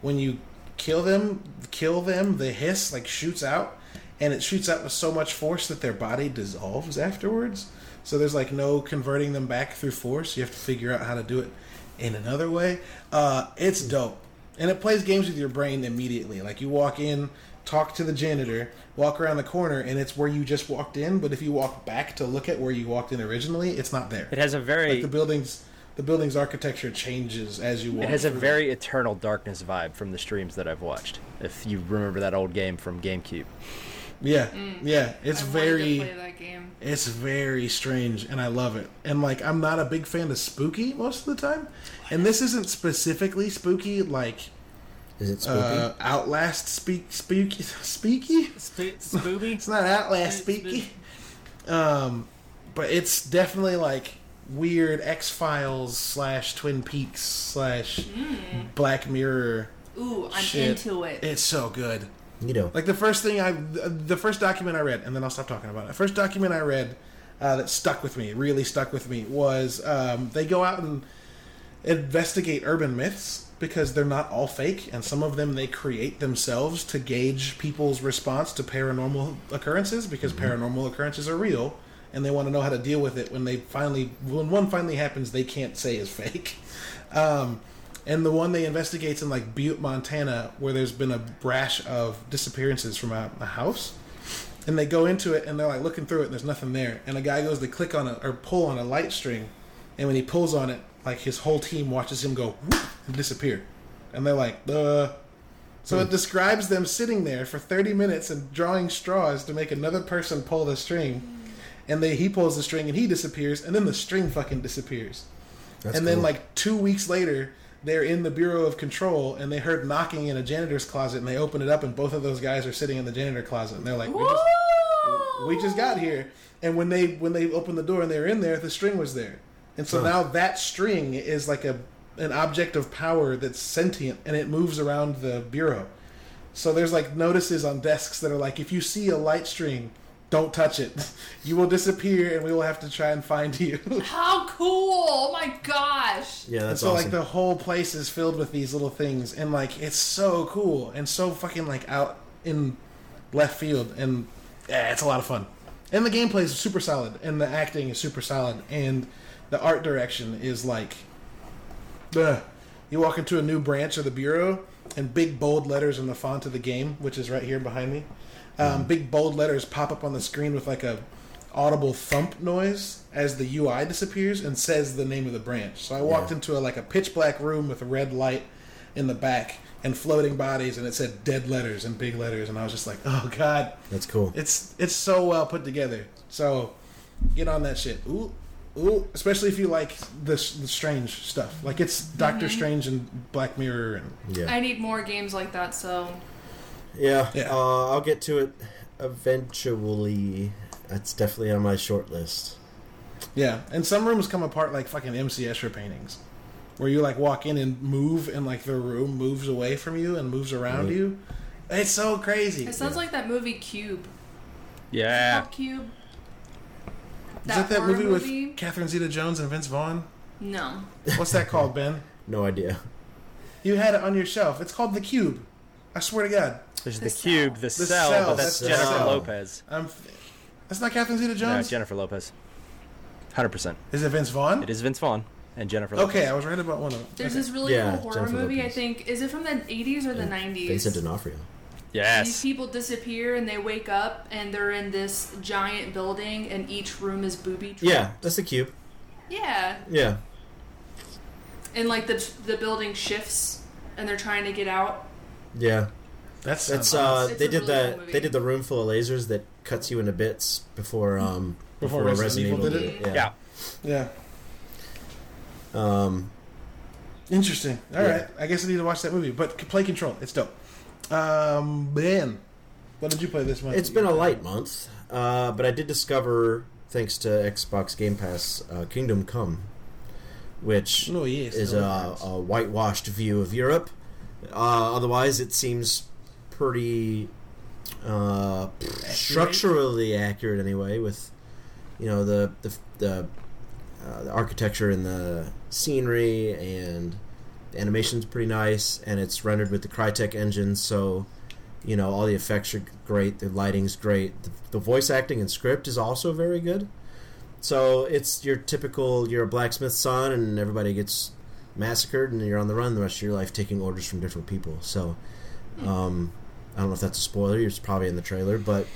B: when you kill them, kill them, the hiss like shoots out, and it shoots out with so much force that their body dissolves afterwards. So there's like no converting them back through force. You have to figure out how to do it in another way. Uh, it's dope, and it plays games with your brain immediately. Like you walk in, talk to the janitor, walk around the corner, and it's where you just walked in. But if you walk back to look at where you walked in originally, it's not there.
D: It has a
B: like
D: very
B: the buildings, the building's architecture changes as you walk.
D: It has a
B: through.
D: very Eternal Darkness vibe from the streams that I've watched. If you remember that old game from GameCube,
B: yeah, yeah. It's
A: Mm. I wanted
B: very.
A: To play that game.
B: It's very strange, and I love it. And like, I'm not a big fan of spooky most of the time. And this isn't specifically spooky, like
C: Is it spooky?
B: uh, Outlast speak spooky spooky.
E: Sp- Spooby?
B: It's not Outlast spooky, um, but it's definitely like weird X Files slash Twin Peaks slash Black Mirror.
A: Ooh, Mm. I'm
B: Shit.
A: into it.
B: It's so good.
C: you know.
B: Like the first thing I, the first document I read, and then I'll stop talking about it. The first document I read uh, that stuck with me, really stuck with me, was um, they go out and investigate urban myths because they're not all fake, and some of them they create themselves to gauge people's response to paranormal occurrences because paranormal occurrences are real, and they want to know how to deal with it when they finally, when one finally happens, they can't say is fake. Um, and the one they investigates in like Butte, Montana, where there's been a rash of disappearances from a, a house. And they go into it and they're like looking through it and there's nothing there. And a guy goes to click on a or pull on a light string, and when he pulls on it, like his whole team watches him go whoop, and disappear. And they're like, uh. So it describes them sitting there for 30 minutes and drawing straws to make another person pull the string. And they, he pulls the string and he disappears, and then the string fucking disappears
C: That's
B: and then
C: cool.
B: like two weeks later they're in the bureau of control and they heard knocking in a janitor's closet and they open it up and both of those guys are sitting in the janitor closet and they're like we just, we just got here and when they when they opened the door and they were in there the string was there and so
C: Huh.
B: now that string is like a an object of power that's sentient and it moves around the bureau so there's like notices on desks that are like, if you see a light string, don't touch it. You will disappear, and we will have to try and find you.
A: How cool! Oh my gosh!
C: yeah,
B: and
C: that's
B: so
C: awesome.
B: like the whole place is filled with these little things, and like it's so cool and so fucking like out in left field, and yeah, it's a lot of fun. And the gameplay is super solid, and the acting is super solid, and the art direction is like Ugh. You walk into a new branch of the bureau, and big bold letters in the font of the game, which is right here behind me, um, big bold letters pop up on the screen with like a audible thump noise as the UI disappears and says the name of the branch. So I walked into a, like a pitch black room with a red light in the back and floating bodies, and it said dead letters in big letters, and I was just like, oh god,
C: that's cool.
B: it's it's so well put together. So get on that shit. Ooh, ooh. Especially if you like this the strange stuff. Like it's Doctor
A: Mm-hmm.
B: Strange and Black Mirror and
C: Yeah,
A: I need more games like that. So
C: yeah.
B: Yeah.
C: Uh, I'll get to it eventually. That's definitely on my short list.
B: yeah. And some rooms come apart like fucking MC Escher paintings, where you like walk in and move, and like the room moves away from you and moves around
C: Right.
B: you. It's so crazy.
A: it sounds like that movie Cube.
C: Ah.
D: yeah,
A: Called Cube.
B: Is that that
A: horror
B: movie, with Catherine Zeta-Jones and Vince Vaughn?
A: No.
B: What's that called, Ben?
C: No idea.
B: You had it on your shelf. It's called The Cube. I swear to God.
D: there's the,
A: The Cell.
D: cube, the, cell,
B: Cell,
D: but that's
C: that's the
D: Jennifer
C: Cell.
D: Lopez.
B: I'm. That's not Catherine
D: No,
B: Zeta-Jones.
D: Jennifer Lopez. Hundred percent.
B: Is it Vince Vaughn?
D: It is Vince Vaughn and Jennifer. Lopez.
B: Okay, I was right about one of them.
A: There's
B: Okay.
A: this really
C: Yeah,
A: cool horror
C: Jennifer
A: movie.
C: Lopez.
A: I think is it from the 80s or the 90s?
C: Vincent D'Onofrio.
A: These
D: Yes.
A: people disappear and they wake up and they're in this giant building and each room is booby trapped.
C: Yeah, that's the cube.
A: Yeah.
C: Yeah,
A: And like the the building shifts and they're trying to get out.
C: yeah.
B: That's,
C: That's
B: uh,
C: uh,
A: Um, It's
C: they
A: a
C: did
A: really
C: that.
A: cool movie.
C: They did the room full of lasers that cuts you into bits before um
B: Before Resident Evil did it?
D: Yeah.
B: yeah.
C: Um,
B: Interesting. All right,
C: Yeah.
B: I guess I need to watch that movie. But c- play Control. It's dope. Um, Ben, what did you play this month?
C: it's been a light month, uh, but I did discover, thanks to Xbox Game Pass, uh, Kingdom Come, which
B: Oh, yes,
C: is uh,
B: I
C: a,
B: like that.
C: a whitewashed view of Europe. Uh, otherwise, it seems pretty uh, structurally accurate, anyway. With you know the the the, uh, the architecture and the scenery and the animation's pretty nice, and it's rendered with the Crytek engine, so you know all the effects are great, the lighting's great, the, the voice acting and script is also very good. So it's your typical you're a blacksmith's son, and everybody gets massacred, and you're on the run the rest of your life taking orders from different people. So um, I don't know if that's a spoiler; it's probably in the trailer, but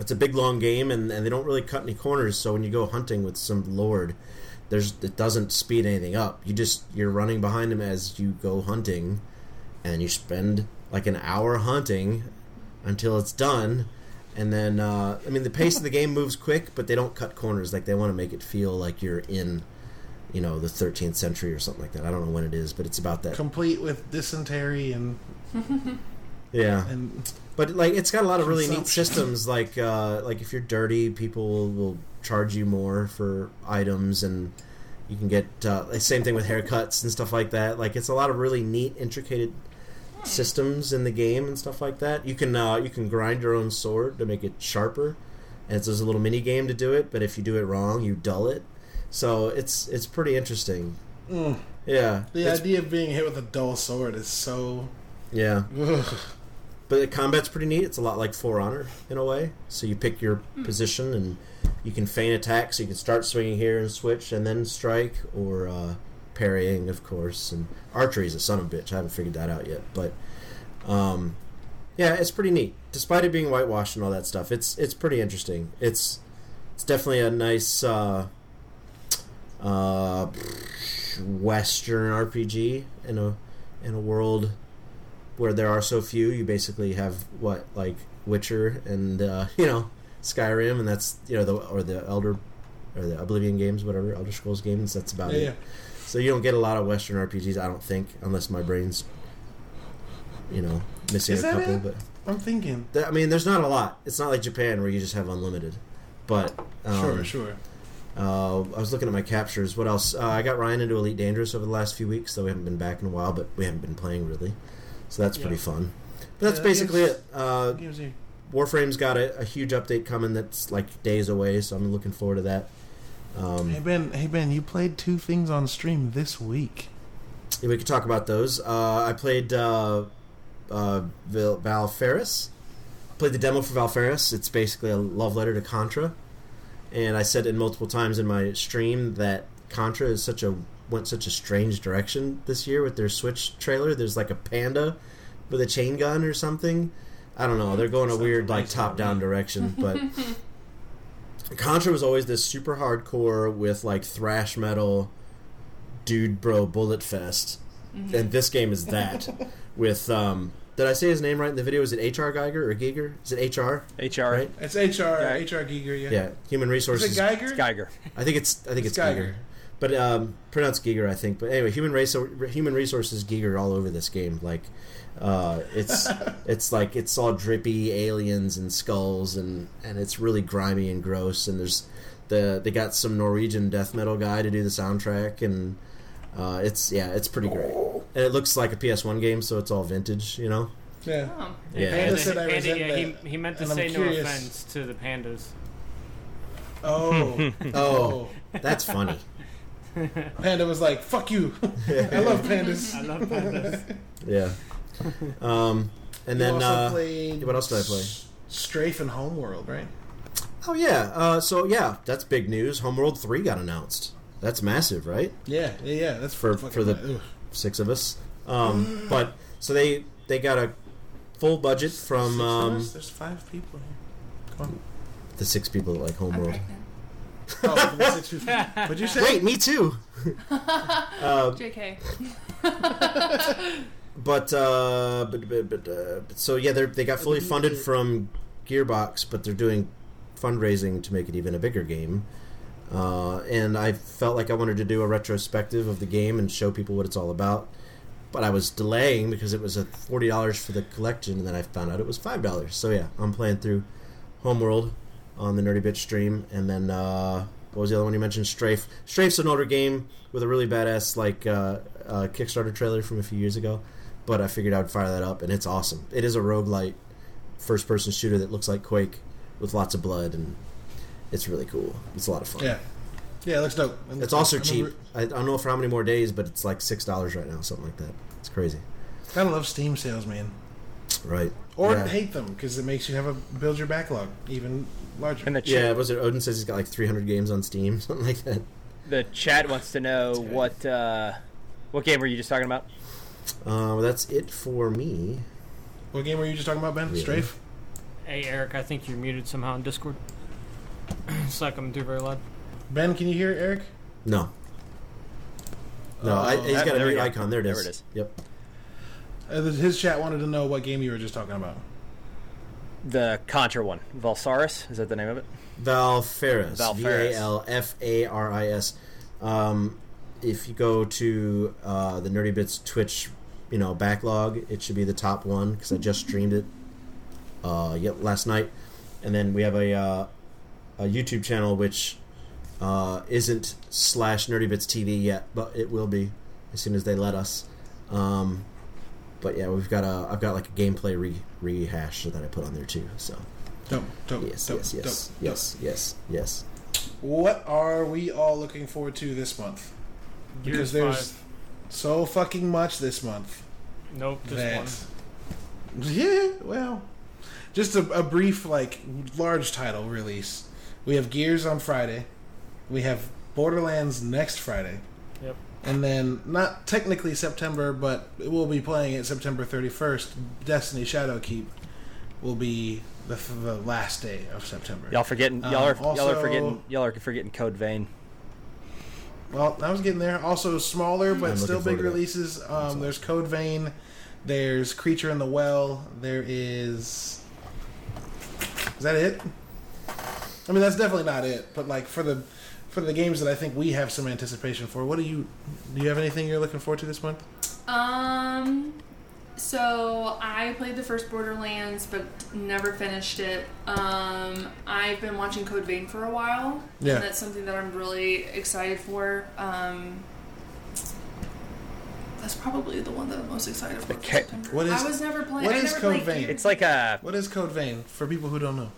C: it's a big long game, and, and they don't really cut any corners. So when you go hunting with some lord, there's it doesn't speed anything up. You just you're running behind him as you go hunting, and you spend like an hour hunting until it's done. And then, uh, I mean, the pace of the game moves quick, but they don't cut corners. Like they want to make it feel like you're in, you know, the 13th century or something like that. I don't know when it is, but it's about that.
B: Complete with dysentery and
C: Yeah.
B: and
C: But like, it's got a lot of really neat
B: Consumption.
C: systems. Like, uh, like if you're dirty, people will, will charge you more for items, and you can get uh, the same thing with haircuts and stuff like that. Like, it's a lot of really neat, intricate systems in the game and stuff like that. You can uh, you can grind your own sword to make it sharper, and it's just a little mini game to do it. But if you do it wrong, you dull it. So it's it's pretty interesting.
B: Mm.
C: Yeah,
B: the
C: It's-
B: idea of being hit with a dull sword is so.
C: yeah.
B: Ugh.
C: But the combat's pretty neat. It's a lot like For Honor in a way. So you pick your position and you can feign attacks. So you can start swinging here and switch and then strike or uh, parrying, of course. And archery is a son of a bitch. I haven't figured that out yet. But um, yeah, it's pretty neat. Despite it being whitewashed and all that stuff, it's it's pretty interesting. It's it's definitely a nice uh, uh, Western RPG in a in a world where there are so few, you basically have what like Witcher and uh, you know Skyrim, and that's you know the or the Elder or the Oblivion games, whatever Elder Scrolls games. That's about
B: Yeah,
C: it.
B: yeah.
C: So you don't get a lot of Western RPGs, I don't think, unless my brain's you know missing
B: Is
C: a
B: that
C: couple.
B: it?
C: But
B: I'm thinking.
C: there, I mean, there's not a lot. It's not like Japan where you just have unlimited. But um,
B: Sure, sure.
C: uh, I was looking at my captures. What else? Uh, I got Ryan into Elite Dangerous over the last few weeks, though we haven't been back in a while, but we haven't been playing really. So that's pretty
B: Yeah.
C: fun. But that's
B: Yeah, that
C: basically
B: game's-
C: it. Uh,
B: Gives you-
C: Warframe's got a, a huge update coming that's like days away, so I'm looking forward to that. Um,
B: Hey Ben, hey Ben, you played two things on stream this week.
C: Yeah, we could talk about those. Uh, I played uh, uh, Val Val Ferris. Played the demo for Val Ferris. It's basically a love letter to Contra, and I said it multiple times in my stream that Contra is such a went such a strange direction this year with their Switch trailer. There's like a panda with a chain gun or something. I don't know. They're going a
B: Sounds
C: weird like
B: amazing to
C: top down
B: me.
C: direction, but Contra was always this super hardcore with like thrash metal, dude bro bullet fest, and this game is that. with um, did I say his name right in the video? Is it HR Geiger or Geiger? Is it HR?
D: HR
C: Right?
B: It's HR,
D: Yeah.
B: HR Giger, yeah.
C: Yeah, human
B: Is
C: resources.
B: it Geiger?
D: Geiger.
C: I think it's I think it's,
B: It's
C: Geiger.
B: Geiger.
C: But um, pronounced Geiger, I think. But anyway, human race, human resources Geiger all over this game. Like, uh, it's it's like it's all drippy aliens and skulls, and and it's really grimy and gross. And there's the they got some Norwegian death metal guy to do the soundtrack, and uh, it's yeah, it's pretty great. And it looks like a PS1 game, so it's all vintage, you know.
B: Yeah.
A: Oh.
C: Yeah,
B: Panda
C: it's-
B: said I
E: Andy,
B: resent
E: yeah, he,
B: that,
E: he meant to
B: and I'm
E: say
B: curious.
E: no offense to the pandas.
B: Oh.
C: oh, that's funny.
B: Panda was like, fuck you. I love pandas.
E: I love pandas.
C: Yeah. Um, and then
B: you also
C: uh,
B: played
C: what else did I play?
B: S- Strafe and Homeworld, right?
C: Oh yeah. Uh, so yeah, that's big news. Homeworld three got announced. That's massive, right?
B: Yeah, yeah, yeah. That's
C: For-
B: fucking
C: for the-
B: bad. Ugh.
C: Six of us. Um, but so they they got a full budget from
B: Six of
C: um,
B: us? There's five people here. Come
C: the six people that like
A: I'm
C: Homeworld.
A: pregnant.
B: on. Oh, the six people. What'd you say?
C: Wait, me too. uh,
A: JK.
C: but uh, but but, but, uh, but so yeah, they they got fully funded from Gearbox, but they're doing fundraising to make it even a bigger game. Uh, and I felt like I wanted to do a retrospective of the game and show people what it's all about, but I was delaying because it was a forty dollars for the collection, and then I found out it was five dollars. So yeah, I'm playing through Homeworld on the Nerdy Bitch stream, and then uh, What was the other one you mentioned? Strafe. Strafe's an older game with a really badass like uh, uh, Kickstarter trailer from a few years ago, but I figured I would fire that up, and it's awesome. It is a roguelite first-person shooter that looks like Quake with lots of blood, and it's really cool. It's a lot of fun.
B: Yeah. Yeah, it looks dope. It looks
C: It's also
B: dope. I
C: cheap.
B: remember-
C: I, I don't know for how many more days, but it's like six dollars right now, something like that. It's crazy,
B: Gotta love Steam sales, man.
C: right?
B: Or
C: yeah.
B: hate them because it makes you have a build your backlog even larger.
D: And the chat,
C: Yeah, was it Odin says he's got like 300 games on Steam, something like that.
D: the chat wants to know
B: good.
D: what uh, what game were you just talking about?
C: Uh, well, that's it for me.
B: what game were you just talking about, Ben?
C: Yeah.
B: Strafe.
E: Hey, Eric, I think you're muted somehow on Discord. It's not coming through very loud.
B: Ben, can you hear Eric?
C: No. No, I,
B: Oh,
C: he's
D: that-
C: got a
D: there we
C: mute
D: go.
C: icon. There it
D: There
C: is.
D: it is.
C: Yep.
B: Uh, his chat wanted to know what game you were just talking about.
D: The Contra one, Valsaris. Is that the name of it?
C: Valfaris.
D: Valfaris.
C: V A L F A R I S. Um, if you go to uh, the Nerdy Bits Twitch, you know backlog, it should be the top one because I just streamed it uh, yet last night, and then we have a uh, a YouTube channel which uh, isn't slash Nerdy Bits TV yet, but it will be as soon as they let us. Um, but yeah, we've got a I've got like a gameplay re- rehash that I put on there too. So
B: Dope, dope,
C: yes,
B: dope,
C: yes,
B: dope,
C: yes,
B: dope.
C: yes, yes, yes.
B: What are we all looking forward to this month? Because
E: Gears
B: there's so fucking much this month.
E: five. Nope, just
B: that-
E: one.
B: Yeah, well, just a, a brief, like, large title release. We have Gears on Friday. We have Borderlands next Friday.
E: Yep.
B: And then, not technically September, but we'll be playing it September 31st. Destiny Shadowkeep will be the, the last day of September.
D: Y'all forgetting?
B: Um,
D: Y'all are y'all
B: also-
D: are forgetting? Y'all are forgetting Code Vein.
B: Well, I was getting there. Also, smaller but
C: I'm
B: still
C: looking forward
B: big
C: to that.
B: releases. Um,
C: awesome.
B: there's Code Vein. There's Creature in the Well. There is. Is that it? I mean, that's definitely not it. But like for the for the games that I think we have some anticipation for, what do you do? You have anything you're looking forward to this month?
A: Um, so I played the first Borderlands, but never finished it. Um, I've been watching Code Vein for a while,
B: Yeah.
A: and that's something that I'm really excited for. Um, that's probably the one that I'm most excited for. for
D: Okay.
A: September.
B: What is-
A: I was never playing.
B: what
A: I
B: is
A: never
B: Code
A: played
B: Vein?
A: Gears.
D: It's like a.
B: What is Code Vein for people who don't know?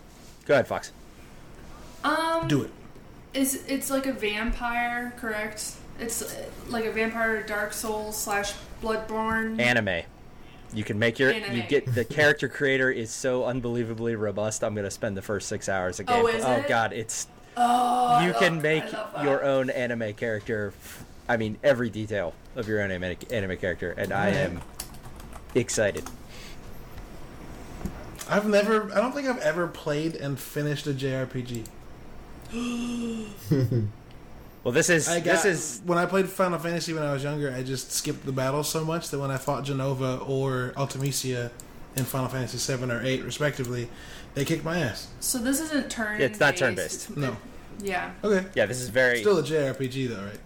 D: Go ahead, Fox.
A: um,
B: Do it.
A: Is it's like a vampire, correct? It's uh, like a vampire Dark Souls slash Bloodborne.
D: Anime. You can make your. You
A: Anime.
D: get the character creator is so unbelievably robust. I'm gonna spend the first six hours a game.
A: Oh, is it?
D: God, it's
A: oh, I
D: you
A: love- I
D: can make
A: love that.
D: your own anime character. f- I mean, every detail of your own anime, anime character, and I am excited.
B: I've never. I don't think I've ever played and finished a JRPG.
D: Well, this is
B: I got,
D: this is
B: when I played Final Fantasy when I was younger. I just skipped the battles so much that when I fought Genova or Ultimisia in Final Fantasy seven or eight, respectively, they kicked my ass.
A: So this isn't turn.
D: It's not turn-based.
A: it's-
B: No,
A: Yeah.
B: okay,
D: yeah. This is very
B: still a JRPG though, right?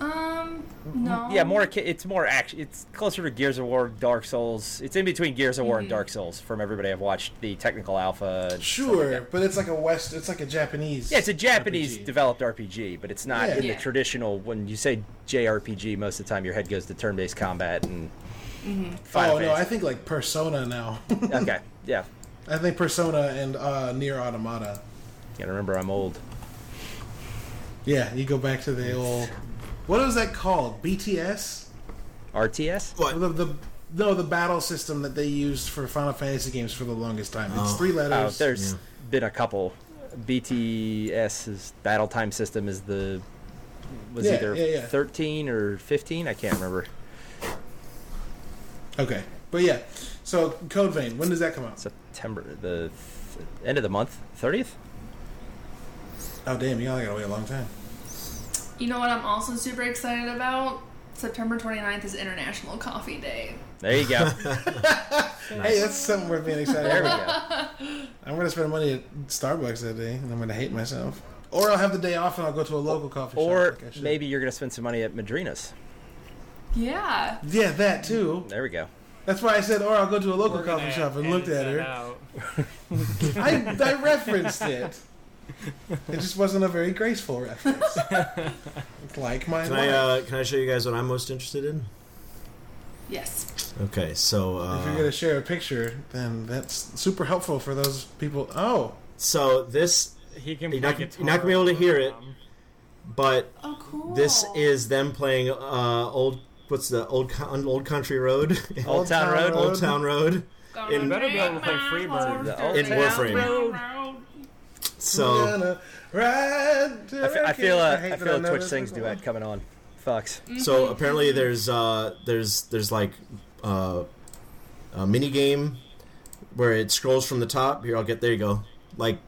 A: Um.
B: Mm-hmm.
A: No.
D: yeah. More akin- it's more action. It's closer to Gears of War, Dark Souls. It's in between Gears of War
A: Mm-hmm.
D: and Dark Souls. From everybody I've watched, the technical alpha. and stuff like
B: Sure,
D: that.
B: but it's like a West. It's like a Japanese.
D: Yeah, it's a Japanese
B: RPG.
D: developed RPG, but it's not
B: Yeah.
D: in
A: Yeah.
D: the traditional. When you say JRPG, most of the time your head goes to turn-based combat and. Final
B: Oh no, I
D: Fantasy.
B: think like Persona now.
D: okay, yeah.
B: I think Persona and uh, Near Automata.
D: Gotta remember, I'm old.
B: Yeah, you go back to the old. What was that called? BTS.
D: RTS.
B: The, the no, the battle system that they used for Final Fantasy games for the longest time. It's
C: Oh.
B: three
D: Oh,
B: letters.
D: there's
C: Yeah.
D: been a couple. BTS's battle time system is the was
B: Yeah,
D: either
B: yeah, yeah.
D: 13 or 15. I can't remember.
B: Okay, but yeah. So Code Vein, when does that come out?
D: September the th- end of the month, 30th.
B: Oh damn, you all gotta wait a long time.
A: You know what? I'm also super excited about. September 29th is International Coffee Day.
D: There you go.
B: Hey, that's something worth being excited
D: there we
B: about.
D: go.
B: I'm gonna spend money at Starbucks that day, and I'm gonna hate myself. Or I'll have the day off and I'll go to a local coffee
D: Or
B: shop. like I should.
D: maybe you're gonna spend some money at Madrina's.
A: Yeah.
B: yeah, that too.
D: There we go.
B: That's why I said, or I'll go to a local
E: We're gonna
B: coffee shop and
E: edit
B: looked at
E: that
B: her.
E: out.
B: I, I referenced it. It just wasn't a very graceful reference. like my
C: Can
B: life.
C: I uh, can I show you guys what I'm most interested in?
A: Yes.
C: Okay, so
B: if you're gonna
C: uh,
B: share a picture, then that's super helpful for those people. Oh,
C: so this,
E: He can
C: You're
E: play
C: not-
E: guitar
C: you're not gonna be able to hear it.
E: um,
C: but
A: Oh, cool.
C: this is them playing uh, old. What's the old con- old country road?
D: Old,
B: Old
D: Town,
B: Town
D: Road.
C: old town road.
E: You better be able to play Freebird.
D: The Old
C: In
D: Town
C: Warframe.
D: Road.
B: we're
C: So
B: gonna ride to
D: I fe- I feel
B: Rockies.
D: uh,
B: hate
D: I
B: that
D: feel a
B: know
D: Twitch
B: this Mm.
D: sings
B: person.
D: duet coming on. Fucks.
C: so apparently there's uh there's there's like uh, a mini game where it scrolls from the top. Here, I'll get there. You go. Like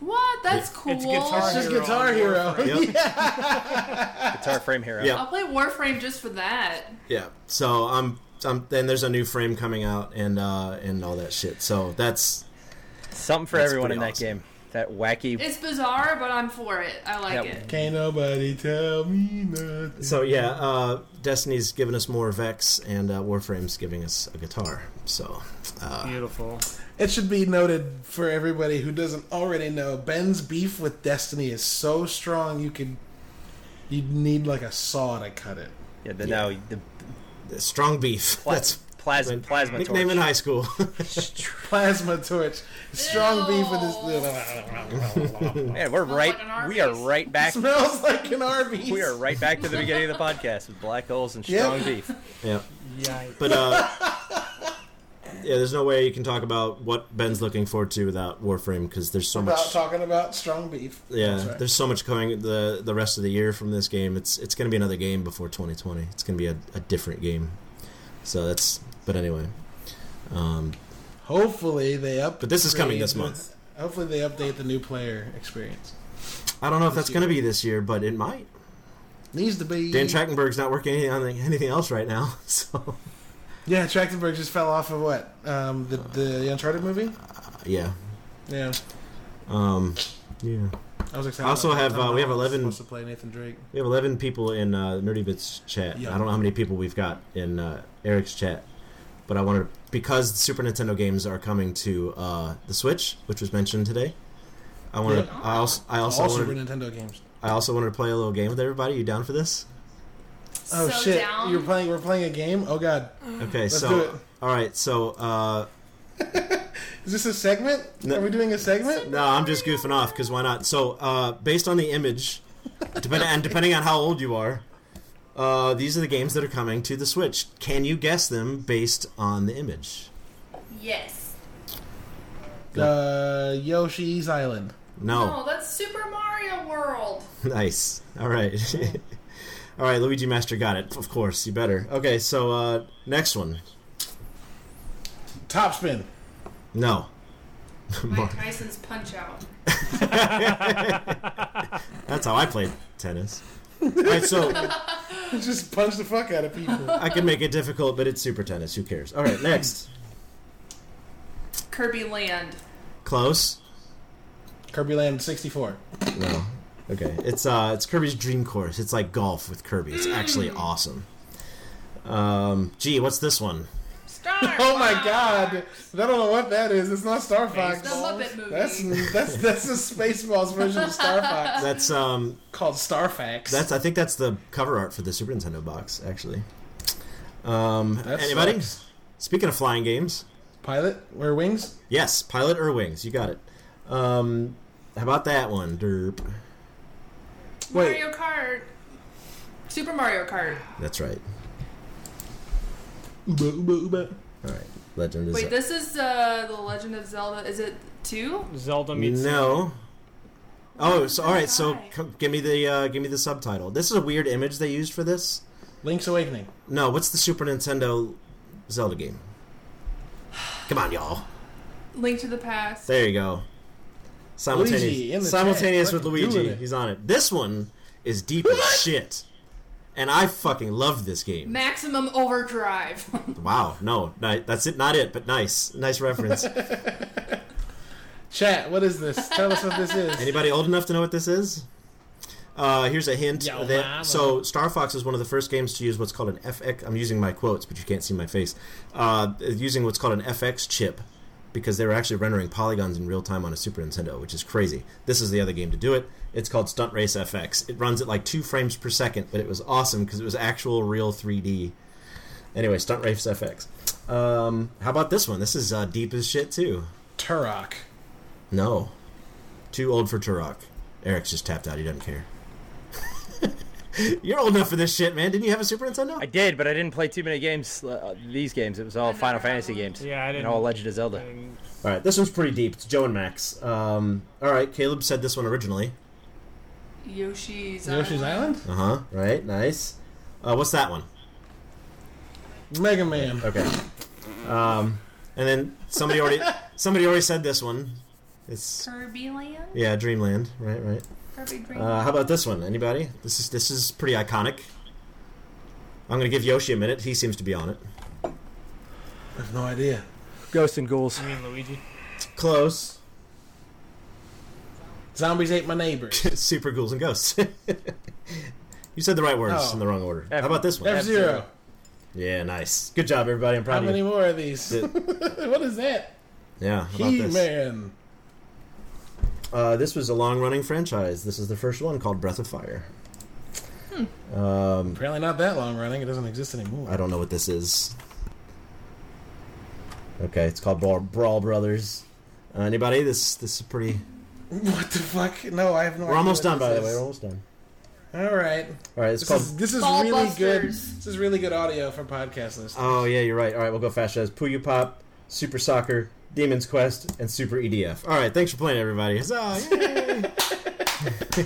A: What? That's cool.
E: It's guitar
B: It's just
E: Hero
B: Guitar
E: on
B: Hero.
E: Warframe.
C: yep,
D: Guitar Frame Hero.
C: Yeah.
A: I'll play Warframe just for that.
C: yeah. So I'm. I'm, then there's a new frame coming out and uh, and all that shit. So that's
D: Something for
C: That's
D: everyone
C: pretty
D: in that
C: awesome.
D: game. That wacky.
A: It's bizarre, but I'm for it. I like
D: Yeah.
A: it.
B: Can't nobody tell me nothing.
C: so yeah. Uh, Destiny's giving us more Vex and uh, Warframe's giving us a guitar. So uh,
E: Um, Beautiful.
B: It should be noted for everybody who doesn't already know, Ben's beef with Destiny is so strong you could you would need like a saw to cut it.
D: Yeah, the, No, the
C: strong beef.
D: pla-
C: That's
D: plasma plasma torch.
C: nickname in high school.
B: Plasma torch, strong beef with his.
D: Man, we're
A: Smells like
D: right.
A: an
D: we are
A: Arby's.
D: right back.
B: smells like an Arby's.
D: We are right back to the beginning of the podcast with black holes and
B: Yeah.
D: strong beef.
C: yeah.
E: Yikes.
C: But uh, yeah, there's no way you can talk about what Ben's looking forward to without Warframe because there's so
B: Without
C: much.
B: talking about strong beef.
C: yeah,
B: That's right.
C: there's so much coming the the rest of the year from this game. It's it's going to be another game before 2020. It's going to be a, a different game. So that's. But anyway, um,
B: Hopefully they up.
C: But this is coming this month.
B: Hopefully they update the new player experience.
C: I don't know if
B: This
C: that's going to
B: year.
C: be this year, but it might.
B: Needs to be.
C: Dan Trachtenberg's not working anything- on anything else right now, so
B: yeah, Trachtenberg just fell off of what? Um, the the Uncharted movie.
C: yeah.
B: Yeah,
C: Um, yeah.
B: I was excited.
C: I also
B: about
C: have,
B: that.
C: uh, we have
B: I was
C: 11
B: supposed to play Nathan Drake.
C: We have 11 people in uh, Nerdy Bits chat.
B: Yeah.
C: I don't know how many people we've got in uh, Eric's chat, but I wanted because Super Nintendo games are coming to uh, the Switch, which was mentioned today. I wanted.
B: Yeah.
C: I also. I also
B: All
C: wanted.
B: Super Nintendo games.
C: I also wanted to play a little game with everybody. You down for this?
B: Oh
A: so
B: shit!
A: down.
B: You're playing. We're playing a game. Oh god!
C: Okay.
B: Let's
C: so.
B: do it.
C: All right. So. Uh,
B: Is this a segment?
C: No.
B: Are we doing a segment?
C: no, I'm just goofing off because why not? So, uh, based on the image, depend- and depending on how old you are, uh, these are the games that are coming to the Switch. Can you guess them based on the image?
A: Yes.
B: Uh, Yoshi's Island. Oh.
A: No, Oh, that's Super Mario World.
C: Nice. All right. All right, Luigi Master got it. Of course, you better. Okay, so uh next one.
B: Top Spin.
C: No. Mar-
A: Mike Tyson's Punch Out.
C: That's how I played tennis. All right, so
B: just punch the fuck out of people.
C: I can make it difficult, but it's super tennis. Who cares? All right, next.
A: Kirby Land.
C: Close.
B: Kirby Land 64.
C: No. Okay, it's uh it's Kirby's Dream Course. It's like golf with Kirby. It's actually awesome. Um, gee, what's this one?
A: Star.
B: Oh my
A: Fox.
B: god! I don't know what that is. It's not Star Fox.
A: The Muppet movie.
B: That's that's that's a Spaceballs version of Star Fox
C: That's um
B: called Starfax.
C: that's I think that's the cover art for the Super Nintendo box actually. Um,
B: That
C: anybody?
B: sucks.
C: Speaking of flying games,
B: Pilot wear wings.
C: Yes, Pilot or Wings. You got it. Um, how about that one, Derp?
B: Wait.
A: Mario Kart. Super Mario Kart.
C: That's right.
B: Uba, uba, uba.
C: All right, Legend is.
A: Wait, this is uh, The Legend of Zelda. Is it two?
E: Zelda meets.
C: no. Oh, so all right. So
A: Why?
C: come, give me the uh, give me the subtitle. This is a weird image they used for this.
B: Link's Awakening.
C: No, what's the Super Nintendo Zelda game? Come on, y'all.
A: Link to the Past.
C: There you go. Simultaneous,
B: Luigi in the
C: simultaneous with
B: chat. Fucking doing
C: Luigi.
B: it.
C: He's on it. This one is deep as shit, and I fucking love this game.
A: Maximum Overdrive.
C: Wow, no, ni- that's it. Not it, but nice, nice reference.
B: Chat. What is this? Tell us what this is.
C: Anybody old enough to know what this is? Uh, here's a hint.
E: Yo,
C: that-
E: mama.
C: so Star Fox is one of the first games to use what's called an FX. I'm using my quotes, but you can't see my face. Uh, using what's called an FX chip because they were actually rendering polygons in real time on a Super Nintendo, which is crazy. This is the other game to do it. It's called Stunt Race FX. It runs at like two frames per second, but it was awesome because it was actual real 3D. Anyway, Stunt Race FX. Um, how about this one? This is uh, deep as shit too.
B: Turok.
C: No, too old for Turok. Eric's just tapped out. He doesn't care. You're old enough for this shit, man. Didn't you have a Super Nintendo?
D: I did, but I didn't play too many games. Uh, these games, it was all
A: never
D: Final
A: had
D: Fantasy
A: one.
D: games.
E: Yeah, I
D: And
E: didn't.
D: all Legend of
E: I
D: Zelda.
E: didn't-
C: All right, this one's pretty deep. It's Joe and Max. Um, all right, Caleb said this one originally.
A: Yoshi's
B: Yoshi's Island?
C: Uh huh. Right. Nice. Uh, what's that one?
B: Mega Man.
C: Okay. Um, and then somebody already somebody already said this one. It's
A: Kirby Land?
C: yeah, Dreamland. Right. Right.
A: Kirby Dream.
C: Uh, how about this one? Anybody? This is this is pretty iconic. I'm gonna give Yoshi a minute. He seems to be on it.
B: I have no idea.
D: Ghosts and Ghouls.
E: You mean Luigi?
C: Close.
B: Zombies ate my neighbors.
C: Super ghouls and ghosts. you said the right words
B: Oh.
C: in the wrong order.
D: F-
C: how about this one?
B: F Zero.
C: yeah, nice. Good job, everybody. I'm
B: How
C: proud of
B: many
C: you.
B: more of these?
C: Th-
B: what is that?
C: Yeah. How about
B: He
C: this?
B: Man.
C: Uh, this was a long-running franchise. This is the first one called Breath of Fire. Um,
B: Apparently not that long running. It doesn't exist anymore.
C: I don't know what this is. Okay, it's called Brawl, Brawl Brothers. Uh, anybody? This this is pretty.
B: What the fuck? No, I have no idea.
C: We're almost
B: what
C: done, by the
B: this
C: way.
B: is.
C: We're almost done.
B: All right.
C: All right, it's
B: This
C: called.
B: is, this is
A: Ball
B: really good.
A: Busters.
B: This is really good audio for podcast listeners.
C: Oh yeah, you're right. All right, we'll go fast as Puyo Pop, Super Soccer, Demon's Quest, and Super EDF. All right, thanks for playing, everybody. Huzzah,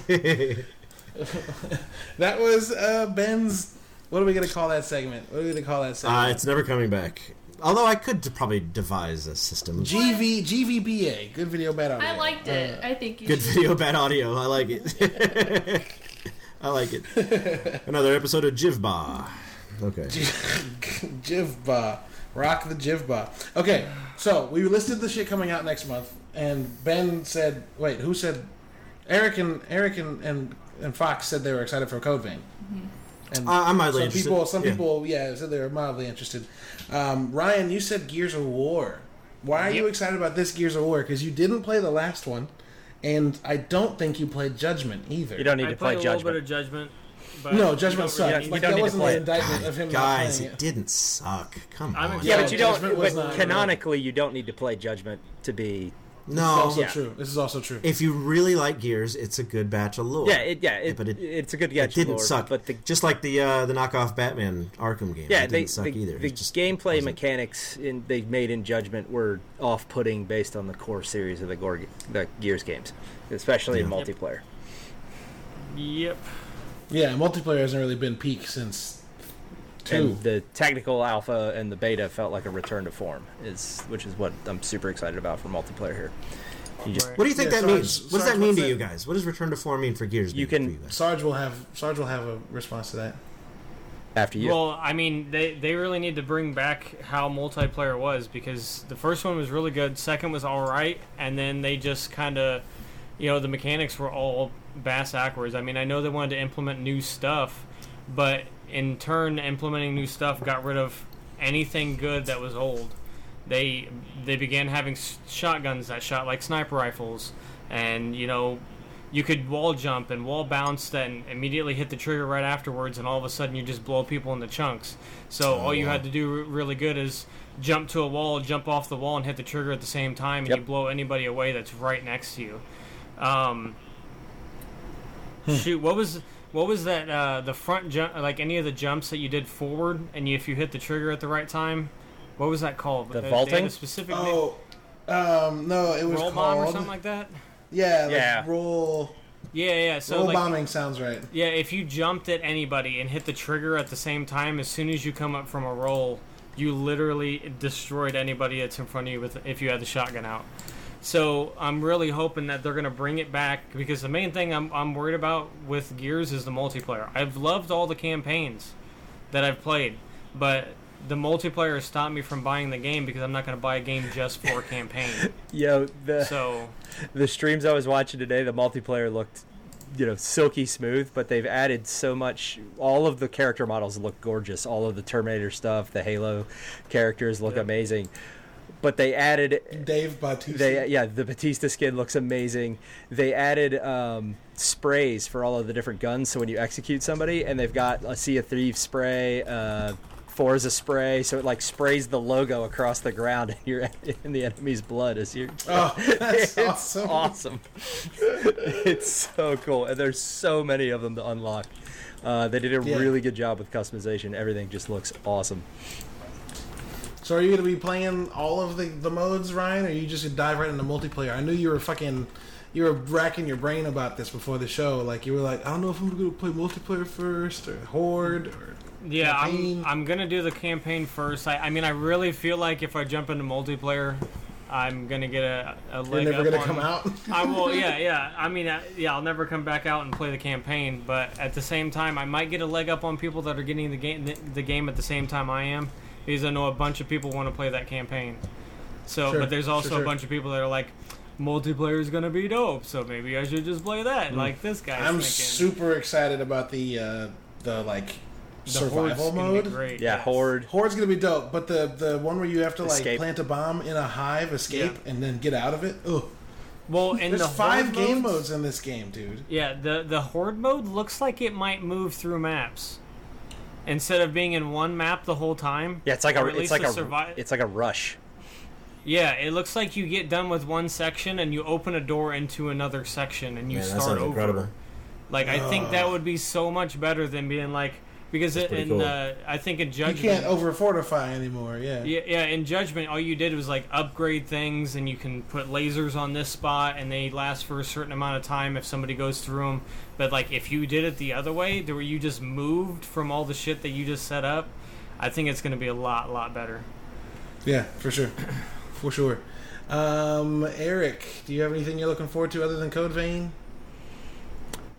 C: yay.
B: That was uh, Ben's. What are we gonna call that segment? What are we gonna call that
C: uh,
B: segment?
C: it's never coming back. Although I could d- probably devise a system.
B: GV GVBA. Good video bad audio.
A: I liked it.
B: Uh,
A: I think you
C: Good
A: should.
C: video, bad audio. I like it. I like it. Another episode of Jivba. Okay.
B: Jivba. Rock the Jivba. Okay, so we listed the shit coming out next month, and Ben said, "Wait, who said?" Eric and Eric and and, and Fox said they were excited for Code Vein. And
C: I- I'm mildly
B: some
C: interested.
B: people, some
C: Yeah.
B: people, yeah, said they were mildly interested. Um, Ryan, you said Gears of War. Why are you excited about this Gears of War? Because you didn't play the last one, and I don't think you played Judgment either.
D: You don't need
E: I
D: to
E: played
D: play
E: a little
D: Judgment.
E: bit of Judgment. But
B: no,
E: you
B: Judgment
E: don't really-
B: sucked.
D: you
B: Like
D: don't
B: that
D: need to
B: wasn't
D: play
B: an
D: it.
B: indictment of him not
C: Guys,
B: playing
C: it
B: it.
C: didn't suck. Come
E: I'm
C: on.
E: excited.
D: Yeah,
B: No,
D: but you don't.
B: Judgment was
D: But
B: not-
D: canonically, you don't need to play Judgment to be.
B: It's
C: No.
B: also
D: Yeah.
B: true. This is also true.
C: If you really like Gears, it's a good batch of lore.
D: Yeah, it, yeah, it,
C: but it-
D: it's a good get.
C: it didn't
D: lore,
C: suck.
D: but the
C: just like the uh, the knockoff Batman Arkham game.
D: yeah,
C: it didn't
D: they,
C: suck
D: the,
C: either.
D: the
C: It just
D: gameplay
C: wasn't-
D: mechanics in, they made in Judgment were off-putting based on the core series of the, Gore, the Gears games, especially in
C: Yeah.
D: multiplayer.
E: Yep.
B: Yeah, multiplayer hasn't really been peak since two.
D: And the technical alpha and the beta felt like a return to form, is which is what I'm super excited about for multiplayer here. You just
C: What do you think
B: Yeah,
C: that
B: Sarge-
C: means? What does
B: Sarge,
C: that mean
B: what's
C: to
B: that-
C: you guys? What does return to form mean for Gears?
D: You
C: mean
D: can-
C: for you guys?
B: Sarge will have Sarge will have a response to that.
D: after you.
E: Well, I mean, they, they really need to bring back how multiplayer was because the first one was really good, second was all right, and then they just kind of, you know, the mechanics were all bass backwards. I mean, I know they wanted to implement new stuff, but in turn, implementing new stuff got rid of anything good that was old. They they began having s- shotguns that shot like sniper rifles, and you know you could wall jump and wall bounce then immediately hit the trigger right afterwards and all of a sudden you just blow people into chunks so
D: Oh,
E: all you
C: wow.
E: had to do r- really good is jump to a wall jump off the wall and hit the trigger at the same time and
D: Yep.
E: you blow anybody away that's right next to you um,
D: Hmm.
E: shoot what was what was that uh, the front jump like any of the jumps that you did forward and you, if you hit the trigger at the right time what was that called Uh,
D: The
E: they had
D: vaulting?
E: a specific na-
B: Oh, um, no, it was
E: roll
B: called
E: bomb or something like that
B: yeah, like
D: Yeah.
B: roll
E: yeah yeah so
B: roll
E: like,
B: bombing sounds right.
E: Yeah, if you jumped at anybody and hit the trigger at the same time, as soon as you come up from a roll, you literally destroyed anybody that's in front of you with if you had the shotgun out. So I'm really hoping that they're going to bring it back because the main thing I'm, I'm worried about with Gears is the multiplayer. I've loved all the campaigns that I've played, but the multiplayer has stopped me from buying the game because I'm not going to buy a game just for a campaign.
D: Yo, the
E: So
D: the streams I was watching today, the multiplayer looked, you know, silky smooth, but they've added so much. All of the character models look gorgeous. All of the Terminator stuff, the Halo characters look amazing. but they added
B: Dave Bautista.
D: they yeah the Batista skin looks amazing. They added um, sprays for all of the different guns, so when you execute somebody, and they've got a Sea of Thieves spray, uh, Forza spray, so it like sprays the logo across the ground and you're in the enemy's blood as you're
B: oh, that's
D: it's
B: awesome.
D: awesome. it's so cool, and there's so many of them to unlock. Uh, they did a
B: Yeah.
D: really good job with customization. Everything just looks awesome.
B: So are you going to be playing all of the, the modes, Ryan, or are you just going to dive right into multiplayer? I knew you were fucking... You were racking your brain about this before the show. Like, you were like, I don't know if I'm going to play multiplayer first, or Horde, or...
E: Yeah,
B: Campaign.
E: I'm, I'm gonna do the campaign first. I, I mean, I really feel like if I jump into multiplayer, I'm gonna get a, a
B: You're
E: leg
B: never
E: up
B: going to
E: on-
B: come out?
E: I will. Yeah, yeah. I mean, I, yeah. I'll never come back out and play the campaign, but at the same time, I might get a leg up on people that are getting the game the, the game at the same time I am, because I know a bunch of people want to play that campaign. So,
B: Sure,
E: but there's
B: sure,
E: also
B: sure.
E: a bunch of people that are like, multiplayer is gonna be dope, so maybe I should just play that, like this guy's
B: Mm. I'm
E: thinking.
B: super excited about the, uh, the like,
E: The
B: survival
E: horde's gonna be
B: mode.
E: great,
D: Yeah,
E: yes.
D: Horde.
B: Horde's gonna be dope, but the the one where you have to like
D: Escape.
B: plant a bomb in a hive, escape, and then get out of it. Ugh.
E: Well, and
B: There's
E: the
B: five
E: horde
B: game
E: modes-
B: modes in this game, dude.
E: Yeah, the the horde mode looks like it might move through maps. Instead of being in one map the whole time.
D: Yeah, it's like a
E: or at
D: it's
E: least
D: like a
E: the survi-
D: it's like a rush.
E: yeah, it looks like you get done with one section and you open a door into another section and you
C: Man, that
E: start
C: sounds
E: over.
C: incredible.
E: Like I think that would be so much better than being like because it,
C: pretty
E: in
C: cool.
E: uh, I think in
B: You
E: judgment
B: can't over fortify anymore. Yeah.
E: yeah, yeah, in Judgment, all you did was like upgrade things, and you can put lasers on this spot, and they last for a certain amount of time if somebody goes through them. But like, if you did it the other way, to where you just moved from all the shit that you just set up, I think it's going to be a lot, lot better.
B: Yeah, for sure, for sure. Um, Eric, do you have anything you're looking forward to other than Code Vein?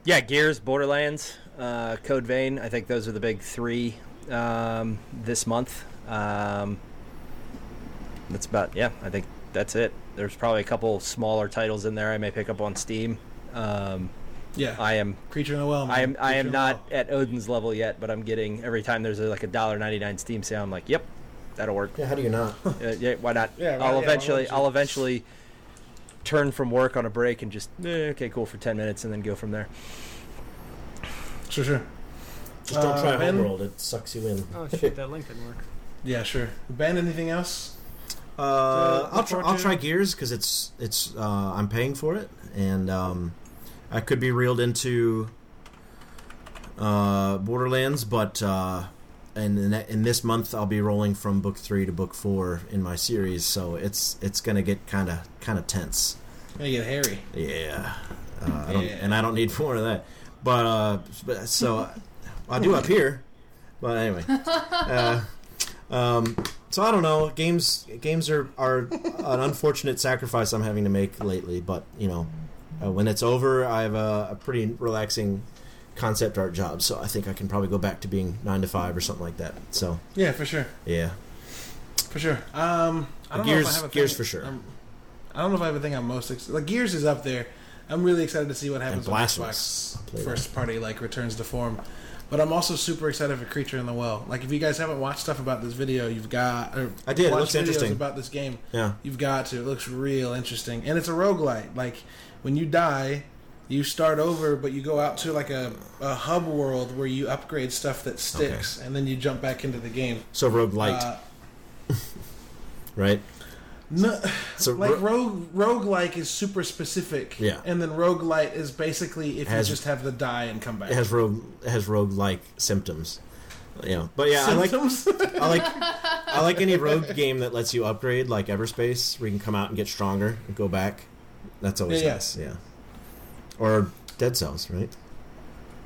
D: Yeah, Gears, Borderlands, uh, Code Vein. I think those are the big three um, this month. Um, that's about yeah. I think that's it. There's probably a couple smaller titles in there I may pick up on Steam. Um,
B: Yeah.
D: I am
B: Creature in the Well. Man.
D: I am I
B: Creature
D: am
B: in the Well.
D: not at Odin's level yet, but I'm getting every time there's a, like a dollar ninety nine Steam sale. I'm like, yep, that'll work.
C: Yeah, how do you not?
D: Uh, yeah, why not?
B: Yeah, right, yeah,
D: I'll
B: why
D: eventually
B: wouldn't you?
D: I'll eventually turn from work on a break and just eh, okay, cool for ten minutes and then go from there.
B: Sure, sure.
C: Just don't
B: Uh,
C: try
B: Ben?
C: Homeworld. It sucks you in.
E: Oh shit, that link didn't work.
B: Yeah, sure. Ben, anything else?
C: Uh, I'll,
B: look
C: try,
B: forward
C: I'll
B: to?
C: try Gears because it's it's uh, I'm paying for it, and um, I could be reeled into uh, Borderlands, but uh, and in, that- in this month I'll be rolling from book three to book four in my series, so it's it's gonna get kind of kind of tense.
B: Gonna get hairy.
C: Yeah, uh, I don't,
B: Yeah.
C: and I don't need more of that. But uh, but so I do up here. But anyway, uh, um, so I don't know. Games games are are an unfortunate sacrifice I'm having to make lately. But you know, uh, when it's over, I have a, a pretty relaxing concept art job, so I think I can probably go back to being nine to five or something like that. So
B: Yeah, for sure,
C: yeah,
B: for sure. Um, I don't know if I
C: Gears
B: have a
C: Gears
B: thing-
C: for sure.
B: I'm- I don't know if I have a thing I'm most excited. Like Gears is up there. I'm really excited to see what happens when
C: Blasphemous.
B: Xbox first party like returns to form. But I'm also super excited for Creature in the Well. Like if you guys haven't watched stuff about this video, you've got. Or
C: I did. It
B: watched
C: looks
B: videos
C: interesting.
B: about this game.
C: yeah.
B: You've got to. It looks real interesting, and it's a roguelite. Like when you die, you start over, but you go out to like a, a hub world where you upgrade stuff that sticks, and then you jump back into the game.
C: So roguelite,
B: Uh,
C: light, right?
B: no,
C: So
B: like
C: ro-
B: rogue roguelike is super specific
C: Yeah.
B: and then roguelite is basically if
C: Has-
B: you just have the die and come back
C: it has rogue it has rogue like symptoms. You know, but yeah,
B: Symptoms?
C: I like I like I like any rogue game that lets you upgrade, like Everspace, where you can come out and get stronger and go back. That's always
B: Yeah, yeah.
C: nice, yeah. Or Dead Cells, right?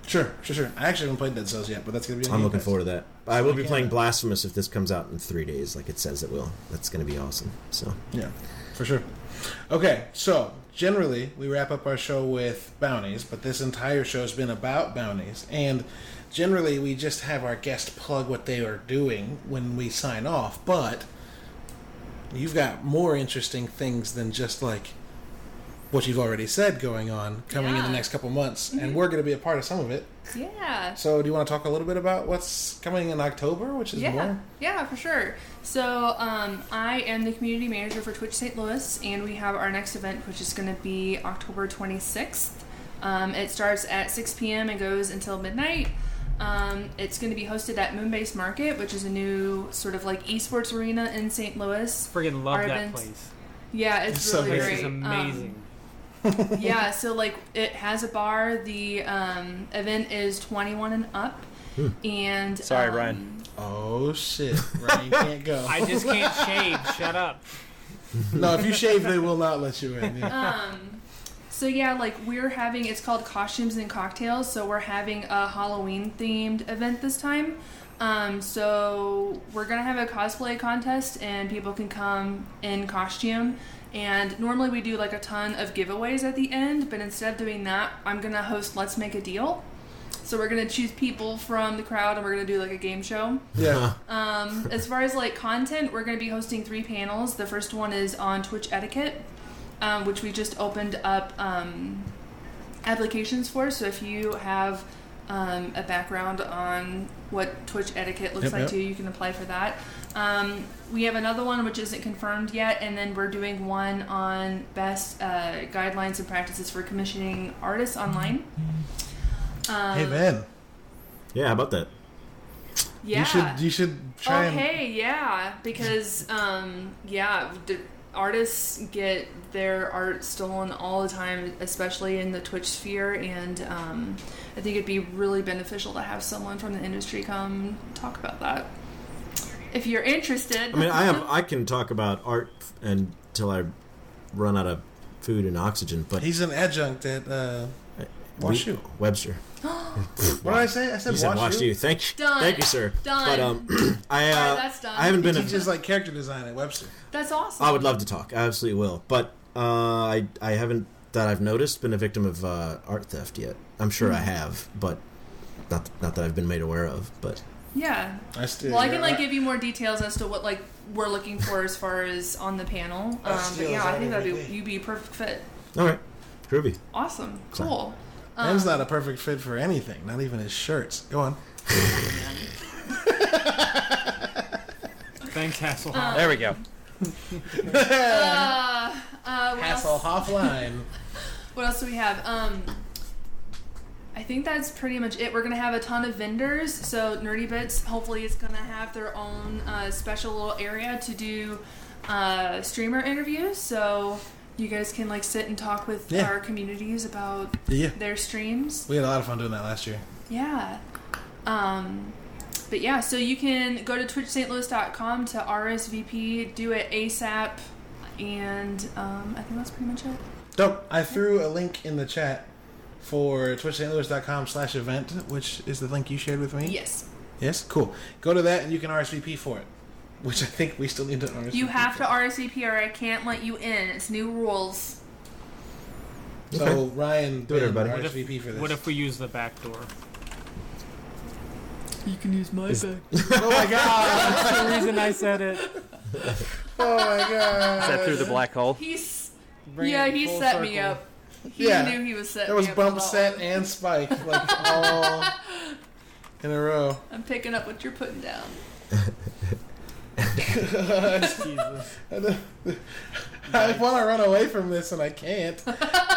B: sure sure sure i actually haven't played dead cells yet but that's gonna be on
C: I'm
B: Game
C: looking
B: Pass.
C: forward to that. I will be
B: Yeah.
C: playing Blasphemous if this comes out in three days, like it says it will. That's going to be awesome. So
B: yeah for sure okay so generally we wrap up our show with bounties but this entire show has been about bounties and generally we just have our guest plug what they are doing when we sign off but you've got more interesting things than just like what you've already said going on coming in
A: Yeah. Mm-hmm.
B: the next couple months, and we're going to be a part of some of it.
A: Yeah.
B: So, do you want to talk a little bit about what's coming in October, which is
A: yeah,
B: more?
A: yeah, for sure. So um, I am the community manager for Twitch St. Louis, and we have our next event, which is going to be October 26th. Um, it starts at 6 p.m. and goes until midnight. Um, it's going to be hosted at Moonbase Market, which is a new sort of like esports arena in St. Louis.
E: Freaking love
A: Our
E: that
A: events-
E: place.
A: Yeah, it's
B: So
A: really
E: Place
A: great.
E: is
A: Um,
E: amazing.
A: yeah, so like it has a bar. The um, event is 21 and up, and
D: Sorry,
A: um,
D: Ryan.
B: Oh shit! Ryan can't go.
E: I just can't shave. Shut up.
B: no, if you shave, they will not let you in. Yeah.
A: So yeah, like we're having it's called costumes and cocktails. So we're having a Halloween themed event this time. Um, so we're gonna have a cosplay contest, and people can come in costume. And normally we do like a ton of giveaways at the end, but instead of doing that, I'm gonna host Let's Make a Deal. So we're gonna choose people from the crowd, and we're gonna do like a game show.
B: yeah.
A: Um, as far as like content, we're going to be hosting three panels. The first one is on Twitch etiquette, um, which we just opened up um, applications for. So if you have um, a background on what Twitch etiquette looks
B: Yep,
A: like
B: yep.
A: to you, you can apply for that. Um, we have another one which isn't confirmed yet, and then we're doing one on best uh, guidelines and practices for commissioning artists online. Um,
B: Mm-hmm. Hey man,
C: Yeah, how about that?
A: Yeah. Oh,
B: you should you should try and
A: Okay, yeah, because um, yeah, d- artists get their art stolen all the time, especially in the Twitch sphere, and um, I think it'd be really beneficial to have someone from the industry come talk about that. If you're interested,
C: I mean, I have I can talk about art f- until I run out of food and oxygen, but
B: He's an adjunct at uh,
C: we-
B: Washu.
C: Webster.
B: What did I say? I said
C: You said
B: Washu.
C: Washu. Thank you.
A: Done.
C: Thank you, sir.
A: Done.
C: But um, I uh,
A: Alright, that's done.
C: I haven't been.
B: He
C: a-
B: teaches like character design at Webster.
A: that's awesome.
C: I would love to talk. I absolutely will. But uh, I I haven't that I've noticed been a victim of uh, art theft yet. I'm sure
A: Hmm.
C: I have, but not not that I've been made aware of. But
A: yeah.
B: I still.
A: Well, I can like give you more details as to what like we're looking for as far as on the panel. Um, but
B: steal
A: yeah,
B: his
A: I think that'd
B: identity.
A: be you'd be a perfect fit.
C: all right, groovy.
A: Awesome, cool. uh,
B: Man's not a perfect fit for anything. Not even his shirts. Go on.
E: Thanks, Hasselhoff.
A: Um,
D: There we go.
A: Uh, uh, what else?
B: offline.
A: What else do we have? Um, I think that's pretty much it. We're gonna have a ton of vendors. So Nerdy Bits hopefully is gonna have their own uh, special little area to do uh, streamer interviews. So you guys can like sit and talk with
B: Yeah.
A: our communities about
B: yeah,
A: their streams.
B: we had a lot of fun doing that last year.
A: Yeah. Um, but yeah, so you can go to twitchstlouis.com to RSVP, do it ASAP, and um, I think that's pretty much it.
B: Dope. I threw a link in the chat for twitchstlouis.com slash event, which is the link you shared with me.
A: Yes.
B: Yes? Cool. Go to that and you can RSVP for it, which I think we still need to RSVP.
A: You have to
B: for.
A: RSVP or I can't let you in. It's new rules.
B: So, Ryan,
C: Do it,
B: Ben,
C: everybody.
E: What if-
B: RSVP for this.
E: What if we use the back door?
G: You can use my back.
B: oh my god!
E: That's the reason I said it.
B: Oh my god!
D: Is that through the black hole?
A: He's
E: Bring
A: yeah,
E: it
A: he
E: full
A: set me
E: circle.
A: up. He
B: Yeah.
A: knew he was set.
B: That was
A: me up for
B: bump
A: that
B: set
A: one.
B: and spike, like all in a row.
A: I'm picking up what you're putting down.
E: Jesus.
B: I want to run away from this and I can't.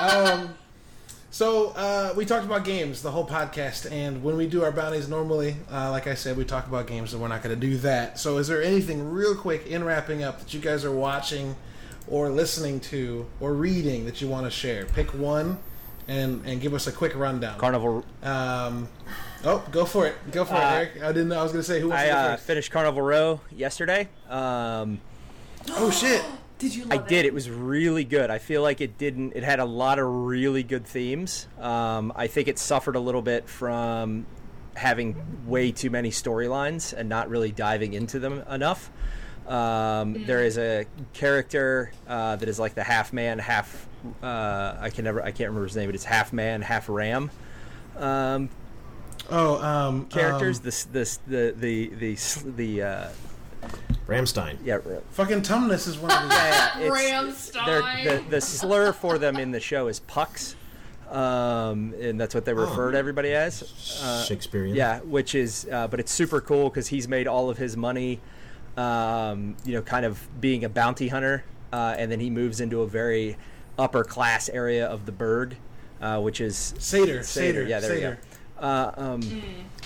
B: um, so uh, we talked about games the whole podcast, and when we do our bounties normally, uh, like I said, we talk about games, and we're not going to do that. So is there anything real quick in wrapping up that you guys are watching, or listening to, or reading that you want to share? Pick one, and and give us a quick rundown.
D: Carnival.
B: Um, oh, go for it, go for
D: Uh,
B: it, Eric. I didn't know I was going to say who wants
D: I
B: to go
D: uh,
B: first.
D: finished Carnival Row yesterday. Um,
B: Oh shit!
A: Did you? Love
D: I did. It was really good. I feel like it didn't. It had a lot of really good themes. Um, I think it suffered a little bit from having way too many storylines and not really diving into them enough. Um, There is a character uh, that is like the half man, half. Uh, I can never. I can't remember his name, but it's half man, half ram. Um,
B: Oh, um,
D: characters.
B: um,
D: this, this, the, the, the, s- the. Uh,
C: Ramstein.
D: Yeah, r-
B: Fucking tumnus is one of these.
D: yeah, it's-
A: Ramstein.
D: they're- The, the slur for them in the show is pucks, um, and that's what they
B: Oh.
D: refer to everybody as. Uh,
C: Shakespearean.
D: Yeah, which is, uh, but it's super cool because he's made all of his money, um, you know, kind of being a bounty hunter, uh, and then he moves into a very upper class area of the burg, uh, which is
B: Seder, Seder,
D: yeah, there
B: Seder.
D: we go. Uh, um,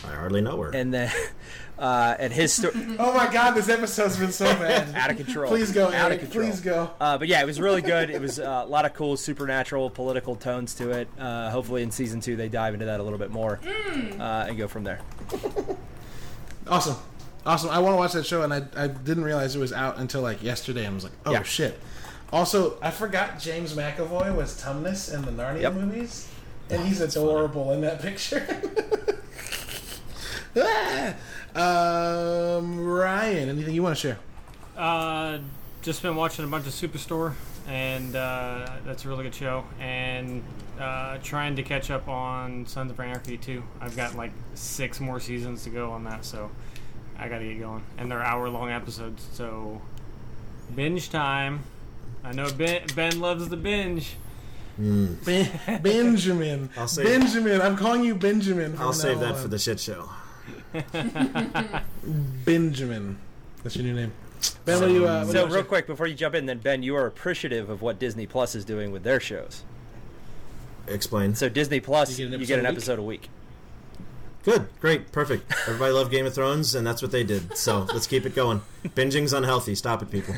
C: I hardly know her.
D: And then, uh, and his story.
B: Oh my god, this episode's been so bad.
D: Out of control.
B: Please go,
D: Out of
B: Eric.
D: control.
B: Please go.
D: Uh, but yeah, it was really good. It was uh, a lot of cool supernatural political tones to it. Uh, hopefully, in season two, they dive into that a little bit more
A: Mm.
D: uh, and go from there.
B: Awesome. Awesome. I want to watch that show, and I, I didn't realize it was out until like yesterday. and I was like, oh
D: Yeah.
B: shit. Also, I forgot James McAvoy was Tumnus in the Narnia
D: Yep.
B: movies, and he's adorable in that picture. Ah! um, Ryan, anything you want to share?
E: Uh, just been watching a bunch of Superstore, and uh, that's a really good show. And uh, trying to catch up on Sons of Anarchy too. I've got like six more seasons to go on that, so I got to get going. And they're hour-long episodes, so binge time. I know Ben, ben loves the binge.
B: Benjamin.
C: I'll save-
B: Benjamin. I'm calling you Benjamin. from
C: I'll save that
B: now
D: um,
C: for
B: on.
C: the shit show.
B: Benjamin. That's your new name. Ben, what do you? Uh, what do
D: So
B: you
D: real quick before you jump in, then Ben, you are appreciative of what Disney Plus is doing with their shows.
C: Explain.
D: So Disney Plus,
B: You
D: you
B: get
D: get
B: an
D: an,
B: episode
D: episode a week.
C: Good, great, perfect. Everybody loved Game of Thrones, and that's what they did. So let's keep it going. Binging's unhealthy. Stop it, people.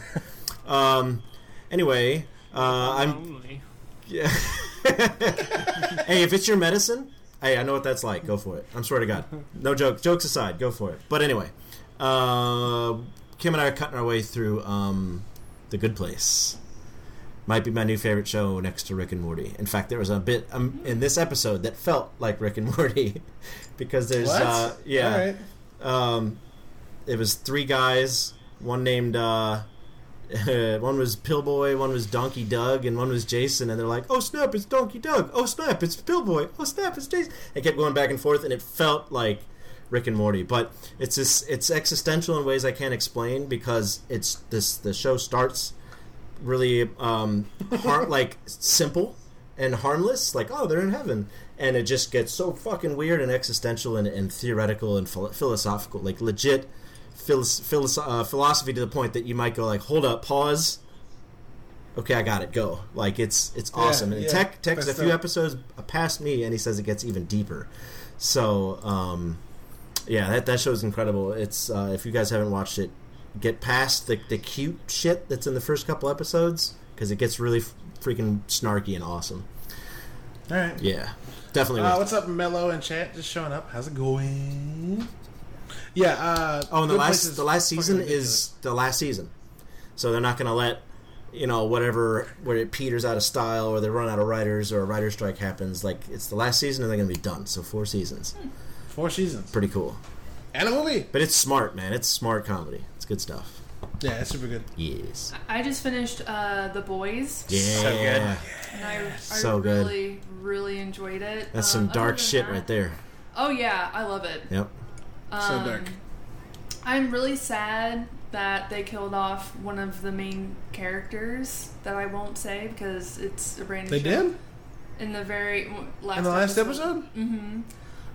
C: Um, anyway, uh, I'm.
E: Lonely.
C: Yeah. hey, if it's your medicine, hey, I know what that's like. Go for it. I'm swear to God. No joke. Jokes aside, go for it. But anyway, uh, Kim and I are cutting our way through um, The Good Place. Might be my new favorite show next to Rick and Morty. In fact, there was a bit um, in this episode that felt like Rick and Morty because there's
B: What?
C: uh, yeah
B: All right.
C: um, it was three guys. One named uh, one was Pillboy, one was Donkey Doug, and one was Jason. And they're like, "Oh snap, it's Donkey Doug! Oh snap, it's Pillboy! Oh snap, it's Jason!" They kept going back and forth, and it felt like Rick and Morty. But it's this, it's existential in ways I can't explain because it's this. The show starts really um, har- like simple and harmless, like oh they're in heaven, and it just gets so fucking weird and existential and, and theoretical and philo- philosophical, like legit philos- philos- uh, philosophy to the point that you might go like hold up, pause. Okay, I got it. Go. Like it's it's awesome. and
B: yeah.
C: Tech Tech's a
B: That's
C: few
B: dope.
C: episodes past me, and he says it gets even deeper. So um, yeah, that that show's incredible. It's uh, if you guys haven't watched it, get past the the cute shit that's in the first couple episodes because it gets really f- freaking snarky and awesome.
B: All right.
C: Yeah, definitely.
B: Uh,
C: worth
B: what's up, Mello and chat? Just showing up. How's it going? Yeah. Uh,
C: Oh, and the
B: Good Place
C: last
B: is
C: the last
B: fucking
C: season
B: ridiculous.
C: is the last season, so they're not going to let you know whatever where it peters out of style or they run out of writers or a writer strike happens. Like it's the last season and they're going to be done. So four seasons,
B: Hmm. four seasons
C: pretty cool.
B: and a movie.
C: But it's smart, man. It's smart comedy. It's good stuff.
B: Yeah, it's super good.
C: Yes.
A: I just finished uh, The Boys,
C: Yeah.
D: good.
A: and I, I
C: So good.
A: really, really enjoyed it.
C: That's
A: Um,
C: some
A: other
C: dark
A: than
C: shit
A: that-
C: right there.
A: Oh yeah, I love it. Um,
C: Yep.
B: so dark.
A: I'm really sad that they killed off one of the main characters that I won't say because it's a brand new
B: They
A: show.
B: did
A: in the very last
B: in the last episode.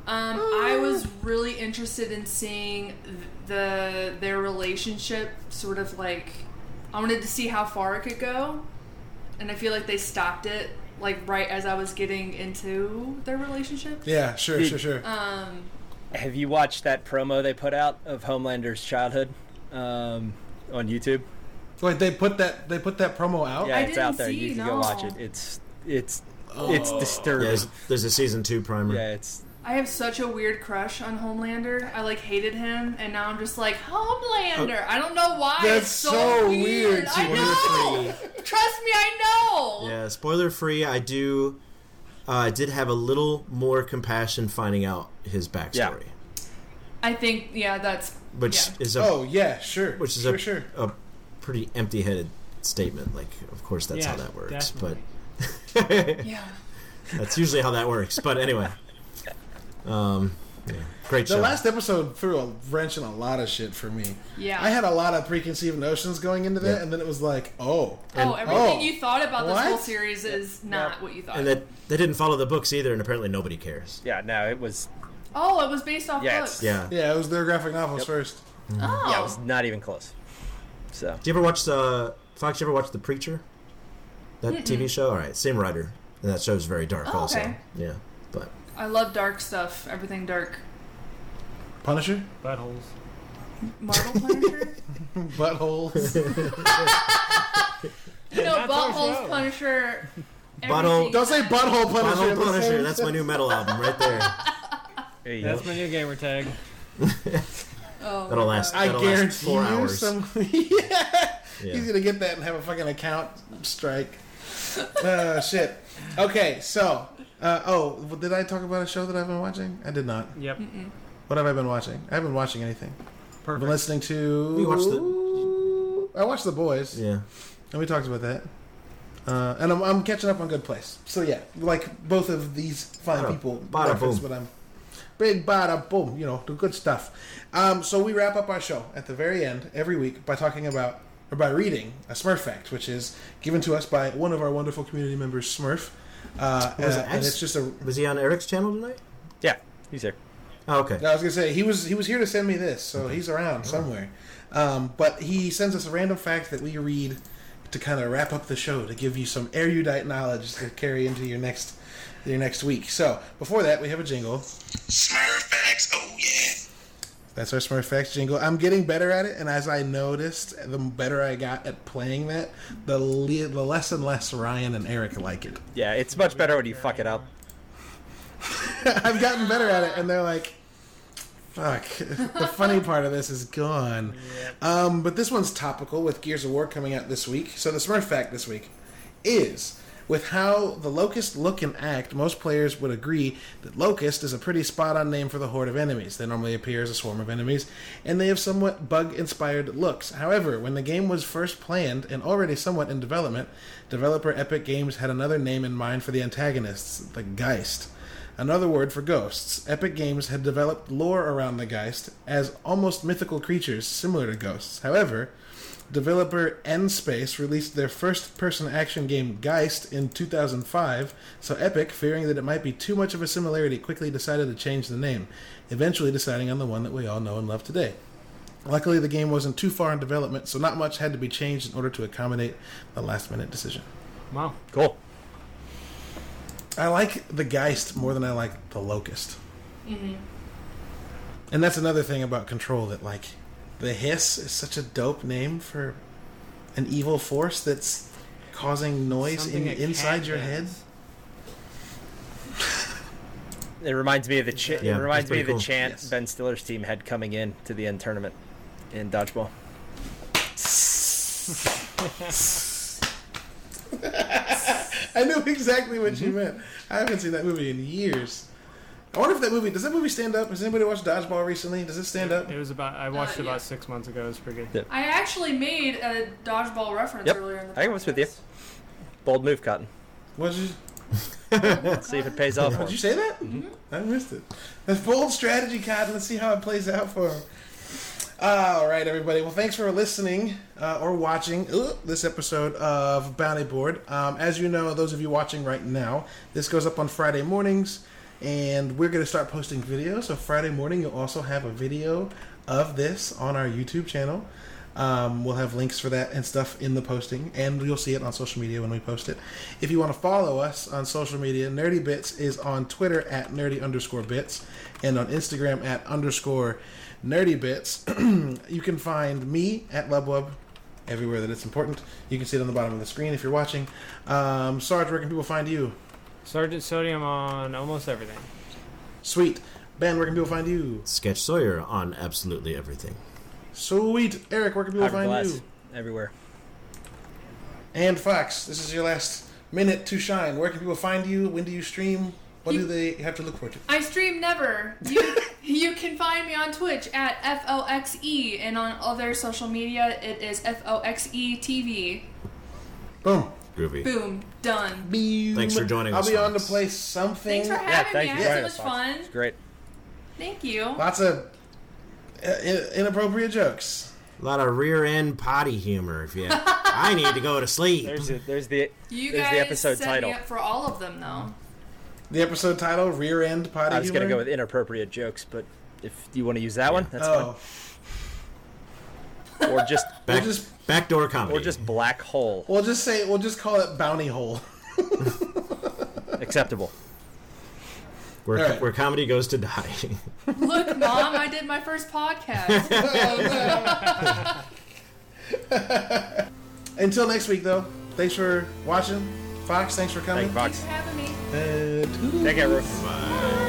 A: Um, I was really interested in seeing th- the their relationship sort of like I wanted to see how far it could go, and I feel like they stopped it like right as I was getting into their relationship.
B: Yeah, sure, sure, sure.
A: Um,
D: Have you watched that promo they put out of Homelander's childhood um, on YouTube?
B: Wait, they put that they put that promo out.
D: Yeah,
A: Oh, I
D: it's
A: didn't
D: out there.
A: see,
D: you can
A: no.
D: go watch it. It's it's it's disturbing.
C: There's, there's a season two primer.
D: Yeah, it's
A: I have such a weird crush on Homelander. I like hated him, and now I'm just like Homelander. I don't know why.
B: Uh, That's
A: it's so,
B: so
A: weird.
B: weird.
A: I know. Trust me, I know.
C: Yeah, spoiler free. I do. uh, I did have a little more compassion finding out his backstory,
A: I think yeah, that's
C: which
A: Yeah.
C: is a
B: Oh yeah, sure.
C: which is
B: sure,
C: a,
B: sure.
C: a pretty empty-headed statement. Like, of course, that's
E: Yeah,
C: how that works.
E: definitely.
C: But
A: yeah.
C: that's usually how that works. But anyway, um, Great
B: The
C: show.
B: last episode threw a wrench in a lot of shit for me.
A: Yeah.
B: I had a lot of preconceived notions going into that,
C: Yeah.
B: and then it was like, oh,
A: oh, everything
B: oh,
A: you thought about this
B: what?
A: whole series is not what you thought.
C: and that they didn't follow the books either, and apparently nobody cares.
D: Yeah, no, it was
A: oh, it was based off
D: Yeah,
A: books.
D: it's-
C: Yeah.
B: yeah, it was their graphic novels first.
A: Oh.
D: yeah, it was not even close. So
C: Do you ever watch uh, Fox? You ever watch The Preacher? That TV show. All right, same writer, and that show's very dark.
A: Oh,
C: also,
A: okay.
C: yeah, but
A: I love dark stuff. Everything dark.
B: Punisher,
E: Buttholes.
A: Marvel Punisher.
B: buttholes.
A: you know,
E: that's our
A: buttholes
E: show.
A: Punisher.
C: Butthole-
A: everything.
B: Don't say butthole Punisher.
C: Final
B: in the
C: Punisher.
B: same
C: That's my new
B: sentence.
C: metal album right there.
D: there you
E: That's
D: go.
E: my new gamer tag.
A: Oh,
C: That'll last.
B: I
C: that'll
B: guarantee
C: last four
B: you,
C: hours.
B: some. yeah.
C: Yeah.
B: He's gonna get that and have a fucking account strike. uh, shit. Okay, so uh, oh, well, did I talk about a show that I've been watching? I did not.
E: Yep.
B: What have I been watching? I haven't been watching anything. I've been
E: Perfect.
B: listening to.
C: We watched
B: I watched The Boys,
C: Yeah.
B: and we talked about that. Uh, and I'm, I'm catching up on Good Place. So yeah, like both of these fine
C: Bada-
B: people
C: bada
B: reference
C: boom.
B: what I'm. Big bada boom, you know the good stuff. Um, so we wrap up our show at the very end every week by talking about or by reading a Smurf fact, which is given to us by one of our wonderful community members, Smurf. Uh,
C: Was it
B: uh, and
C: X?
B: it's just a
C: Was he on Eric's channel tonight?
D: Yeah, he's there.
C: Oh, okay.
B: I was gonna say he was he was here to send me this, so he's around somewhere. Um, but he sends us a random fact that we read to kind of wrap up the show to give you some erudite knowledge to carry into your next your next week. So before that, we have a jingle.
G: Smurf facts, oh yeah.
B: That's our Smurf Facts jingle. I'm getting better at it, and as I noticed, the better I got at playing that, the le- the less and less Ryan and Eric like it.
D: Yeah, it's much better when you fuck it up.
B: I've gotten better at it, and they're like, "Fuck." The funny part of this is gone. Um, but this one's topical with Gears of War coming out this week. So the Smurf fact this week is with how the Locust look and act. Most players would agree that Locust is a pretty spot-on name for the horde of enemies. They normally appear as a swarm of enemies, and they have somewhat bug-inspired looks. However, when the game was first planned and already somewhat in development, developer Epic Games had another name in mind for the antagonists, the Geist another word for ghosts. Epic Games had developed lore around the Geist as almost mythical creatures similar to ghosts. However, developer Nspace released their first person action game Geist in 2005, so Epic, fearing that it might be too much of a similarity, quickly decided to change the name, eventually deciding on the one that we all know and love today. Luckily, the game wasn't too far in development, so not much had to be changed in order to accommodate the last minute decision.
E: Wow.
D: Cool.
B: I like the Geist more than I like the Locust. And that's another thing about Control that, like, the Hiss is such a dope name for an evil force that's causing noise in,
E: Something a cat
B: inside your
E: does.
B: head.
D: It reminds me of the ch-
C: Yeah,
D: it reminds
C: that's
D: me
C: pretty
D: of the
C: cool.
D: chant
B: Yes.
D: Ben Stiller's team had coming in to the end tournament in dodgeball.
B: I knew exactly what you meant. I haven't seen that movie in years. I wonder if that movie does that movie stand up? Has anybody watched Dodgeball recently? Does it stand up?
E: It was about. I watched
A: Uh,
E: it about
A: yeah.
E: six months ago. It was pretty good.
D: Yeah.
A: I actually made a dodgeball reference
D: Yep.
A: earlier in the.
D: I think I was with you.
A: podcast.
D: Bold move, Cotton.
B: What did you,
D: See if it pays off. for
B: did you
D: him.
B: say that? I missed it. That's bold strategy, Cod. Let's see how it plays out for him. All right, everybody. Well, thanks for listening uh, or watching uh, this episode of Bounty Board. Um, as you know, those of you watching right now, this goes up on Friday mornings, and we're going to start posting videos. So Friday morning, you'll also have a video of this on our YouTube channel. Um, we'll have links for that and stuff in the posting, and you'll see it on social media when we post it. If you want to follow us on social media, Nerdy Bits is on Twitter at nerdy underscore bits and on Instagram at underscore nerdy bits. you can find me at Lubwub everywhere that it's important. You can see it on the bottom of the screen if you're watching. Um, Sarge, where can people find you?
E: Sergeant Sodium on almost everything.
B: Sweet. Ben, where can people find you?
C: Sketch Sawyer on absolutely everything.
B: Sweet. Eric, where can people
D: Hybrid
B: find
D: glass
B: you?
D: everywhere.
B: And Fox, this is your last minute to shine. Where can people find you? When do you stream? What do
A: You-
B: they have to look forward to?
A: I stream never. You, you can find me on Twitch at FOXE E and on other social media it is FOXE TV.
B: Boom.
C: Groovy.
A: E Boom. Done.
B: Be-
C: Thanks for joining
B: I'll
C: us,
B: be on to
C: Fox.
B: play something.
A: Thanks for
D: Yeah,
A: having
D: thank
A: me.
D: you.
A: I had so much
D: Fox.
A: fun.
D: It's great.
A: Thank you.
B: Lots of uh, in- inappropriate jokes.
C: A lot of rear end potty humor. If you, I need to go to sleep.
D: There's the, there's the
A: You
D: there's
A: guys
D: the episode
A: set
D: title.
A: me up for all of them, though.
B: The episode title: Rear End Potty.
D: I was
B: humor?
D: gonna go with inappropriate jokes, but if you want to use that one, that's
B: Oh,
D: fine. Or just
B: we'll
C: Back,
B: just
C: backdoor comedy.
D: or just black hole
B: we'll just say we'll just call it Bounty Hole.
D: acceptable.
C: where,
B: All right.
C: where comedy goes to die.
A: Look, mom, I did my first podcast.
B: Until next week, though. Thanks for watching, Fox. Thanks for coming.
D: Thank you, Fox.
A: Thanks for having me.
B: Uh, toodles.
D: Take care, everyone.
C: Bye.